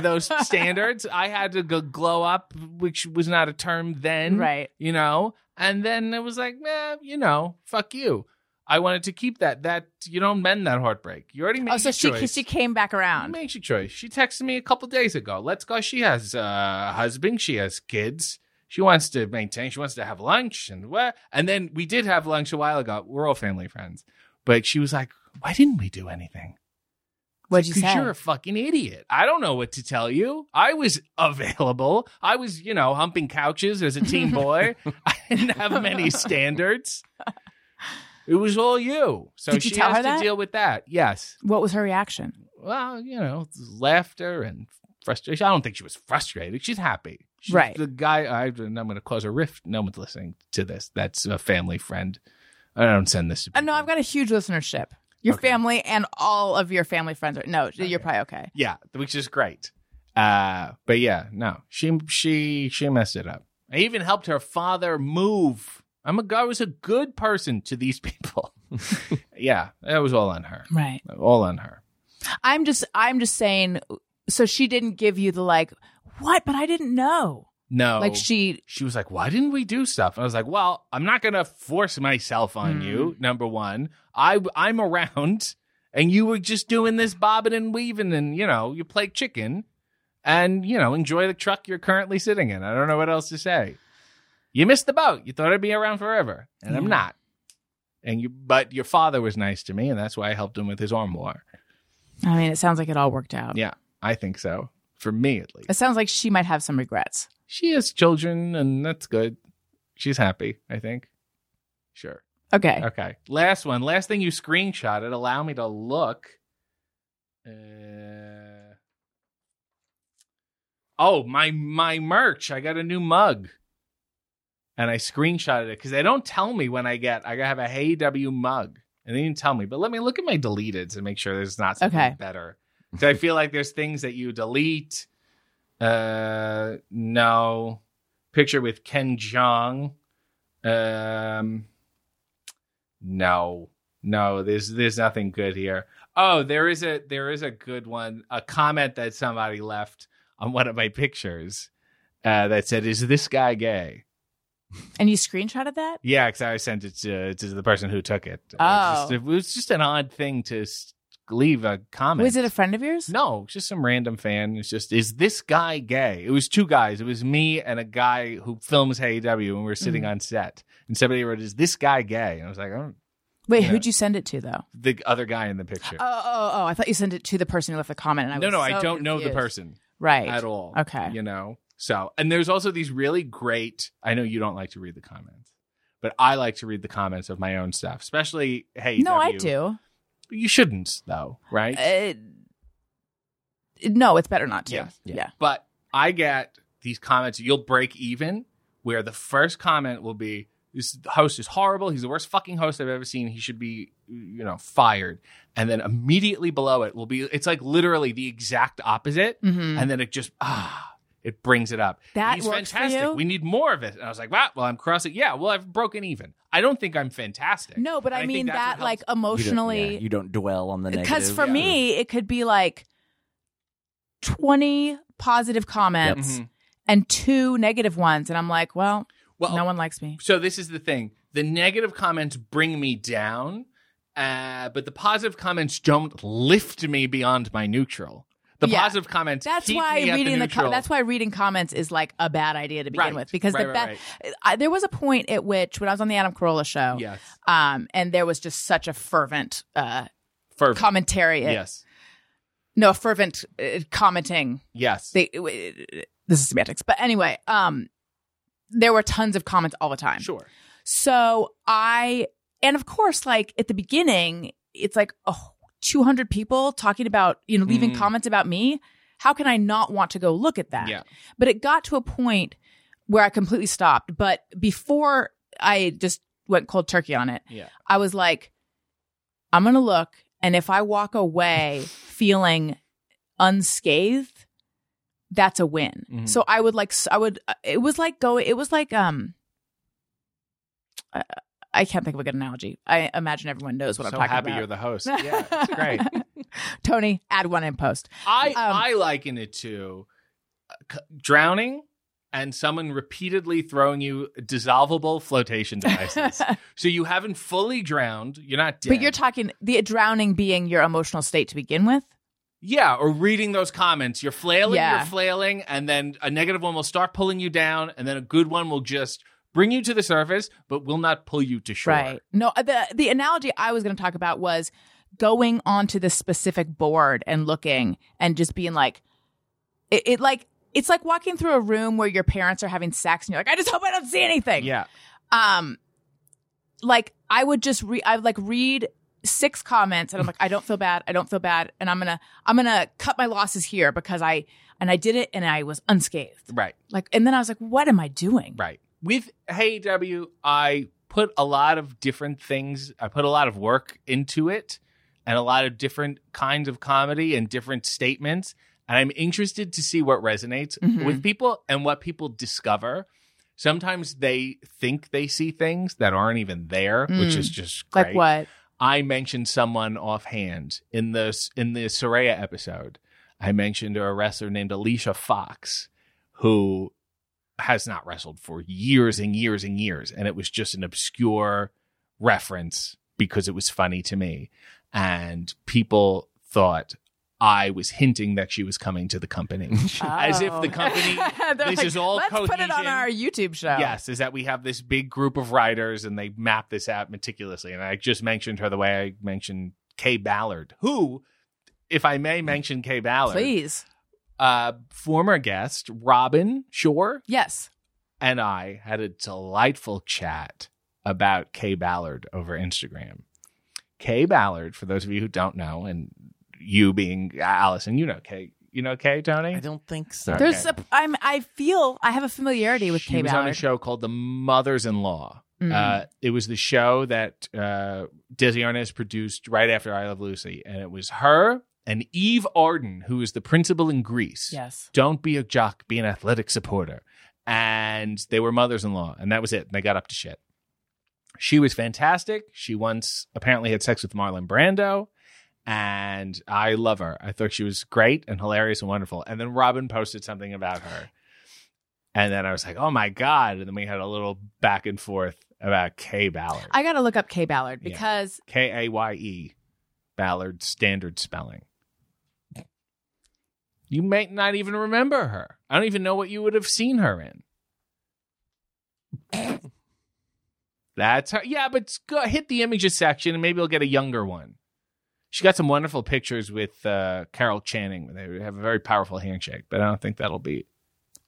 those standards. I had to go glow up, which was not a term then
right.
you know? And then it was like, eh, you know, fuck you. I wanted to keep that. That you don't mend that heartbreak. You already made
Oh, so
your
she
choice.
she came back around.
Makes your choice. She texted me a couple days ago. Let's go. She has uh, a husband. She has kids. She wants to maintain. She wants to have lunch and what? And then we did have lunch a while ago. We're all family friends. But she was like, "Why didn't we do anything?
What'd you
Because
say?
you're a fucking idiot. I don't know what to tell you. I was available. I was, you know, humping couches as a teen boy. I didn't have many standards. It was all you. So
Did you
she
tell
has
her
to
that?
deal with that. Yes.
What was her reaction?
Well, you know, laughter and frustration. I don't think she was frustrated. She's happy. She's
Right.
The guy, I, and I'm going to cause a rift. No one's listening to this. That's a family friend. I don't send this to
Uh, no,
people.
I've got a huge listenership. Your
Okay.
family and all of your family friends are no, you're probably okay.
Yeah, which is great. Uh, but yeah, no, she she she messed it up. I even helped her father move. I'm a guy who was a good person to these people. yeah, that was all on her.
Right.
All on her.
I'm just I'm just saying so she didn't give you the like what, but I didn't know.
No,
Like she
she was like, "Why didn't we do stuff?" And I was like, "Well, I'm not gonna force myself on
Hmm.
you. Number one, I I'm around, and you were just doing this bobbing and weaving, and you know, you play chicken, and you know, enjoy the truck you're currently sitting in. I don't know what else to say. You missed the boat. You thought I'd be around forever, and I'm
Yeah.
not. And you, but your father was nice to me, and that's why I helped him with his armoire.
I mean, it sounds like it all worked out.
Yeah, I think so. For me, at least.
It sounds like she might have some regrets.
she has children and that's good she's happy i think sure
Okay.
okay last one last thing you screenshotted allow me to look uh... oh my my merch i got a new mug and i screenshotted it because they don't tell me when i get i have a hey w mug and they didn't tell me but let me look at my deleteds and make sure there's not something
Okay.
better 'Cause i feel like there's things that you delete uh no picture with Ken Jong. Um, no, No, there's there's nothing good here. Oh, there is a there is a good one. A comment that somebody left on one of my pictures uh, that said, "Is this guy gay?"
And you screenshotted that?
Yeah, because I sent it to, to the person who took it. It
Oh.
was, just, it was just an odd thing to s- leave a comment.
Was it a friend of yours?
No, it's just some random fan. It's just, is this guy gay? It was two guys. It was me and a guy who films AEW, and we were sitting
Mm-hmm.
on set. And somebody wrote, "Is this guy gay?" And I was like, oh,
Wait,
Yeah.
who'd you send it to though?
the other guy in the picture.
Oh, oh, oh! I thought you sent it to the person who left the comment. And I
no,
was
no, I
so
don't know the
confused.
person
right
at all.
Okay.
you know. So, and there's also these really great. I know you don't like to read the comments, but I like to read the comments of my own stuff, especially hey.
No, I do.
You shouldn't though, right?
Uh, no, it's better not to.
Yeah.
Yeah.
But I get these comments, you'll break even, where the first comment will be, this host is horrible. He's the worst fucking host I've ever seen. He should be, you know, fired. And then immediately below it will be, it's like literally the exact opposite.
Mhm.
And then it just, ah, it brings it up.
That
He's
works for
fantastic.
you?
We need more of it. And I was like, wow, well, I'm crossing. Yeah, well, I've broken even. I don't think I'm fantastic.
No, but
And
I,
think
mean
that's what
that
helps.
like
You don't- yeah,
emotionally.
you don't dwell on the negative.
because for
Yeah.
me it could be like 20 positive comments
Mhm.
and two negative ones and i'm like well,
Well,
no one likes me
So this is the thing: the negative comments bring me down, uh, but the positive comments don't lift me beyond my neutral. The
Yeah.
positive comments.
that's
keep
why
me at
reading
the,
the,
neutral.
com- that's why reading comments is like a bad idea to begin
Right.
with because the ba-
Right, right,
I, there was a point at which when I was on the Adam Carolla show
Yes.
um and there was just such a fervent uh
Fervent.
commentary
Yes.
no fervent uh, commenting
Yes.
they uh, this is semantics but anyway um there were tons of comments all the time
sure.
So I, and of course, like at the beginning, it's like oh, 200 people talking about, you know, leaving
Mhm.
comments about me. How can I not want to go look at that?
Yeah.
But it got to a point where I completely stopped. But before I just went cold turkey on it,
Yeah.
I was like, I'm going to look. And if I walk away feeling unscathed, that's a win.
Mhm.
So I would like, s- I would, uh, it was like go, it was like, um, I, I can't think of a good analogy. I imagine everyone knows what
so
I'm talking
happy
about.
you're the host. Yeah, it's great.
Tony, add one in post.
I
Um,
I liken it to uh, c- drowning and someone repeatedly throwing you dissolvable flotation devices. so you haven't fully drowned. You're not dead.
But you're talking the drowning being your emotional state to begin with.
Yeah, or reading those comments. You're flailing,
Yeah.
you're flailing, and then a negative one will start pulling you down, and then a good one will just bring you to the surface, but will not pull you to shore.
Right. No, uh, the the analogy I was going to talk about was going onto this specific board and looking and just being like, it, it like it's like walking through a room where your parents are having sex and you're like, I just hope I don't see anything.
Yeah.
Um, like I would just re I would like read six comments and I'm like, I don't feel bad. I don't feel bad, and I'm gonna I'm gonna cut my losses here because I and I did it and I was unscathed.
Right.
Like, and then I was like, what am I doing?
Right. With Hey W, I put a lot of different things. I put a lot of work into it and a lot of different kinds of comedy and different statements. And I'm interested to see what resonates
Mhm.
with people and what people discover. Sometimes they think they see things that aren't even there, which
Mm.
is just great.
Like what?
I mentioned someone offhand in the in the Soraya episode. I mentioned a wrestler named Alicia Fox, who has not wrestled for years and years and years, and it was just an obscure reference because it was funny to me, and people thought I was hinting that she was coming to the company, as if the
Oh.
company.
They're
this is all
Let's put it on
cohesion."
our YouTube show.
Yes, is that we have this big group of writers and they map this out meticulously. And I just mentioned her the way I mentioned Kay Ballard, who, if I may mention Kay Ballard,
please.
Uh, former guest Robin Shore
Yes.
and I had a delightful chat about Kay Ballard over Instagram. Kay Ballard, for those of you who don't know, and you being Allison, you know Kay. You know Kay, Tony?
I don't think so.
There's a. I'm. I feel I have a familiarity with
she
Kay
was on a
Ballard.
show called The Mothers in Law.
Mm.
Uh, it was the show that uh, Desi Arnaz produced right after I Love Lucy, and it was her and Eve Arden, who is the principal in Greece.
yes.
Don't be a jock, be an athletic supporter. And they were mothers in law, and that was it. And they got up to shit. She was fantastic. She once apparently had sex with Marlon Brando, and I love her. I thought she was great and hilarious and wonderful. And then Robin posted something about her. And then I was like, oh my God. And then we had a little back and forth about Kay Ballard.
I got to look up Kay Ballard
Yeah.
because
K A Y E, Ballard standard spelling. You may not even remember her. I don't even know what you would have seen her in. That's her. Yeah, but go, hit the images section and maybe you'll get a younger one. She got some wonderful pictures with uh, Carol Channing. They have a very powerful handshake, but I don't think that'll be.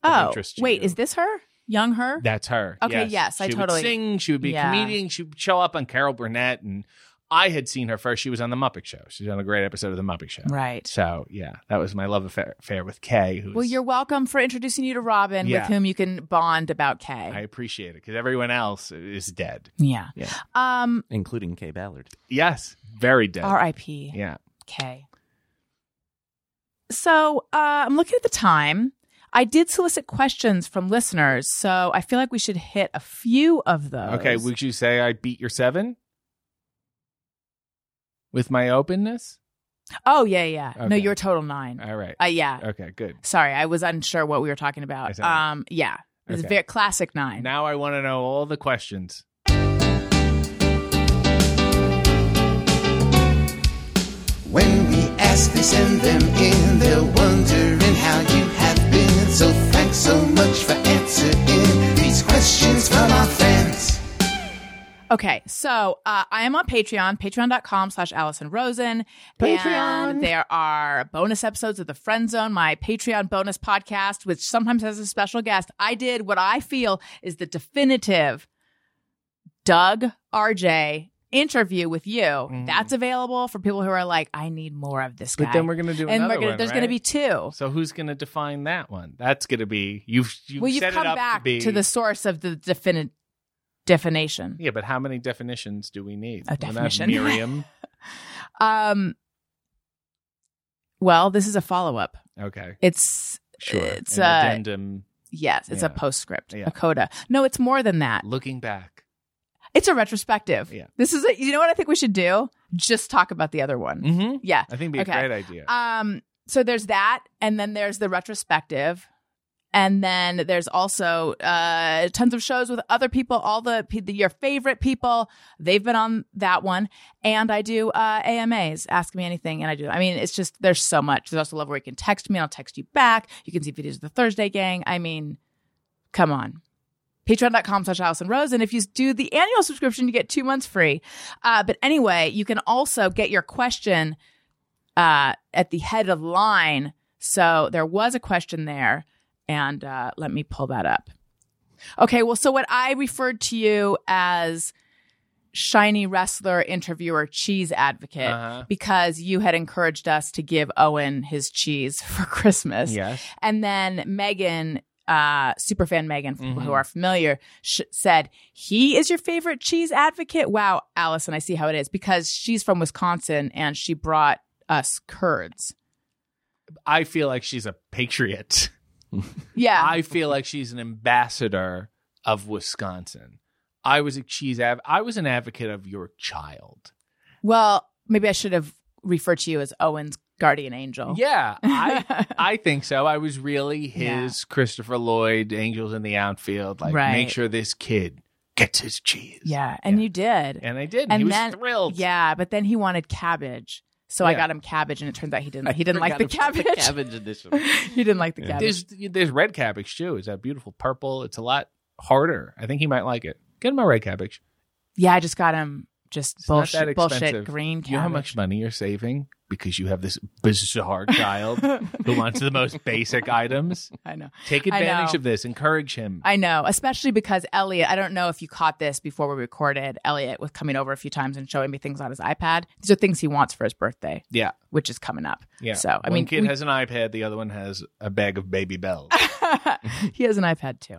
of
oh
interest to
wait,
you.
is this her? Young her?
That's her.
Okay, yes, I
she
totally-
Would sing. She would be
Yeah.
a comedian. She would show up on Carol Burnett, and I had seen her first. She was on the Muppet Show. She's on a great episode of the Muppet Show.
right.
So yeah, that was my love affair, affair with Kay. Who's,
Well, you're welcome for introducing you to Robin,
Yeah.
with whom you can bond about Kay.
I appreciate it because everyone else is dead.
yeah.
Yeah.
Um.
including Kay Ballard.
Yes, very dead.
R.I.P.
Yeah.
Okay. So uh, I'm looking at the time. I did solicit questions from listeners, so I feel like we should hit a few of those.
Okay. Would you say I beat your seven with my openness?
oh yeah, yeah. No,
Okay.
you're a total nine.
All right.
Uh, yeah.
Okay. Good.
Sorry, I was unsure what we were talking
I
about.
see.
Um, yeah, it's a
Okay.
very classic nine.
Now I want to know all the questions.
When we ask, they send them in. They're wondering how you have been. So thanks so much for answering these questions from our friends.
Okay, so uh, I am on Patreon, patreon.com slash Allison Rosen.
Patreon.
And there are bonus episodes of The Friend Zone, my Patreon bonus podcast, which sometimes has a special guest. I did what I feel is the definitive Doug RJ interview with you. That's available for people who are like, I need more of this guy.
Mm. But then we're gonna do
and we're
another
gonna,
one,
there's
right?
going to be two.
So who's going to define that one? That's going to be you've you've
well, you've
set it
come
up
back
to, be,
the source of the defini- definition.
yeah. But how many definitions do we need?
A
We're not
definition.
Miriam.
Um, well, this is a follow up.
Okay,
It's
sure.
It's,
An
uh,
addendum.
yes, it's a
Yeah.
postscript,
Yeah.
a coda. No, it's more than that.
Looking back,
It's a retrospective.
Yeah.
This is a, you know what I think we should do? Just talk about the other one.
mm-hmm.
Yeah.
I think it'd be
Okay.
a great idea.
Um so there's that and then there's the retrospective. And then there's also uh, tons of shows with other people, all the, pe- the your favorite people. They've been on that one, and I do uh, AMAs. Ask me anything, and I do. I mean, it's just there's so much. There's also love where you can text me, and I'll text you back. You can see videos of the Thursday Gang. I mean, come on. Patreon.com slash Allison Rose. And if you do the annual subscription, you get two months free. Uh, but anyway, you can also get your question uh, at the head of the line. So there was a question there, and uh, let me pull that up. Okay, well, so what I referred to you as shiny wrestler, interviewer, cheese advocate,
Uh-huh.
because you had encouraged us to give Owen his cheese for Christmas.
yes,
And then Megan, uh, superfan Megan, for
Mm-hmm.
people who are familiar, sh- said, He is your favorite cheese advocate? Wow, Allison, I see how it is because she's from Wisconsin and she brought us curds.
I feel like she's a patriot.
Yeah.
I feel like she's an ambassador of Wisconsin. I was a cheese av- I was an advocate of your child.
well, maybe I should have referred to you as Owen's guardian angel.
Yeah, I I think so. I was really his Christopher Lloyd, Angels in the Outfield. Like,
Right.
make sure this kid gets his cheese.
Yeah. And you did.
and I did. And
And
he was
then-
thrilled.
Yeah. But then he wanted cabbage. So I
Yeah.
got him cabbage, and it turns out he didn't. He didn't like the cabbage. he didn't like the cabbage.
there's there's red cabbage too. It's that beautiful purple. It's a lot harder. I think he might like it. Get him a red cabbage.
Yeah, I just got him just
It's not that
bullshit, bullshit
expensive.
green cabbage.
You know how much money you're saving because you have this bizarre child who wants the most basic items.
I know.
Take
I
advantage
know.
of this. Encourage him.
I know, especially because Elliot, I don't know if you caught this before we recorded. Elliot was coming over a few times and showing me things on his iPad. These are things he wants for his birthday,
yeah,
which is coming up.
yeah.
So, I
One
mean,
kid
we-
has an iPad. The other one has a bag of baby bells.
he has an iPad too.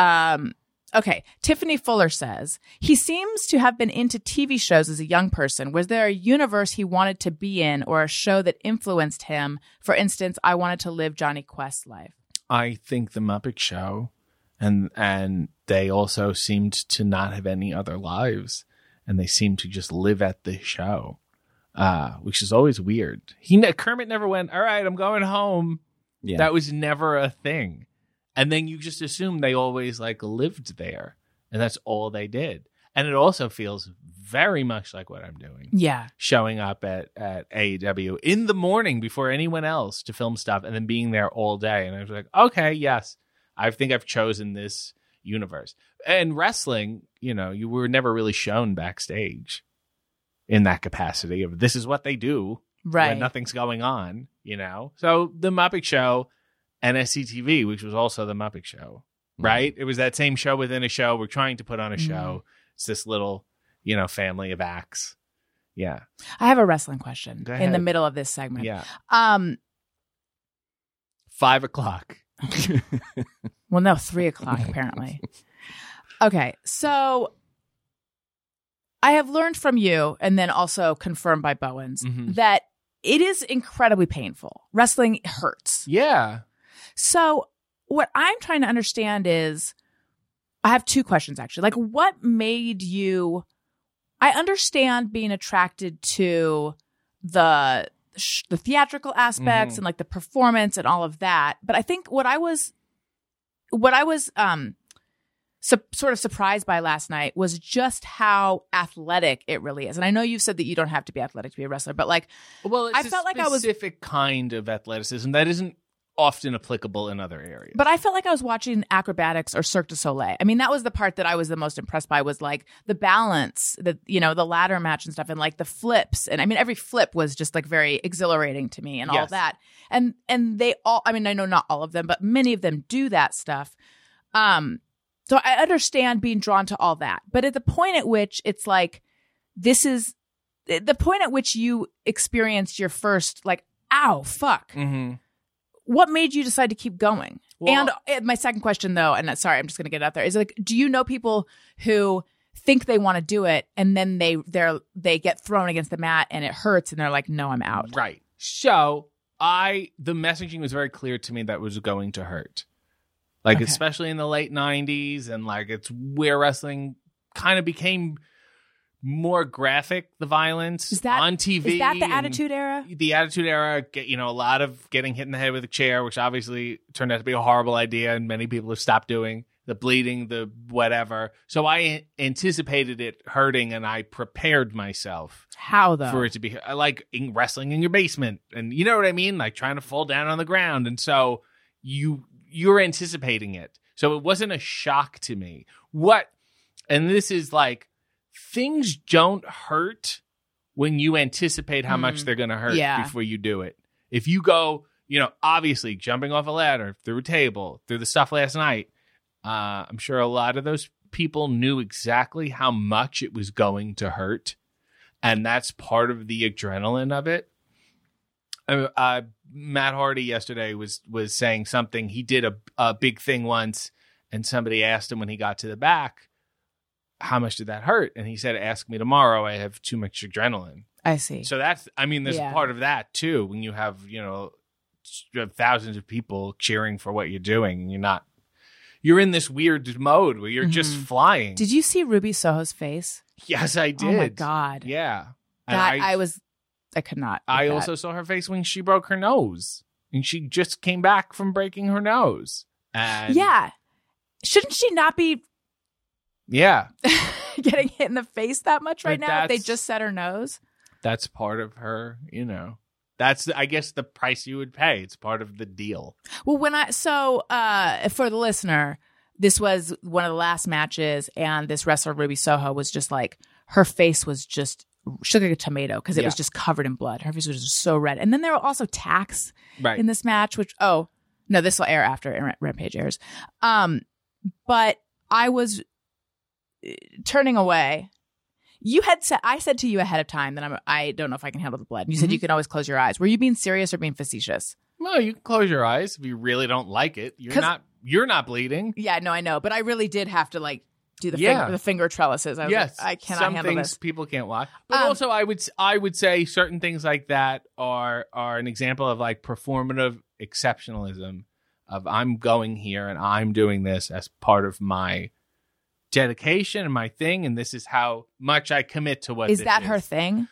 Um, okay. Tiffany Fuller says he seems to have been into TV shows as a young person. Was there a universe he wanted to be in or a show that influenced him? For instance, I wanted to live Johnny Quest's life.
I think the Muppet Show and and they also seemed to not have any other lives and they seemed to just live at the show uh which is always weird he ne- kermit never went all right i'm going home
Yeah.
that was never a thing and then you just assume they always like lived there and that's all they did and it also feels very much like what i'm doing
Yeah.
showing up at at AEW in the morning before anyone else to film stuff and then being there all day. And I was like, okay, yes, I think I've chosen this universe. And wrestling, you know, you were never really shown backstage in that capacity of this is what they do
Right.
when nothing's going on, you know? So the Muppet Show and SCTV, which was also the Muppet Show,
Mm-hmm.
right? It was that same show within a show. We're trying to put on a
Mhm.
show. It's this little, you know, family of acts. Yeah.
I have a wrestling question
Go
in the
ahead.
middle of this segment.
Yeah.
Um.
Five o'clock.
Oh,
Well, no, three o'clock apparently. Okay, so I have learned from you, and then also confirmed by Bowens
Mhm.
that it is incredibly painful. Wrestling hurts.
Yeah.
So, what I'm trying to understand is I have two questions actually. Like, what made you? I understand being attracted to the sh- the theatrical aspects
Mhm.
and like the performance and all of that, but I think what I was what I was um su- sort of surprised by last night was just how athletic it really is. And I know you've said that you don't have to be athletic to be a wrestler, but like
Well, it's
I felt like I was-
specific kind of athleticism that isn't often applicable in other areas.
But I felt like I was watching acrobatics or Cirque du Soleil. I mean, that was the part that I was the most impressed by was like the balance, the you know, the ladder match and stuff, and like the flips. And I mean, every flip was just like very exhilarating to me, and all
Yes.
that. And and they all, I mean, I know not all of them, but many of them do that stuff. Um, so I understand being drawn to all that, but at the point at which it's like this is the point at which you experienced your first like, ow, fuck.
Mhm.
What made you decide to keep going?
Well-
and uh, my second question, though, and uh, sorry, I'm just going to get it out there, is like, do you know people who think they want to do it and then they they're they get thrown against the mat and it hurts and they're like, no, I'm out.
Right. So I the messaging was very clear to me that was going to hurt. Like
Okay.
especially in the late nineties and like it's where wrestling kind of became more graphic, the violence
Is that-
on TV.
Is that the
and-
attitude era?
the attitude era get you know a lot of getting hit in the head with a chair which obviously turned out to be a horrible idea and many people have stopped doing the bleeding the whatever so i anticipated it hurting and i prepared myself
How though?
for it to be I like in wrestling in your basement and you know what i mean like trying to fall down on the ground and so you you're anticipating it so it wasn't a shock to me what and this is like things don't hurt when you anticipate how much
Hmm.
they're going to hurt
Yeah.
before you do it if you go you know obviously jumping off a ladder through a table through the stuff last night uh, i'm sure a lot of those people knew exactly how much it was going to hurt and that's part of the adrenaline of it. Uh, uh, Matt Hardy yesterday was was saying something. He did a a big thing once, and somebody asked him when he got to the back, "How much did that hurt?" And he said, "Ask me tomorrow. I have too much adrenaline."
I see.
So that's, I mean, there's
Yeah.
a part of that too when you have you know s- you have thousands of people cheering for what you're doing, and you're not. You're in this weird mode where you're just
Mhm.
flying.
Did you see Ruby Soho's face?
yes, I did.
Oh my god.
Yeah. And
That I, was I could not. with
I
that.
also saw her face when she broke her nose, and she just came back from breaking her nose. And
Yeah. Shouldn't she not be
yeah,
getting hit in the face that much
But
right now if they
that's-
just set her nose?
that's part of her. You know, that's I guess the price you would pay. It's part of the deal.
Well, when I so uh, for the listener, this was one of the last matches, and this wrestler Ruby Soho was just like her face was just she looked like a tomato because it
Yeah.
was just covered in blood. Her face was just so red, and then there were also tacks
Right.
in this match, which oh no, this will air after Ra- Rampage airs. Um, but I was uh, turning away. You had said I said to you ahead of time that I'm I don't know if I can handle the blood. And you said
Mhm.
you can always close your eyes. Were you being serious or being facetious?
no, you can close your eyes if you really don't like it. You're
'Cause-
not. You're not bleeding.
Yeah, no, I know, but I really did have to like do the
Yeah.
finger, the finger trellises. I was
yes,
like, I cannot
some
handle
things
this.
people can't watch. But
Um,
also, I would s- I would say certain things like that are are an example of like performative exceptionalism of I'm going here and I'm doing this as part of my dedication and my thing, and this is how much I commit to what
Is
this
that her
is.
thing?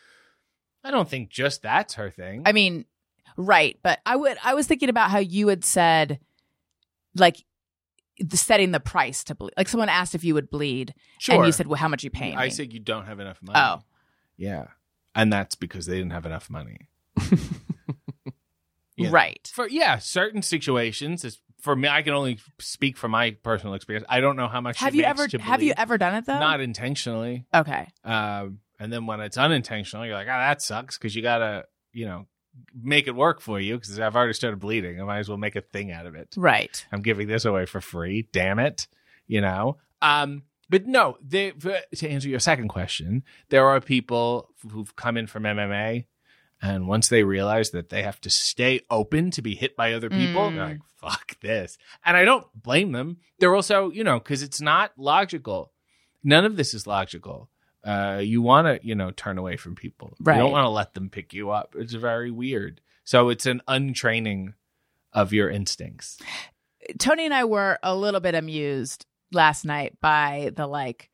I don't think just that's her thing.
I mean, right, but I would I was thinking about how you had said like the setting the price to bleed. Like someone asked if you would bleed
sure.
and you said, "Well, how much you paying?"
I
me?"
said you don't have enough money.
"Oh,
yeah, and that's because they didn't have enough money. Yeah.
right."
For yeah, certain situations. It's, for me, I can only speak from my personal experience. I don't know how much.
Have
it
you
makes
ever
to
have you
believe.
ever done it though?
Not intentionally.
okay.
Um, and then when it's unintentional, you're like, ah, that sucks because you gotta, you know, make it work for you because I've already started bleeding. I might as well make a thing out of it.
Right.
I'm giving this away for free. Damn it, you know. Um, but no, they, for- to answer your second question, there are people who've come in from MMA, and once they realize that they have to stay open to be hit by other people,
Mm.
they're like, "Fuck this," and I don't blame them. They're also, you know, because it's not logical. None of this is logical. Uh, you want to, you know, turn away from people. You
Right.
don't want to let them pick you up. It's very weird. So it's an untraining of your instincts.
Tony and I were a little bit amused last night by the like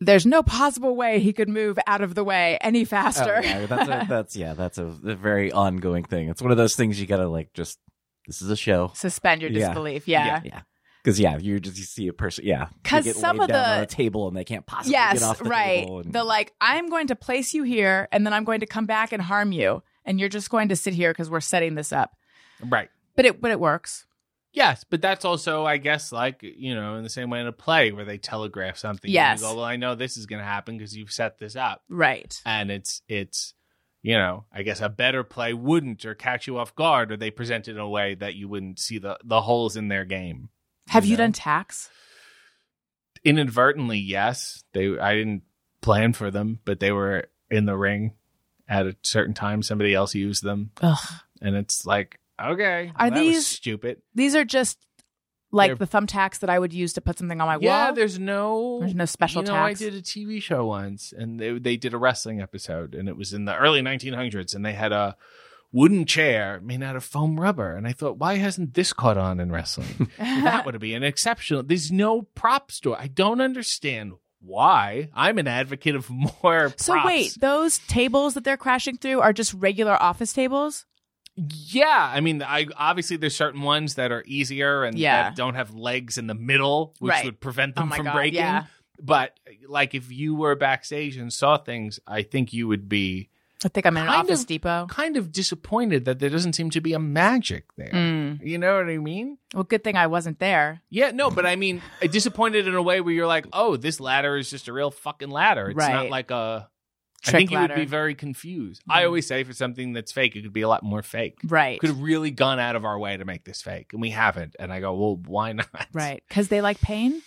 there's no possible way he could move out of the way any
Oh,
faster.
yeah, that's, a, that's yeah, that's a, a very ongoing thing. It's one of those things you gotta like just. This is a show.
Suspend your
Yeah.
disbelief. Yeah.
yeah. Because yeah, you just you see a person, yeah, they
'Cause
get
some
laid
of
down
the-
on a table and they can't possibly get
Yes,
off the
right.
table. and-
The like, I'm going to place you here and then I'm going to come back and harm you. And you're just going to sit here because we're setting this up.
Right.
But it but it works.
Yes, but that's also, I guess, like you know, in the same way in a play where they telegraph something. and
Yes.
You go, well, I know this is going to happen because you've set this up,
Right.
and it's it's, you know, I guess a better play wouldn't or catch you off guard, or they present it in a way that you wouldn't see the the holes in their game.
Have you
know?
done tax?
Inadvertently, yes, they. I didn't plan for them, but they were in the ring at a certain time. Somebody else used them,
Ugh.
and it's like, okay,
Are
well, that was
these-
stupid?
These are just like
They're-
the thumbtacks that I would use to put something on my
yeah,
wall.
there's no
There's no special
you know,
tax.
I did a TV show once, and they they did a wrestling episode, and it was in the early 1900s, and they had a wooden chair made out of foam rubber, and I thought, why hasn't this caught on in wrestling? that would be an exceptional. There's no prop store. I don't understand why. I'm an advocate of more.
so
props.
wait, those tables that they're crashing through are just regular office tables?
Yeah, I mean, I obviously there's certain ones that are easier and
Yeah.
that don't have legs in the middle, which
Right.
would prevent
Oh
them
my
from
God,
breaking.
yeah.
But like, if you were backstage and saw things, I think you would be
I think I'm in an
Kind
office
of-
depot.
kind of disappointed that there doesn't seem to be a magic there.
Mm.
You know what I mean?
Well, good thing I wasn't there.
Yeah, no, but I mean, uh, disappointed in a way where you're like, oh, this ladder is just a real fucking ladder. It's
Right.
not like a. I
Trick
think you
ladder. Mm-hmm.
would be very confused. I always say for something that's fake, it could be a lot more fake
Right.
could have really gone out of our way to make this fake, and we haven't. And I go, well, why not?
Right. Because they like pain?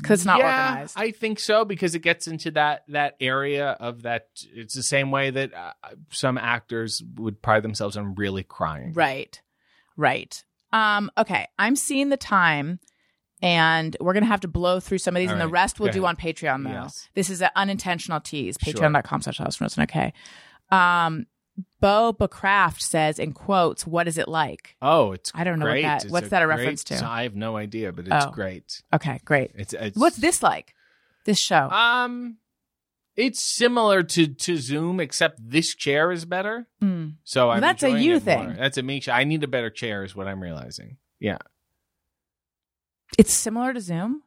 Because it's not
Yeah,
organized.
I think so because it gets into that that area of that. It's the same way that uh, some actors would pride themselves on really crying.
Right. Right. Um, okay. I'm seeing the time and we're gonna have to blow through some of these
All
and the
right.
rest we'll
Go
do
ahead.
on Patreon though.
Yes.
This is an unintentional tease.
Sure.
Patreon.com slash Alice Rosen. Okay. Um Bo Becraft says in quotes, what is it like?
Oh, it's
I don't know what
great.
that-
It's
what's that a reference
great-
to?
I have no idea, but it's
Oh.
great.
Okay, great.
It's, it's
What's this like? This show.
Um, it's similar to to Zoom, except this chair is better.
Mm.
So I'm
That's a
enjoying
you
it more.
thing.
That's a me. I need a better chair, is what I'm realizing. Yeah.
It's similar to Zoom.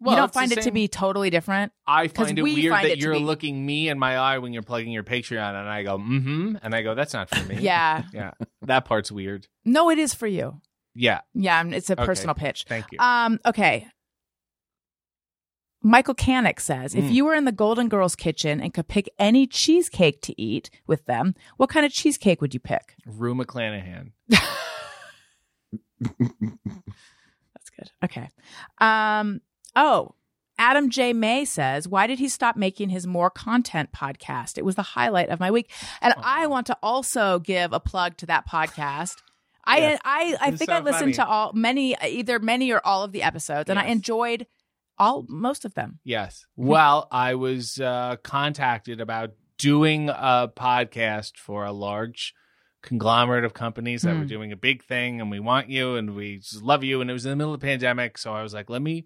Well,
you don't
it's the
find it to
same-
be totally different.
I
'Cause
find it
we
weird
find
that
it to
you're
be-
looking me in my eye when you're plugging your Patreon, and I go, mm-hmm, and I go, that's not for me.
Yeah.
yeah, that part's weird.
No, it is for you.
Yeah,
Yeah, I'm- it's a
Okay.
personal pitch.
thank you.
Um, okay. Michael Canick says, if
Mm.
you were in the Golden Girls kitchen and could pick any cheesecake to eat with them, what kind of cheesecake would you pick?
Rue McClanahan.
That's good. Okay. Um, oh, Adam J. May says, why did he stop making his more content podcast? It was the highlight of my week. And I want to also give a plug to that podcast. I,
Yes.
I, I
It's
think
so
I listened to
funny.
all many, either many or all of the episodes, and I
Yes.
enjoyed all most of them.
Yes.
Mm-hmm.
Well, I was uh, contacted about doing a podcast for a large conglomerate of companies that were
Mm.
doing a big thing and we want you and we love you. And it was in the middle of the pandemic. So I was like, let me.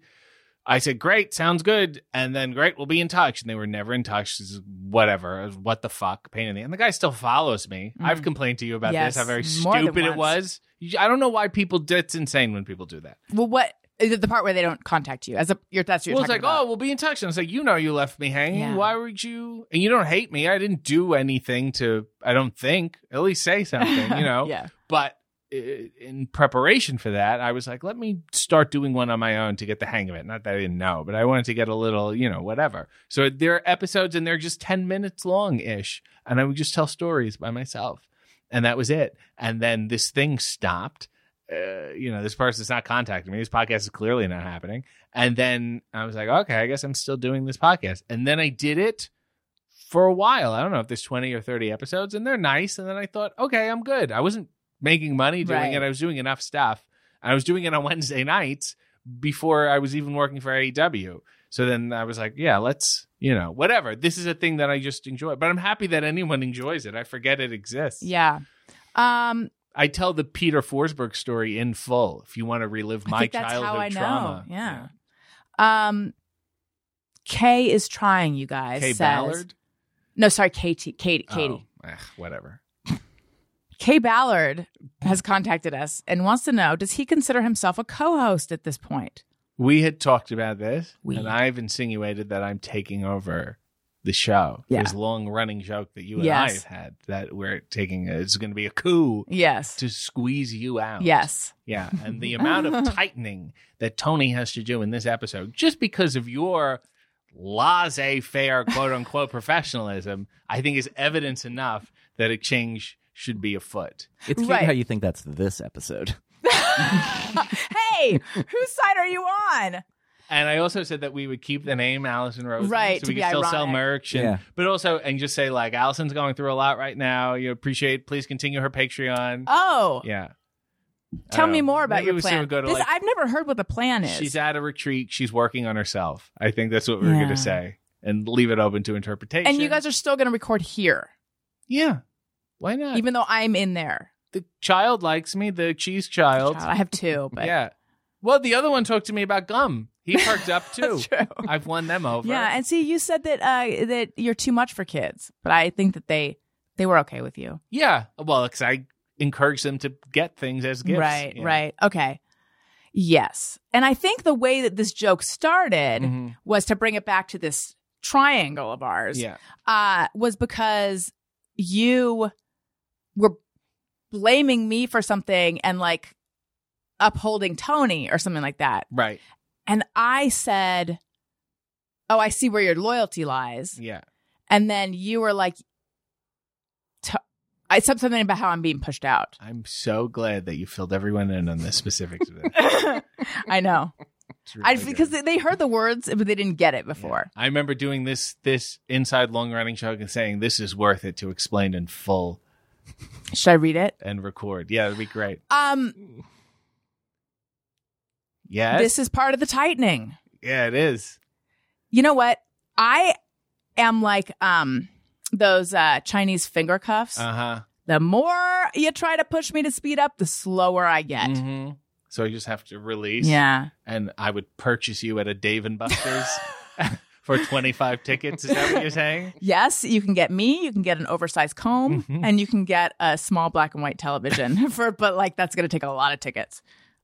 I said, great, sounds good. And then, great, we'll be in touch. And they were never in touch. This is Whatever. It was, What the fuck? Pain in the. And the guy still follows me. I've complained to you about
Mm. Yes,
this, how very
more than
stupid it
once.
was. You- I don't know why people. That's insane when people do that.
Well, what is it the part where they don't contact you? As a your that's what you're
Well, it's like,
talking about.
oh, we'll be in touch. And it's like, you know, you left me hanging.
Yeah.
Why would you? And you don't hate me. I didn't do anything to, I don't think, at least say oh, something, you know?
yeah.
But uh, in preparation for that, I was like, let me start doing one on my own to get the hang of it. Not that I didn't know, but I wanted to get a little, you know, whatever. So there are episodes and they're just 10 minutes long ish. And I would just tell stories by myself. And that was it. And then this thing stopped. Uh, you know, this person's not contacting me. This podcast is clearly not happening. And then I was like, okay, I guess I'm still doing this podcast. And then I did it for a while. I don't know if there's 20 or 30 episodes, and they're nice. And then I thought, okay, I'm good. I wasn't making money doing
Right.
it. I was doing enough stuff. I was doing it on Wednesday nights before I was even working for AEW. So then I was like, yeah, let's, you know, whatever. This is a thing that I just enjoy. But I'm happy that anyone enjoys it. I forget it exists.
Yeah. Um,
I tell the Peter Forsberg story in full if you want to relive my
I think that's
childhood
how I know.
trauma.
Yeah. Um, Kay is trying, you guys.
Kay
says-
Ballard?
No, sorry, Katie. Katie. Katie.
Oh, ugh, whatever.
Kay Ballard has contacted us and wants to know Does he consider himself a co host at this point?
We had talked about this,
We.
and I've insinuated that I'm taking over the show.
Yeah.
This long running joke that you and I
Yes.
have had that we're taking it's going to be a coup
Yes.
to squeeze you out.
Yes.
Yeah. And the amount of tightening that Tony has to do in this episode, just because of your laissez faire, quote unquote, professionalism, I think is evidence enough that a change should be afoot.
It's cute
Right.
how you think that's this episode.
hey, whose side are you on?
And I also said that we would keep the name Allison Rose,
Right,
So
to
we
be
could still sell
ironic.
merch, and,
Yeah.
but also and just say like Allison's going through a lot right now. You appreciate? Please continue her Patreon.
Oh,
yeah. I
tell
don't
me
know.
more about
Maybe
your
we should
plan.
Go to,
This-
like,
I've never heard what the plan is.
she's at a retreat. She's working on herself. I think that's what we were
Yeah.
going to say, and leave it open to interpretation.
and you guys are still going to record here,
yeah. Why not?
even though I'm in there.
the child likes me. The cheese child.
Child, I have two, but
yeah. Well, the other one talked to me about gum. He perked up too.
That's true.
I've won them over.
Yeah, and see, you said that uh, that you're too much for kids, but I think that they they were okay with you.
Yeah. Well, because I encourage them to get things as gifts.
Right,
Yeah.
right, okay, yes. And I think the way that this joke started
Mhm.
was to bring it back to this triangle of ours.
Yeah.
uh, was because you were blaming me for something and like upholding Tony or something like that.
Right.
And I said, Oh, I see where your loyalty lies.
Yeah.
And then you were like, t- I said something about how I'm being pushed out.
I'm so glad that you filled everyone in on the specifics of this.
I know.
It's really
I,
good.
because they- they heard the words, but they didn't get it before.
I remember doing this this inside long running show and saying this is worth it to explain in full
Should I read it?
and record. Yeah, it'd be great.
Um,
Yes.
this is part of the tightening.
yeah, it is.
you know what i am like um those uh chinese finger cuffs
Uh huh.
the more you try to push me to speed up the slower i get
hmm So you just have to release.
yeah
And I would purchase you at a Dave and Buster's for 25 tickets. Is that what you're saying?
yes you can get me you can get an oversized comb
Mhm.
and you can get a small black and white television for but like that's gonna take a lot of tickets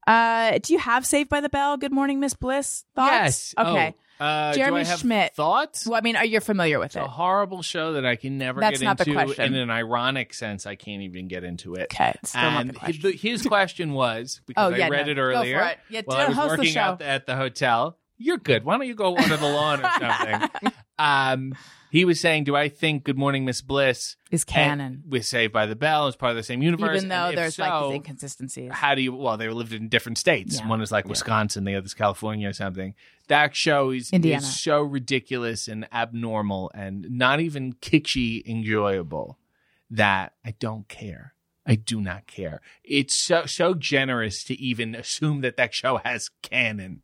uh do you have saved by the bell good morning miss bliss thoughts
Yes.
okay
Oh, uh, do
Jeremy
I have
Schmidt.
Thoughts?
well i mean are you familiar with
It's a
it
horrible show that I can never
That's
get
not the
into.
question.
In an ironic sense, I can't even get into it.
okay it's still not
and
the question
hi- the- his question was because
Oh, yeah,
I read
no,
it
go for
earlier.
it. Yeah,
while
do-
I was
host the
working
show.
out at the hotel. You're good. Why don't you go water the lawn or something? um, he was saying, "Do I think Good Morning Miss Bliss
is canon
with Saved by the Bell is part of the same universe?
even though
And if
there's like
so,
these inconsistencies
how do you? Well, they lived in different states.
Yeah.
One is like Wisconsin, the other's California or something. That show is
Indiana.
is so ridiculous and abnormal and not even kitschy enjoyable that I don't care. I do not care. It's so so generous to even assume that that show has canon.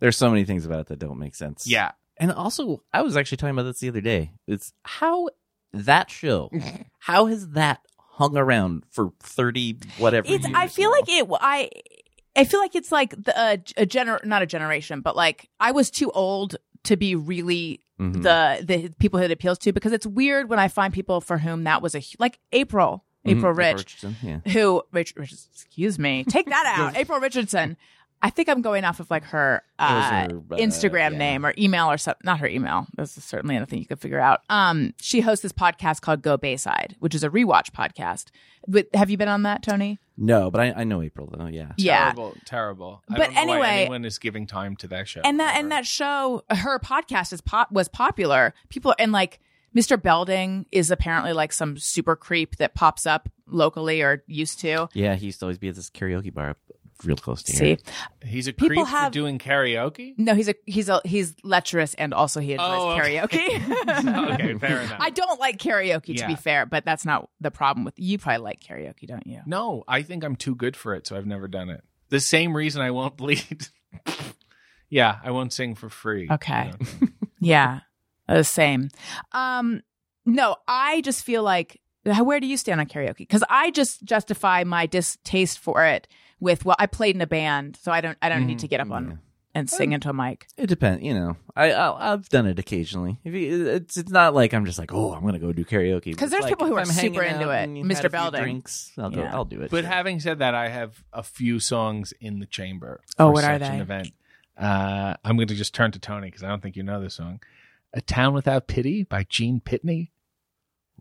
There's so many things about it that don't make sense.
Yeah,
And also, I was actually talking about this the other day. It's how that show, how has that hung around for 30 whatever
It's. I
years
feel
now.
like it. I. I feel like it's like the uh, a gener not a generation, but like I was too old to be really
Mhm.
the the people that it appeals to because it's weird when I find people for whom that was a hu- like April April
Mhm,
Rich
Richardson, yeah.
who Rich, Rich excuse me take that out April Richardson. I think I'm going off of like her, uh,
That was her, uh,
Instagram
yeah.
name or email or something. Not her email. This is certainly anything you could figure out. Um, she hosts this podcast called Go Bayside, which is a rewatch podcast. But have you been on that, Tony?
No, but I, I know April though. Yeah.
Yeah.
Terrible, terrible. I
But
don't know why
anyway-
anyone is giving time to that show.
and that and that show her podcast is pop was popular people and like mr belding is apparently like some super creep that pops up locally or used to
Yeah, he used to always be at this karaoke bar up real close to
see
here.
He's a
People
creep
have-
for doing karaoke.
no he's a he's a he's lecherous and also he enjoys
Oh, okay.
karaoke
okay, fair enough.
i don't like karaoke to be
Yeah.
fair but that's not the problem with you probably like karaoke don't you
no, I think I'm too good for it, so I've never done it. The same reason I won't bleed. yeah, I won't sing for free.
Okay.
you know?
yeah the same um no i just feel like where do you stand on karaoke because i just justify my distaste for it with well i played in a band so i don't i don't need to get up
Mm-hmm.
on and sing into a mic
It depends, you know. I I'll, I've done it occasionally. If you, it's it's not like I'm just like, "Oh, I'm going to go do karaoke."
Because
It's
there's
like,
people who
if
are
I'm hanging
super
out
into it.
and you've had
Mr.
a few
Belding.
Drinks, I'll go
Yeah.
I'll do it.
But
sure.
having said that, I have a few songs in the chamber.
Oh,
for
what are
such An
they?
event. Uh, I'm going to just turn to Tony because I don't think you know this song. "A Town Without Pity" by Gene Pitney.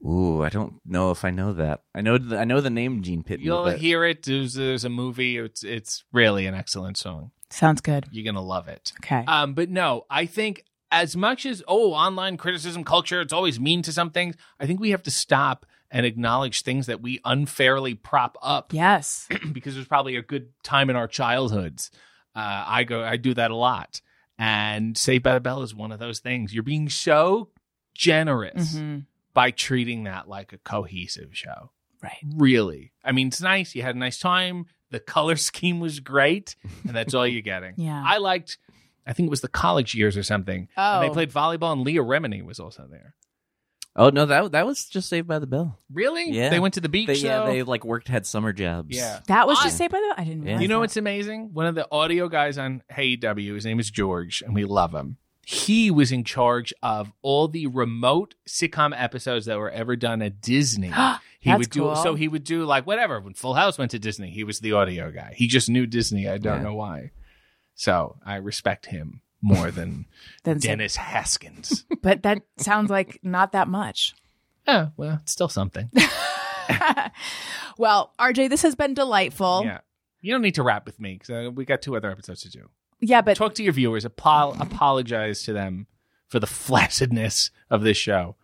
Ooh, I don't know if I know that. I know th- I know the name Gene Pitney.
You'll
but
hear it. There's, there's a movie. It's it's really an excellent song.
sounds good
You're gonna love it.
okay
Um, but no, I think as much as oh, online criticism culture, it's always mean to some things. I think we have to stop and acknowledge things that we unfairly prop up
yes
because there's probably a good time in our childhoods. Uh, I go, I do that a lot, and Saved by the Bell is one of those things. You're being so generous
hmm
by treating that like a cohesive show.
right
Really, I mean, it's nice. You had a nice time. The color scheme was great, and that's all you're getting.
Yeah.
I liked. I think it was the college years or something. And
Oh.
they played volleyball, and Leah Remini was also there.
Oh, no, that that was just Saved by the Bell.
Really?
Yeah.
They went to the beach.
They, yeah,
though?
they like worked had summer jobs.
Yeah.
that was
I-
just saved by the i didn't
You
realize
You know
that.
what's amazing? One of the audio guys on Hey W, his name is George, and we love him. He was in charge of all the remote sitcom episodes that were ever done at Disney. he
That's
would do
cool.
so he would do like whatever when Full House went to Disney, he was the audio guy. He just knew Disney. I don't
Yeah.
know why. So I respect him more than
Then said-
Dennis Haskins.
but that sounds like not that much
yeah, Oh, well, it's still something.
well rj this has been delightful
Yeah. You don't need to rap with me because uh, we got two other episodes to do.
Yeah, but
talk to your viewers. Apo- apologize to them for the flaccidness of this show.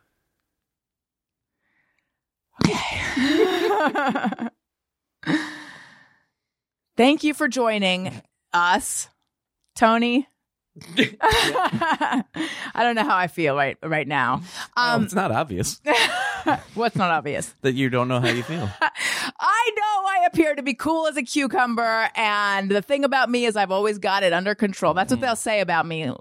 Thank you for joining us, Tony. I don't know how I feel right right now.
Um,
Um,
it's not obvious
what's not obvious?
that you don't know how you feel.
I know I appear to be cool as a cucumber, and the thing about me is I've always got it under control. That's what they'll say about me.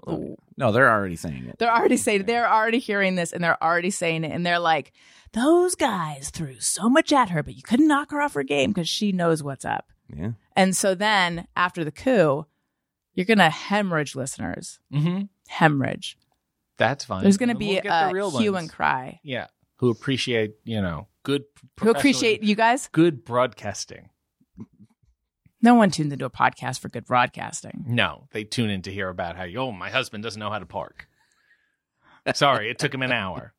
no, they're already saying it.
They're already saying they're already hearing this, and they're already saying it, and they're like, "Those guys threw so much at her, but you couldn't knock her off her game because she knows what's up."
yeah.
And so then after the coup, you're going to hemorrhage listeners.
Mm-hmm.
Hemorrhage.
That's fine.
There's going to
And
be
we'll get
a
the real
hue
ones.
and cry.
Yeah, who appreciate you know good
Who
professional-
appreciate you guys?
good broadcasting.
No one tunes into a podcast for good broadcasting.
No, they tune in to hear about how you, oh my husband doesn't know how to park. Sorry, it took him an hour.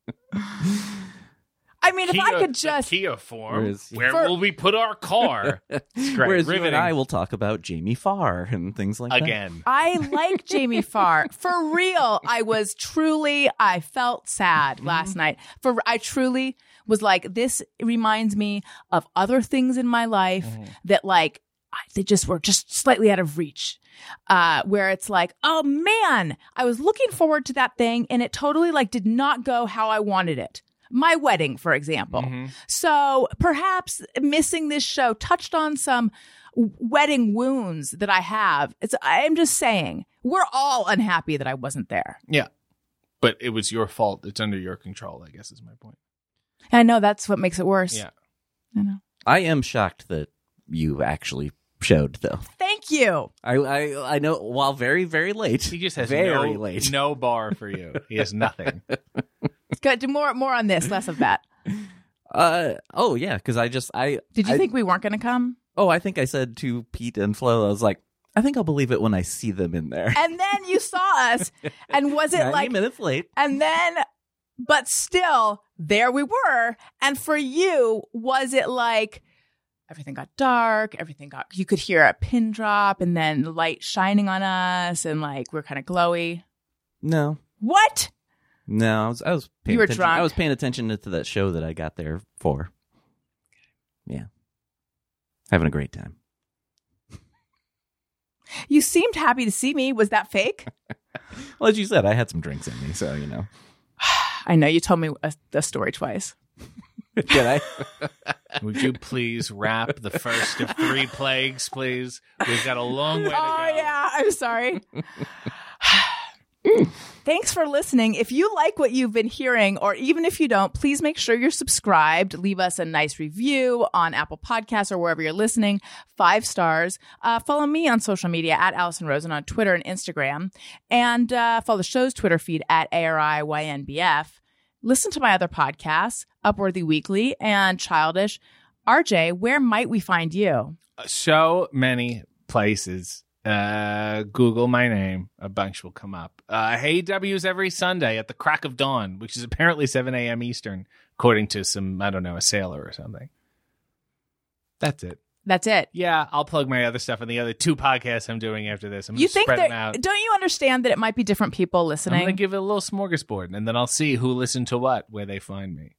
I mean, if I
Kia-
could
the
just.
Kia form.
Whereas-
where
For-
will we put our car? It's great.
Whereas you
Riveting
and I will talk about Jamie Farr and things like that.
again.
I like Jamie Farr. For real, I was truly I felt sad last night. For I truly was like this reminds me of other things in my life that like I, they just were just slightly out of reach. Uh where it's like, "Oh man, I was looking forward to that thing and it totally like did not go how I wanted it." My wedding, for example.
Mm-hmm.
So perhaps missing this show touched on some w- wedding wounds that I have. It's, I'm just saying, we're all unhappy that I wasn't there.
Yeah, but it was your fault. It's under your control. I guess is my point.
And I know that's what makes it worse.
Yeah.
I know.
I am shocked that you actually showed though.
Thank you.
I I, I know while very very late.
He just has
very
no,
late.
no bar for you. He has nothing.
Good. Do more more on this, less of that.
Uh oh yeah, because I just I
Did you
I-
think we weren't going to come?
Oh, I think I said to Pete and Flo, I was like, I think I'll believe it when I see them in there.
And then you saw us, and was it
Ninety
like?
minutes late?
And then, but still, there we were. And for you, was it like? Everything got dark. Everything got. You could hear a pin drop, and then the light shining on us, and like we're kind of glowy.
No,
What?
no, I was I was paying
You were
attention.
drunk.
I was paying attention to that show that I got there for. Yeah, having a great time.
You seemed happy to see me. Was that fake?
Well, as you said, I had some drinks in me, so you know.
I know you told me a, a story twice.
Did I?
Would you please wrap the first of three plagues, please? We've got a long way to
oh
go.
yeah, I'm sorry. Thanks for listening. If you like what you've been hearing, or even if you don't, please make sure you're subscribed. Leave us a nice review on Apple Podcasts or wherever you're listening. Five stars. Uh, follow me on social media at Allison Rosen on Twitter and Instagram, and uh, follow the show's Twitter feed at ARIYNBF. Listen to my other podcasts, Upworthy Weekly and Childish. RJ, where might we find you?
so many places. Uh, Google my name, a bunch will come up. Uh, hey W's every Sunday at the crack of dawn, which is apparently 7 a.m. Eastern, according to some, I don't know, a sailor or something. That's it.
That's it.
Yeah, I'll plug my other stuff and the other two podcasts I'm doing after this. I'm
you
going
think
spread
that
them out.
don't you understand that it might be different people
I'm going to
listening
give it a little smorgasbord, and then I'll see who listened to what, where they find me.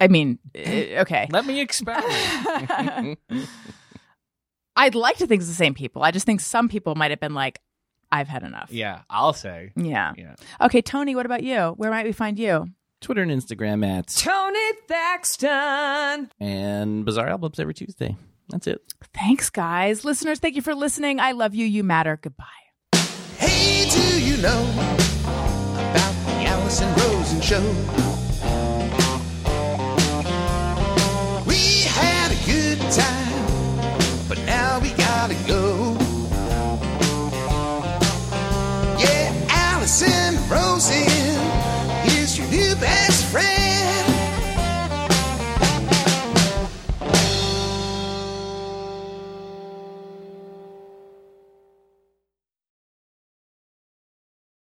i mean uh, okay
Let me experiment.
i'd like to think it's the same people i just think some people might have been like i've had enough
yeah, I'll say.
yeah
Yeah.
okay tony what about you where might we find you
Twitter and Instagram at
Tony Thaxton.
and Bizarre Albums every Tuesday. That's it.
thanks guys listeners thank you for listening i love you you matter goodbye
Hey, do you know about the Allison Rosen show?